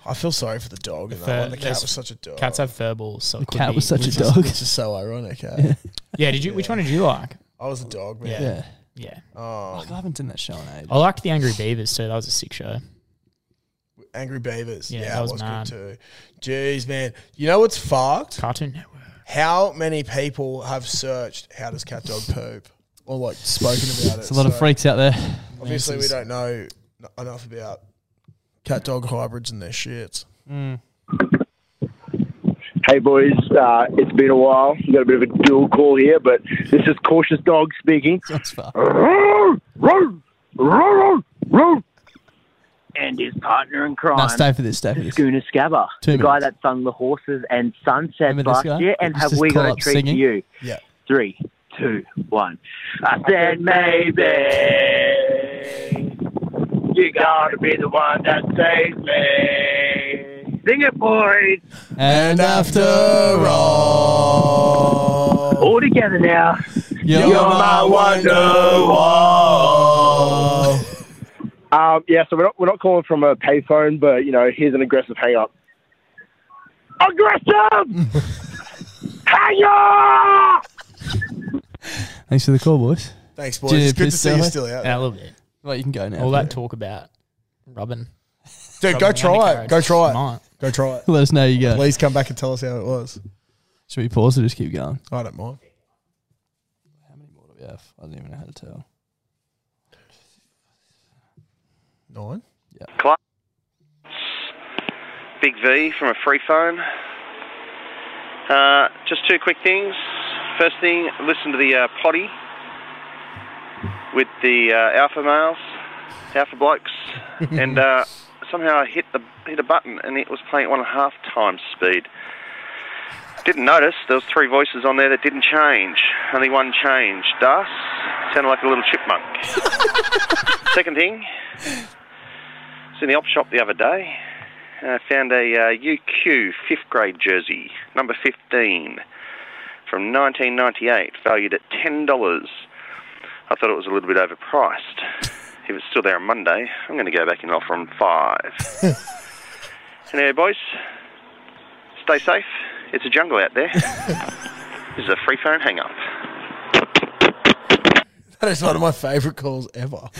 Speaker 2: I feel sorry for the dog in that
Speaker 5: Fur-
Speaker 2: one. The cat
Speaker 5: there's-
Speaker 2: was such a dog.
Speaker 5: Cats have fur balls. So
Speaker 8: The
Speaker 5: it could
Speaker 8: cat
Speaker 5: be-
Speaker 8: was such a
Speaker 5: which is-
Speaker 8: dog.
Speaker 2: It's just so ironic. Eh?
Speaker 5: Yeah. Did you? Which one did you like?
Speaker 2: I was a dog man. Um,
Speaker 5: Yeah.
Speaker 2: Yeah.
Speaker 8: Fuck, I haven't done that show in age.
Speaker 5: I liked the Angry Beavers too. That was a sick show.
Speaker 2: Angry Beavers.
Speaker 5: Yeah,
Speaker 2: Yeah,
Speaker 5: that
Speaker 2: that
Speaker 5: was
Speaker 2: was,
Speaker 5: mad.
Speaker 2: good too. Jeez, man. You know what's fucked?
Speaker 5: Cartoon Network.
Speaker 2: How many people have searched how does cat dog poop or like spoken about it?
Speaker 8: There's a lot of
Speaker 2: So,
Speaker 8: freaks out there.
Speaker 2: Obviously, we don't know n- enough about cat dog hybrids and their shits.
Speaker 14: Hey boys, uh, it's been a while. We got a bit of a dual call here, but this is cautious dog speaking. And his partner in crime.
Speaker 8: No, stay for this. Stay for this.
Speaker 14: Schooner Scabba,
Speaker 8: Two
Speaker 14: the guy
Speaker 8: minutes.
Speaker 14: that sung the horses and sunsets
Speaker 8: Remember this
Speaker 14: last
Speaker 8: guy?
Speaker 14: year. And
Speaker 8: Just
Speaker 14: have
Speaker 8: his
Speaker 14: we got a
Speaker 8: call-up
Speaker 14: treat
Speaker 8: singing?
Speaker 14: for you?
Speaker 2: Yeah.
Speaker 14: Three, two, one. I said maybe.
Speaker 15: You gotta be the one that saves me. Sing it, boys.
Speaker 2: And after all,
Speaker 15: all together now.
Speaker 2: You're, my wonder wall.
Speaker 11: Um, yeah, so we're not, we're not calling from a payphone, but, you know, here's an aggressive hang up.
Speaker 15: Aggressive! Hiya!
Speaker 8: Thanks for the call, boys.
Speaker 2: Thanks,
Speaker 8: Did
Speaker 2: boys. It's
Speaker 8: it
Speaker 2: good to
Speaker 8: piss
Speaker 2: see you
Speaker 8: down?
Speaker 2: still out.
Speaker 5: Yeah, a little bit.
Speaker 8: Well, you can go now.
Speaker 5: All that talk about rubbing.
Speaker 2: Dude, go try it. Go try it. Go try it.
Speaker 8: Let us know you go.
Speaker 2: Please come back and tell us how it was.
Speaker 8: Should we pause or just keep going?
Speaker 2: I don't mind.
Speaker 8: What do we have? I don't even know how to tell.
Speaker 2: Nine.
Speaker 16: Cla- Big V from a free phone. Uh, just two quick things. First thing, listen to the uh, potty with the uh, alpha males, alpha blokes, and uh, somehow I hit the hit a button and it was playing at one and a half times speed. Didn't notice there was three voices on there that didn't change. Only one changed. Das sounded like a little chipmunk. Second thing, I was in the op shop the other day and I found a uh, UQ fifth grade jersey, number 15, from 1998, valued at $10. I thought it was a little bit overpriced. If it's still there on Monday, I'm going to go back and offer them five. anyway, boys, stay safe. It's a jungle out there. this is a free phone hang up.
Speaker 2: That is one of my favourite calls ever.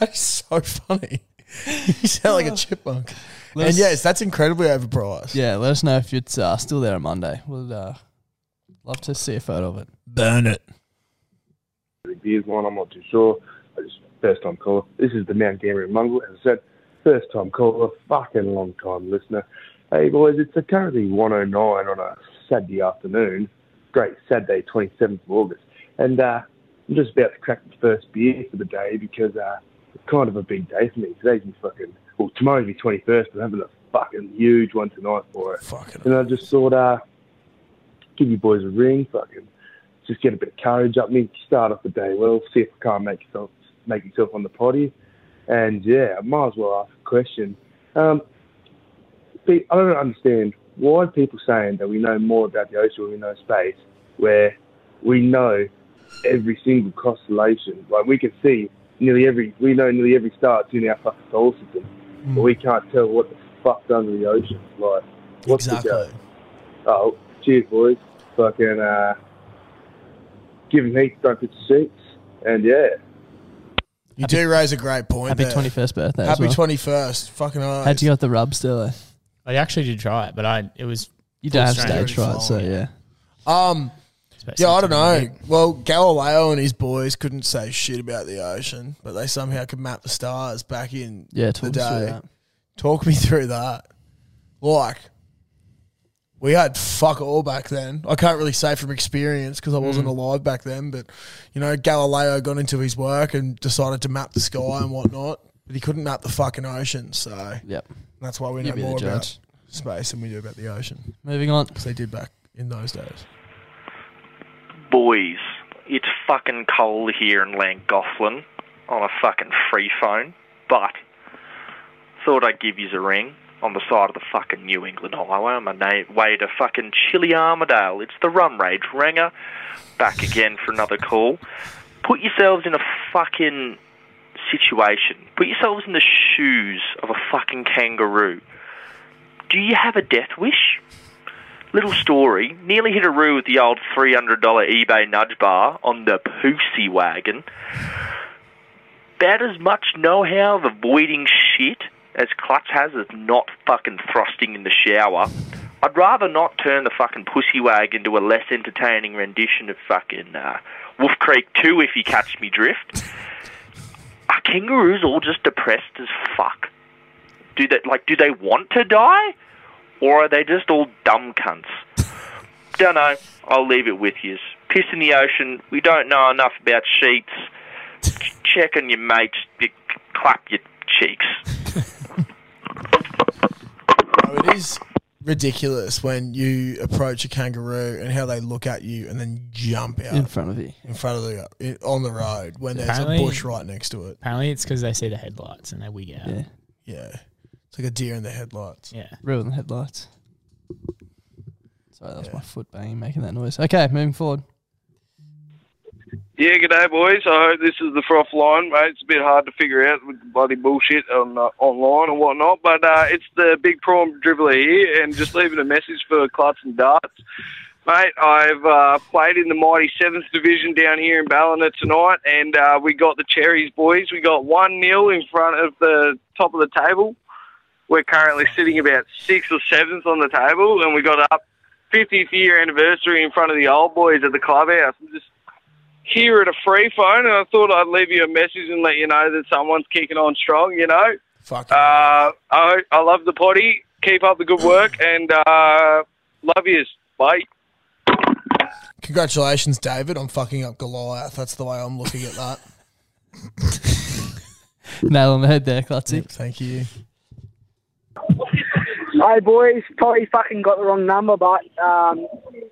Speaker 2: That is so funny. You sound like a chipmunk.
Speaker 8: Let's-
Speaker 2: and yes, that's incredibly overpriced.
Speaker 8: Yeah, let us know if it's uh, still there on Monday. We'll uh, love to see a photo of it.
Speaker 2: Burn it.
Speaker 17: the beers one, I'm not too sure. I just first time caller. This is the Mount Gambier Mungle. As I said, first time caller, fucking long time listener. Hey boys, it's uh, currently 109 on a Saturday afternoon. Great Saturday, 27th of August, and uh, I'm just about to crack the first beer for the day because uh, it's kind of a big day for me. Today's my fucking well, tomorrow's my 21st. I'm having a fucking huge one tonight for it.
Speaker 2: Fucking.
Speaker 17: And I just thought, uh, give you boys a ring, fucking just get a bit of courage up me, start off the day well, see if I can't make yourself make yourself on the potty. And yeah, I might as well ask a question. Um, pe- I don't understand why people saying that we know more about the ocean, we know space, where we know every single constellation. Like we can see nearly every, we know nearly every star that's in our fucking solar system, but we can't tell what the fuck's under the ocean. Like what's
Speaker 2: Exactly.
Speaker 17: the go? Oh, cheers, boys! Fucking uh, give 'em heat, don't pitch the sheets, and yeah.
Speaker 2: You do raise a great point.
Speaker 8: happy
Speaker 2: there.
Speaker 8: 21st birthday as
Speaker 2: Happy
Speaker 8: well.
Speaker 2: twenty first. Fucking hell.
Speaker 8: How'd you get the rub still?
Speaker 5: I actually did try it, but I it was
Speaker 8: You
Speaker 5: full
Speaker 8: don't have
Speaker 5: stranger.
Speaker 8: stage right, so yeah.
Speaker 2: Um,
Speaker 5: about
Speaker 2: yeah, I don't know.
Speaker 5: something
Speaker 2: Well, Galileo and his boys couldn't say shit about the ocean, but they somehow could map the stars back in
Speaker 8: Yeah,
Speaker 2: the
Speaker 8: talk
Speaker 2: day.
Speaker 8: us through that.
Speaker 2: Talk me through that. Like, we had fuck all back then. I can't really say from experience because I wasn't
Speaker 8: Mm.
Speaker 2: alive back then, but, you know, Galileo got into his work and decided to map the sky and whatnot, but he couldn't map the fucking ocean, so.
Speaker 8: Yep.
Speaker 2: That's why we
Speaker 8: You
Speaker 2: know
Speaker 8: be the
Speaker 2: more about
Speaker 8: judge.
Speaker 2: space than we do about the ocean.
Speaker 8: Moving on.
Speaker 2: Because they did back in those days.
Speaker 18: Boys, it's fucking cold here in Llangollen on a fucking free phone, but thought I'd give you a ring on the side of the fucking New England Highway on my na- way to fucking Chili Armadale. It's the Rum Rage Ranger. Back again for another call. Put yourselves in a fucking situation. Put yourselves in the shoes of a fucking kangaroo. Do you have a death wish? Little story. Nearly hit a roo with the old $300 eBay nudge bar on the Poosey wagon. About as much know how of avoiding shit as Klutz has of not fucking thrusting in the shower. I'd rather not turn the fucking pussy wag into a less entertaining rendition of fucking uh, Wolf Creek 2 if you catch me drift. Are kangaroos all just depressed as fuck? Do they like do they want to die? or are they just all dumb cunts? don't know. I'll leave it with you. Piss in the ocean. We don't know enough about sheets. Ch- Check on your mates. You c- clap your cheeks.
Speaker 2: Oh, it is ridiculous when you approach a kangaroo and how they look at you and then jump out
Speaker 8: In front of you.
Speaker 2: in front of the in- on the road when there's a
Speaker 5: Apparently-
Speaker 2: bush right next to it.
Speaker 5: Apparently, it's because they see the headlights and they wig out.
Speaker 2: Yeah. Yeah, it's like a deer in the headlights.
Speaker 5: Yeah,
Speaker 8: Real in the headlights. Sorry, that was my foot banging, making that noise. Okay, moving forward.
Speaker 15: Yeah, g'day, boys. I hope this is the froth line, mate. It's a bit hard to figure out with the bloody bullshit on uh, online and whatnot, but uh, it's the big prawn dribbler here, and just leaving a message for Clutz and Darts. Mate, I've uh, played in the mighty seventh division down here in Ballina tonight, and uh, we got the Cherries, boys. We got one 0 in front of the top of the table. We're currently sitting about sixth or seventh on the table, and we got up 50th year anniversary in front of the old boys at the clubhouse. I'm just here at a free phone, and I thought I'd leave you a message and let you know that someone's kicking on strong. You know,
Speaker 2: fuck.
Speaker 15: Uh, I I love the potty. Keep up the good work, and uh, love yous. Bye.
Speaker 2: Congratulations, David, on fucking up Goliath. That's the way I'm looking at that.
Speaker 8: Nail on the head there, Clutzy.
Speaker 2: thank you.
Speaker 19: Hey boys, probably fucking got the wrong number, but um,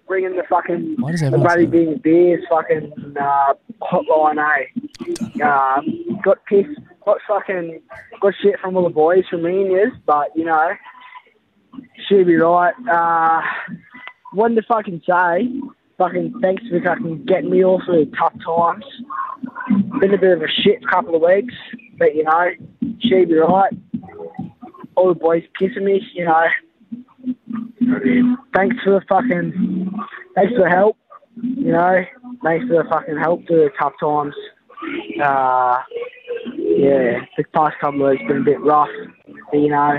Speaker 19: ringing the fucking
Speaker 8: Why does
Speaker 19: the
Speaker 8: everyone
Speaker 19: bloody
Speaker 8: say
Speaker 19: being beers fucking uh, hotline, eh? Um, got pissed, got fucking got shit from all the boys from me and yous, but you know, she'd be right. Uh, wanted to fucking say, fucking thanks for fucking getting me all through the tough times. Been a bit of a shit couple of weeks, but you know, she'd be right. All the boys kissing me, you know. Thanks for the fucking, thanks for the help, you know. Thanks for the fucking help through the tough times. Uh, yeah, the past couple of weeks been a bit rough, but you know,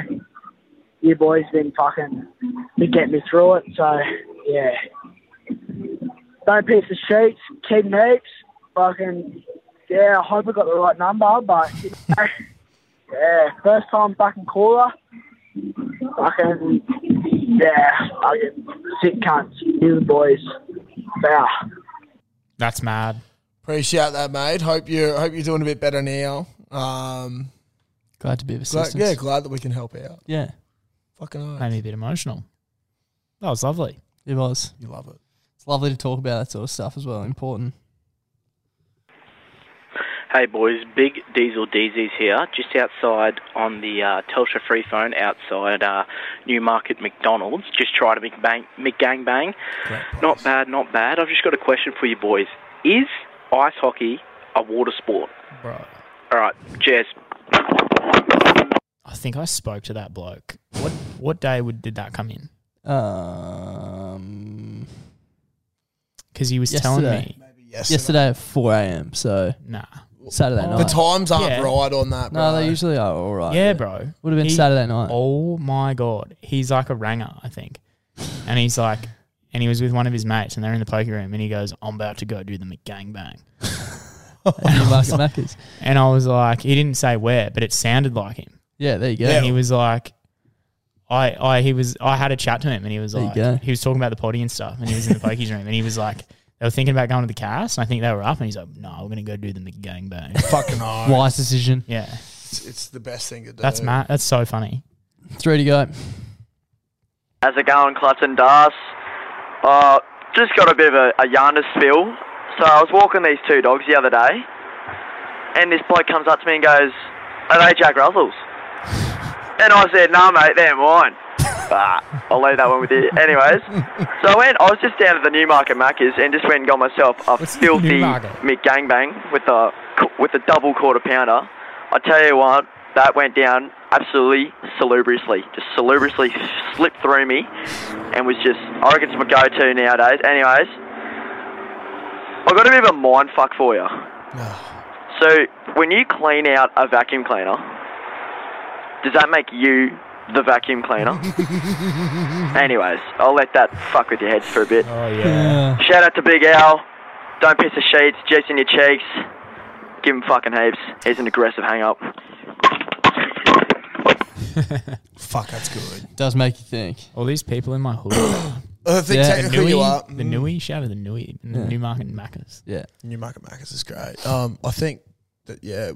Speaker 19: you boys been fucking, been getting me through it, so yeah. Don't piece of sheets, keep 'em heaps, fucking, yeah, I hope I got the right number, but, you know, yeah, first time fucking caller, fucking, yeah, fucking sick cunts, you boys, bow.
Speaker 5: That's mad.
Speaker 2: Appreciate that, mate. Hope you hope you're doing a bit better now. Um,
Speaker 8: glad to be of
Speaker 2: glad,
Speaker 8: assistance.
Speaker 2: yeah, glad that we can help out.
Speaker 8: Yeah.
Speaker 2: Fucking oath.
Speaker 5: Made me a bit emotional. That was lovely.
Speaker 8: It was.
Speaker 2: You love it.
Speaker 8: It's lovely to talk about that sort of stuff as well. Important.
Speaker 20: Hey boys, Big Diesel DZ's here, just outside on the uh, Telstra free phone outside uh, Newmarket McDonald's. Just try to McBang, McGangbang. Not bad, not bad. I've just got a question for you boys. Is ice hockey a water sport?
Speaker 5: Right.
Speaker 20: All right, cheers.
Speaker 5: I think I spoke to that bloke. What what day would did that come in?
Speaker 8: Uh, Um,
Speaker 5: Because he was telling
Speaker 8: yesterday.
Speaker 5: me
Speaker 8: yesterday. at 4 a.m. So
Speaker 5: nah,
Speaker 8: Saturday night.
Speaker 2: The times aren't
Speaker 5: Yeah.
Speaker 2: right on that, bro.
Speaker 8: No, they usually are all right.
Speaker 5: Yeah, bro.
Speaker 8: Would have been
Speaker 5: He-
Speaker 8: Saturday night.
Speaker 5: Oh my god, he's like a ranger, I think. And he's like, and he was with one of his mates, and they're in the poker room, and he goes, "I'm about to go do the McGangbang." and, I was like, and I was like, he didn't say where, but it sounded like him.
Speaker 8: Yeah, there you go.
Speaker 5: And he was like, I, I, he was, I had a chat to him, and he was
Speaker 8: There you
Speaker 5: like,
Speaker 8: go.
Speaker 5: he was talking about the potty and stuff, and he was in the pokies room, and he was like. They were thinking about going to the cast, and I think they were up, and he's like, "No, we're gonna go do the McGangbang."
Speaker 2: Fucking oath.
Speaker 8: Wise decision.
Speaker 5: Yeah,
Speaker 2: It's, it's the best thing to do.
Speaker 5: that's ma- That's so funny.
Speaker 8: Three to go.
Speaker 20: How's it going, Klutz and Das? Uh, just got a bit of a, a yarn to spill. So I was walking these two dogs the other day, and this bloke comes up to me and goes, Are they Jack Russells? And I said, No, mate, they're mine. but I'll leave that one with you. Anyways, so I went, I was just down at the Newmarket Macca's and just went and got myself a filthy
Speaker 5: Newmarket?
Speaker 20: McGangbang with a, with a double quarter pounder. I tell you what, that went down absolutely salubriously. Just salubriously slipped through me and was just, I reckon it's my go to nowadays. Anyways, I've got a bit of a mind fuck for you. So, when you clean out a vacuum cleaner, does that make you the vacuum cleaner? Anyways, I'll let that fuck with your heads for a bit. Oh,
Speaker 8: yeah.
Speaker 20: Shout out to Big Al. Don't piss the sheets, jets in your cheeks. Give him fucking heaps. He's an aggressive hang up.
Speaker 2: Fuck, that's good.
Speaker 8: Does make you think.
Speaker 5: All these people in my hood.
Speaker 2: I think
Speaker 5: The
Speaker 2: technically you
Speaker 5: Nui-
Speaker 2: are.
Speaker 5: The
Speaker 2: Mm.
Speaker 5: Nui, shout out the Nui,
Speaker 2: Yeah.
Speaker 5: Newmarket Maccas.
Speaker 8: Yeah.
Speaker 2: Newmarket Marcus is great. Um, I think that yeah,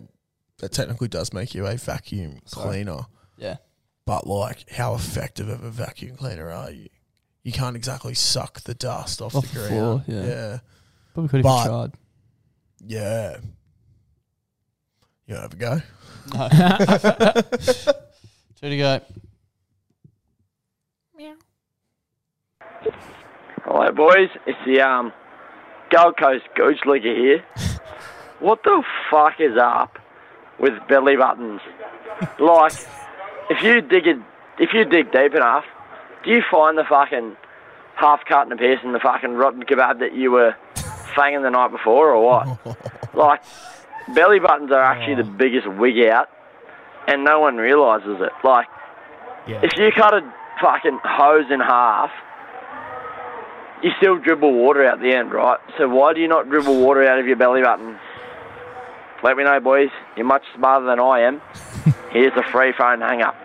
Speaker 2: that technically does make you a vacuum cleaner.
Speaker 8: Yeah.
Speaker 2: But like, how effective of a vacuum cleaner are you? You can't exactly suck the dust off, the,
Speaker 1: Off the
Speaker 2: ground.
Speaker 1: floor, yeah.
Speaker 2: yeah.
Speaker 1: Probably could if you
Speaker 2: But-
Speaker 1: tried.
Speaker 2: Yeah. You wanna have a go?
Speaker 1: Two to go.
Speaker 21: Hello, boys. It's the um, Gold Coast Gooch Leaguer here. what the fuck is up with belly buttons? Like, if you dig it, if you dig deep enough, do you find the fucking half cut and a piece in the fucking rotten kebab that you were fanging the night before, or what? like, belly buttons are actually the biggest wig out, and no one realises it. Like, if you cut a fucking hose in half you still dribble water out the end, right? So why do you not dribble water out of your belly button? Let me know, boys. You're much smarter than I am. Here's a free phone hang up.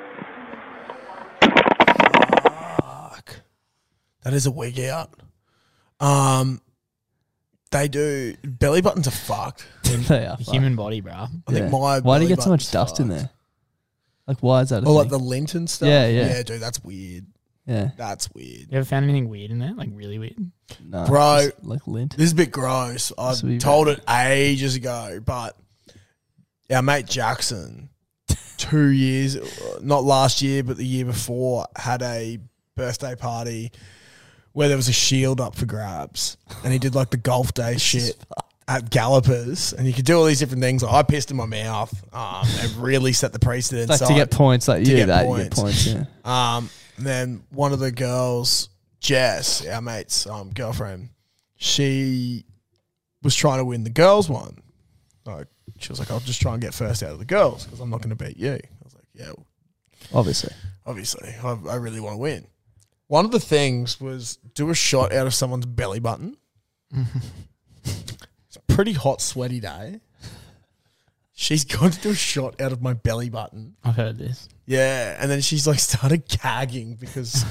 Speaker 2: That is a wig out. Um, they do belly buttons are fucked.
Speaker 1: They are
Speaker 5: Human body, bro. I
Speaker 2: I think my
Speaker 1: Why do
Speaker 2: belly
Speaker 1: you get so much
Speaker 2: button's
Speaker 1: dust in there? Like, why is that? A
Speaker 2: Or Oh, like
Speaker 1: thing?
Speaker 2: the lint and stuff.
Speaker 1: Yeah, yeah.
Speaker 2: dude, that's weird.
Speaker 1: Yeah.
Speaker 2: that's weird.
Speaker 5: You ever found anything weird in there? Like really weird?
Speaker 1: No.
Speaker 2: bro.
Speaker 1: Like lint.
Speaker 2: This is a bit gross. I
Speaker 1: This would be
Speaker 2: told it ages ago, but our mate Jackson, two years, not last year, but the year before, had a birthday party where there was a shield up for grabs, and he did like the golf day shit. At Gallopers, and you could do all these different things. Like I pissed in my mouth. Um, it really set the precedent.
Speaker 1: Like, to
Speaker 2: So I-
Speaker 1: get points, like,
Speaker 2: to
Speaker 1: yeah,
Speaker 2: get
Speaker 1: that, you get points, yeah.
Speaker 2: um, and then one of the girls, Jess, our mate's um, girlfriend, she was trying to win the girls one. Like she was like, "I'll just try and get first out of the girls because I'm not going to beat you." I was like, "Yeah, well,
Speaker 1: Obviously.
Speaker 2: obviously, I, I really want to win." One of the things was do a shot out of someone's belly button. it's a pretty hot, sweaty day. She's gone to do a shot out of my belly button.
Speaker 5: I've heard this.
Speaker 2: Yeah, and then she's like started gagging because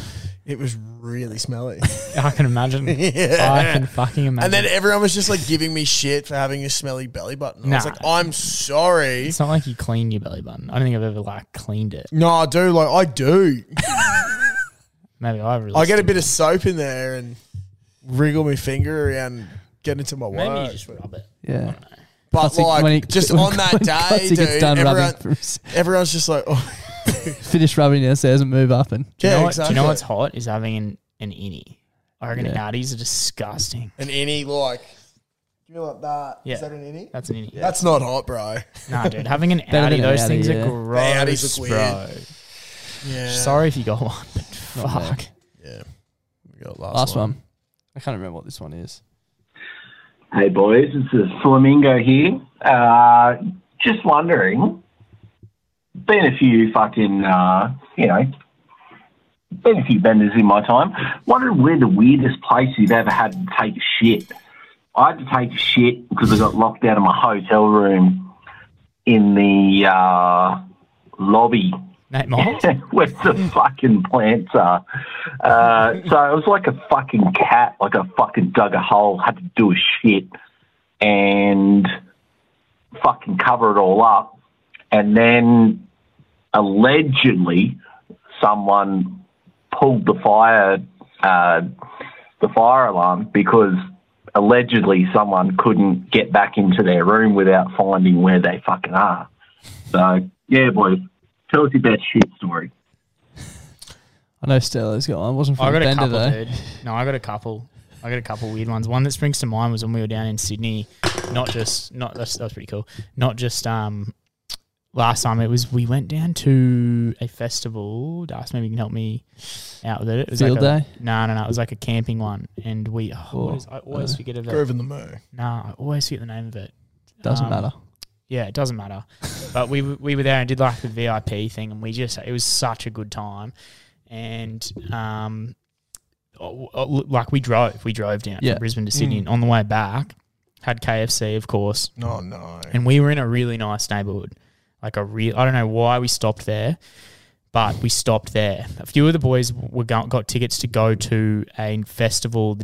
Speaker 2: it was really smelly.
Speaker 5: I can imagine.
Speaker 2: yeah.
Speaker 5: I can fucking imagine.
Speaker 2: And then everyone was just like giving me shit for having a smelly belly button. I was
Speaker 5: Nah.
Speaker 2: like, I'm sorry.
Speaker 5: It's not like you clean your belly button. I don't think I've ever like cleaned it.
Speaker 2: No, I do. Like, I do.
Speaker 5: Maybe I really.
Speaker 2: I get a bit of soap in there and wriggle my finger around, and get into my
Speaker 5: Maybe you
Speaker 2: work.
Speaker 5: just rub it.
Speaker 1: Yeah.
Speaker 2: But
Speaker 1: Cuts it-
Speaker 2: like,
Speaker 1: when he-
Speaker 2: just
Speaker 1: when-
Speaker 2: on that
Speaker 1: when
Speaker 2: day,
Speaker 1: Cuts he
Speaker 2: dude,
Speaker 1: gets done rubbing
Speaker 2: everyone,
Speaker 1: through
Speaker 2: everyone's just like, oh,
Speaker 1: Finish rubbing downstairs and move up and.
Speaker 5: Do you know what, Do you know what's hot is having an, an innie. I reckon
Speaker 1: Yeah.
Speaker 5: outies are disgusting.
Speaker 2: an innie, like, you know, like that. Is
Speaker 5: Yeah.
Speaker 2: that an innie?
Speaker 5: That's an innie.
Speaker 2: That's not hot, bro.
Speaker 5: Nah, dude, having an
Speaker 2: Better than
Speaker 5: outie,
Speaker 2: an
Speaker 5: those
Speaker 2: outie,
Speaker 5: things
Speaker 2: yeah.
Speaker 5: are
Speaker 2: The
Speaker 5: gross,
Speaker 2: outies look
Speaker 5: bro.
Speaker 2: weird. Yeah.
Speaker 5: Sorry if you got one, but
Speaker 1: Not bad.
Speaker 5: fuck.
Speaker 2: Yeah.
Speaker 1: Last, one. I can't remember what this one is.
Speaker 10: Hey boys, this is Flamingo here. Uh, just wondering, been a few fucking, uh, you know, been a few benders in my time. Wondering where the weirdest place you've ever had to take a shit. I had to take a shit because I got locked out of my hotel room in the uh, lobby
Speaker 5: Nate Miles.
Speaker 10: where the fucking plants are. Uh, so it was like a fucking cat, like I fucking dug a hole, had to do a shit and fucking cover it all up. And then allegedly someone pulled the fire, uh, the fire alarm because allegedly someone couldn't get back into their room without finding where they fucking are. So yeah, boys, tell us your best shit story.
Speaker 1: I know Stella's got one. It wasn't from
Speaker 5: I got a
Speaker 1: Bender,
Speaker 5: couple,
Speaker 1: though.
Speaker 5: dude. No, I got a couple. I got a couple weird ones. One that springs to mind was when we were down in Sydney. Not just not that's that was pretty cool. Not just um last time it was we went down to a festival. Das, maybe you can help me out with it. It was
Speaker 1: Field
Speaker 5: like
Speaker 1: day?
Speaker 5: A, no, no, no. It was like a camping one, and we. Oh, what
Speaker 1: Oh,
Speaker 5: is- I always
Speaker 1: uh,
Speaker 5: forget of it.
Speaker 2: Grove in the Moo.
Speaker 5: No, I always forget the name of it. Um,
Speaker 1: Doesn't matter.
Speaker 5: Yeah, it doesn't matter. but we w- we were there and did like the VIP thing, and we just it was such a good time, and um, oh, oh, look, like we drove, we drove down
Speaker 1: Yeah.
Speaker 5: from Brisbane to Sydney,
Speaker 1: Mm.
Speaker 5: and on the way back had KFC, of course.
Speaker 2: No, no.
Speaker 5: And we were in a really nice neighborhood, like a real. I don't know why we stopped there, but we stopped there. A few of the boys were go- got tickets to go to a festival,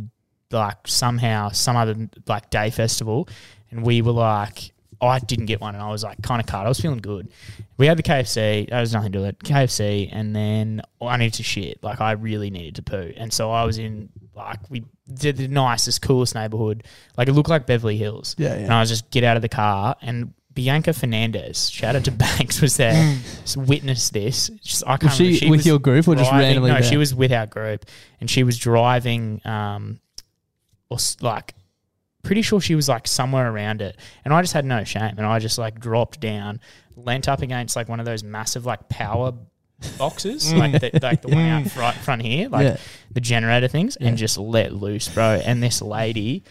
Speaker 5: like somehow some other like day festival, and we were like, I didn't get one, and I was like kind of cut. I was feeling good. We had the KFC. There was nothing to it. KFC, and then I needed to shit. Like I really needed to poo, and so I was in like we did the nicest, coolest neighborhood. Like it looked like Beverly Hills.
Speaker 8: Yeah, yeah.
Speaker 5: And I was just get out of the car and. Bianca Fernandez, shout out to Banks, was there. Just witnessed this. Just, I can't
Speaker 8: Was she
Speaker 5: remember.
Speaker 8: with
Speaker 5: was
Speaker 8: your group or just
Speaker 5: driving-
Speaker 8: randomly
Speaker 5: No,
Speaker 8: there?
Speaker 5: she was with our group, and she was driving um, or s- like pretty sure she was like somewhere around it and i just had no shame and i just like dropped down leant up against like one of those massive like power boxes
Speaker 8: Mm.
Speaker 5: like the, like the one out
Speaker 8: Mm.
Speaker 5: front, front here like
Speaker 8: Yeah.
Speaker 5: the generator things and just let loose bro and this lady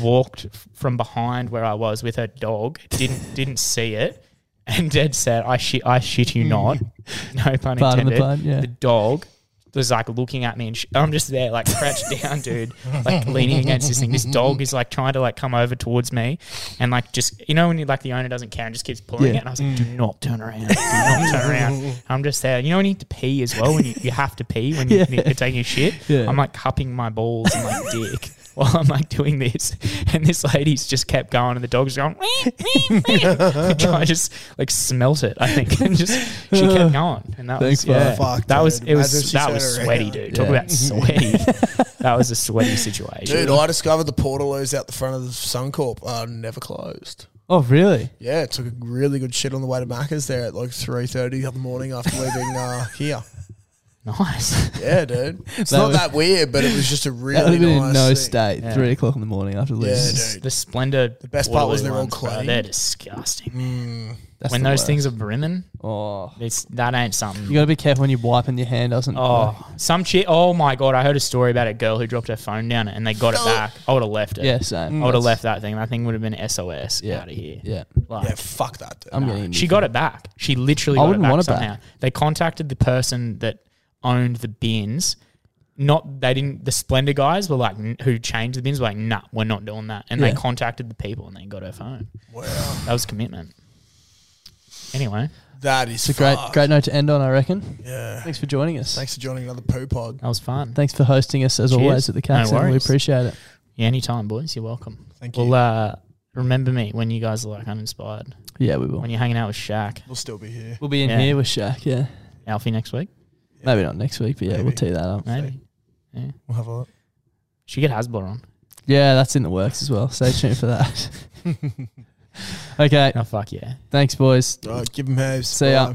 Speaker 5: walked f- from behind where i was with her dog didn't didn't see it and dead set i shit i shit you not Mm. no pun
Speaker 8: Pardon the
Speaker 5: intended
Speaker 8: pun, yeah.
Speaker 5: the dog was like looking at me and sh- I'm just there like crouched down, dude, like leaning against this thing. This dog is like trying to like come over towards me and like just you know when you like the owner doesn't care and just keeps pulling
Speaker 8: Yeah.
Speaker 5: it and I was like, do not turn around, do not turn around. I'm just there. You know when you need to pee as well when you, you have to pee when you,
Speaker 8: Yeah.
Speaker 5: you're taking a shit.
Speaker 8: Yeah.
Speaker 5: I'm like cupping my balls and like dick while I'm like doing this, and this lady's just kept going and the dog's going. I just like smelt it, I think, and just she kept going, and that
Speaker 8: Thanks,
Speaker 5: was yeah,
Speaker 8: bro. Fuck,
Speaker 5: that was
Speaker 2: dude.
Speaker 5: it
Speaker 2: Imagine if
Speaker 5: was
Speaker 2: she
Speaker 5: that
Speaker 2: turned
Speaker 5: was
Speaker 2: around.
Speaker 5: sweaty, dude. Talk
Speaker 2: Yeah.
Speaker 5: about sweaty. that was a sweaty situation,
Speaker 2: Dude, I discovered the portaloos out the front of the Suncorp are never closed.
Speaker 8: Oh, really?
Speaker 2: Yeah, it took a really good shit on the way to Macca's there at like three thirty the other morning after leaving uh, here.
Speaker 5: Nice.
Speaker 2: Yeah, dude. It's
Speaker 8: That
Speaker 2: not
Speaker 8: was-
Speaker 2: that weird, but it was just a really
Speaker 8: that would have been
Speaker 2: nice
Speaker 8: in no
Speaker 2: thing.
Speaker 8: state.
Speaker 2: Yeah.
Speaker 8: Three o'clock in the morning after
Speaker 2: Yeah,
Speaker 8: losing.
Speaker 5: the splendor. The
Speaker 2: best part was they're all clean.
Speaker 5: They're disgusting. man.
Speaker 8: That's
Speaker 5: when
Speaker 8: the
Speaker 5: those
Speaker 8: worst.
Speaker 5: things are brimming, oh, it's that ain't something.
Speaker 8: you got to be careful when you're wiping your hand. Doesn't
Speaker 5: Oh, some chick. Oh my god, I heard a story about a girl who dropped her phone down and they got
Speaker 2: Oh.
Speaker 5: it back. I would have left it.
Speaker 8: Yeah, same.
Speaker 5: I would have
Speaker 8: Mm.
Speaker 5: left that thing. That thing would have been SOS out of here.
Speaker 8: Yeah.
Speaker 5: Like,
Speaker 2: yeah, fuck that. Dude.
Speaker 5: nah. She got it back. She literally
Speaker 8: I
Speaker 5: got it
Speaker 8: wouldn't
Speaker 5: back
Speaker 8: want it back.
Speaker 5: somehow. They contacted the person that owned the bins. Not they didn't. The Splendor guys were like, "N- who changed the bins? Were like, nah, we're not doing that. And
Speaker 8: Yeah.
Speaker 5: they contacted the people and they got her phone. Wow, that was commitment. Anyway,
Speaker 2: That is
Speaker 8: It's a great, great note to end on, I reckon.
Speaker 2: Yeah.
Speaker 8: Thanks for joining us.
Speaker 2: Thanks for joining another poo pod.
Speaker 5: That was fun.
Speaker 8: Thanks for hosting us as
Speaker 5: Cheers.
Speaker 8: always at the
Speaker 5: No
Speaker 8: castle. we
Speaker 5: worries.
Speaker 8: appreciate it.
Speaker 5: Yeah, anytime, boys. You're welcome.
Speaker 2: Thank
Speaker 5: Well, uh, remember me when you guys are like uninspired.
Speaker 8: Yeah, we will.
Speaker 5: When you're hanging out with Shaq,
Speaker 2: we'll still be here.
Speaker 8: We'll be in here with Shaq. Yeah.
Speaker 5: Alfie next week.
Speaker 8: Maybe not next week, but yeah, we'll tee that up.
Speaker 5: Maybe. Yeah.
Speaker 2: We'll have a look.
Speaker 5: Should get Hasbro on.
Speaker 8: Yeah, that's in the works as well. Stay tuned for that. okay.
Speaker 5: Oh fuck yeah.
Speaker 8: Thanks, boys.
Speaker 2: Right, give them halves.
Speaker 8: See ya.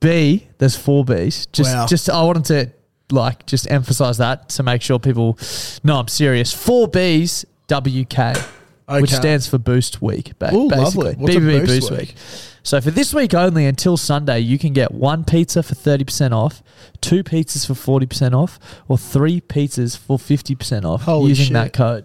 Speaker 1: B, there's four B's. Just,
Speaker 2: Wow.
Speaker 1: just I wanted to like just emphasize that to make sure people know I'm serious. Four B's WK, which
Speaker 2: Okay.
Speaker 1: stands for Boost Week. Ba-
Speaker 2: Ooh, lovely.
Speaker 1: basically,
Speaker 2: What's a
Speaker 1: BBB
Speaker 2: Boost
Speaker 1: Boost,
Speaker 2: Week?
Speaker 1: week? So for this week only until Sunday, you can get one pizza for thirty percent off, two pizzas for forty percent off, or three pizzas for fifty percent off
Speaker 2: Holy
Speaker 1: using
Speaker 2: shit.
Speaker 1: that code.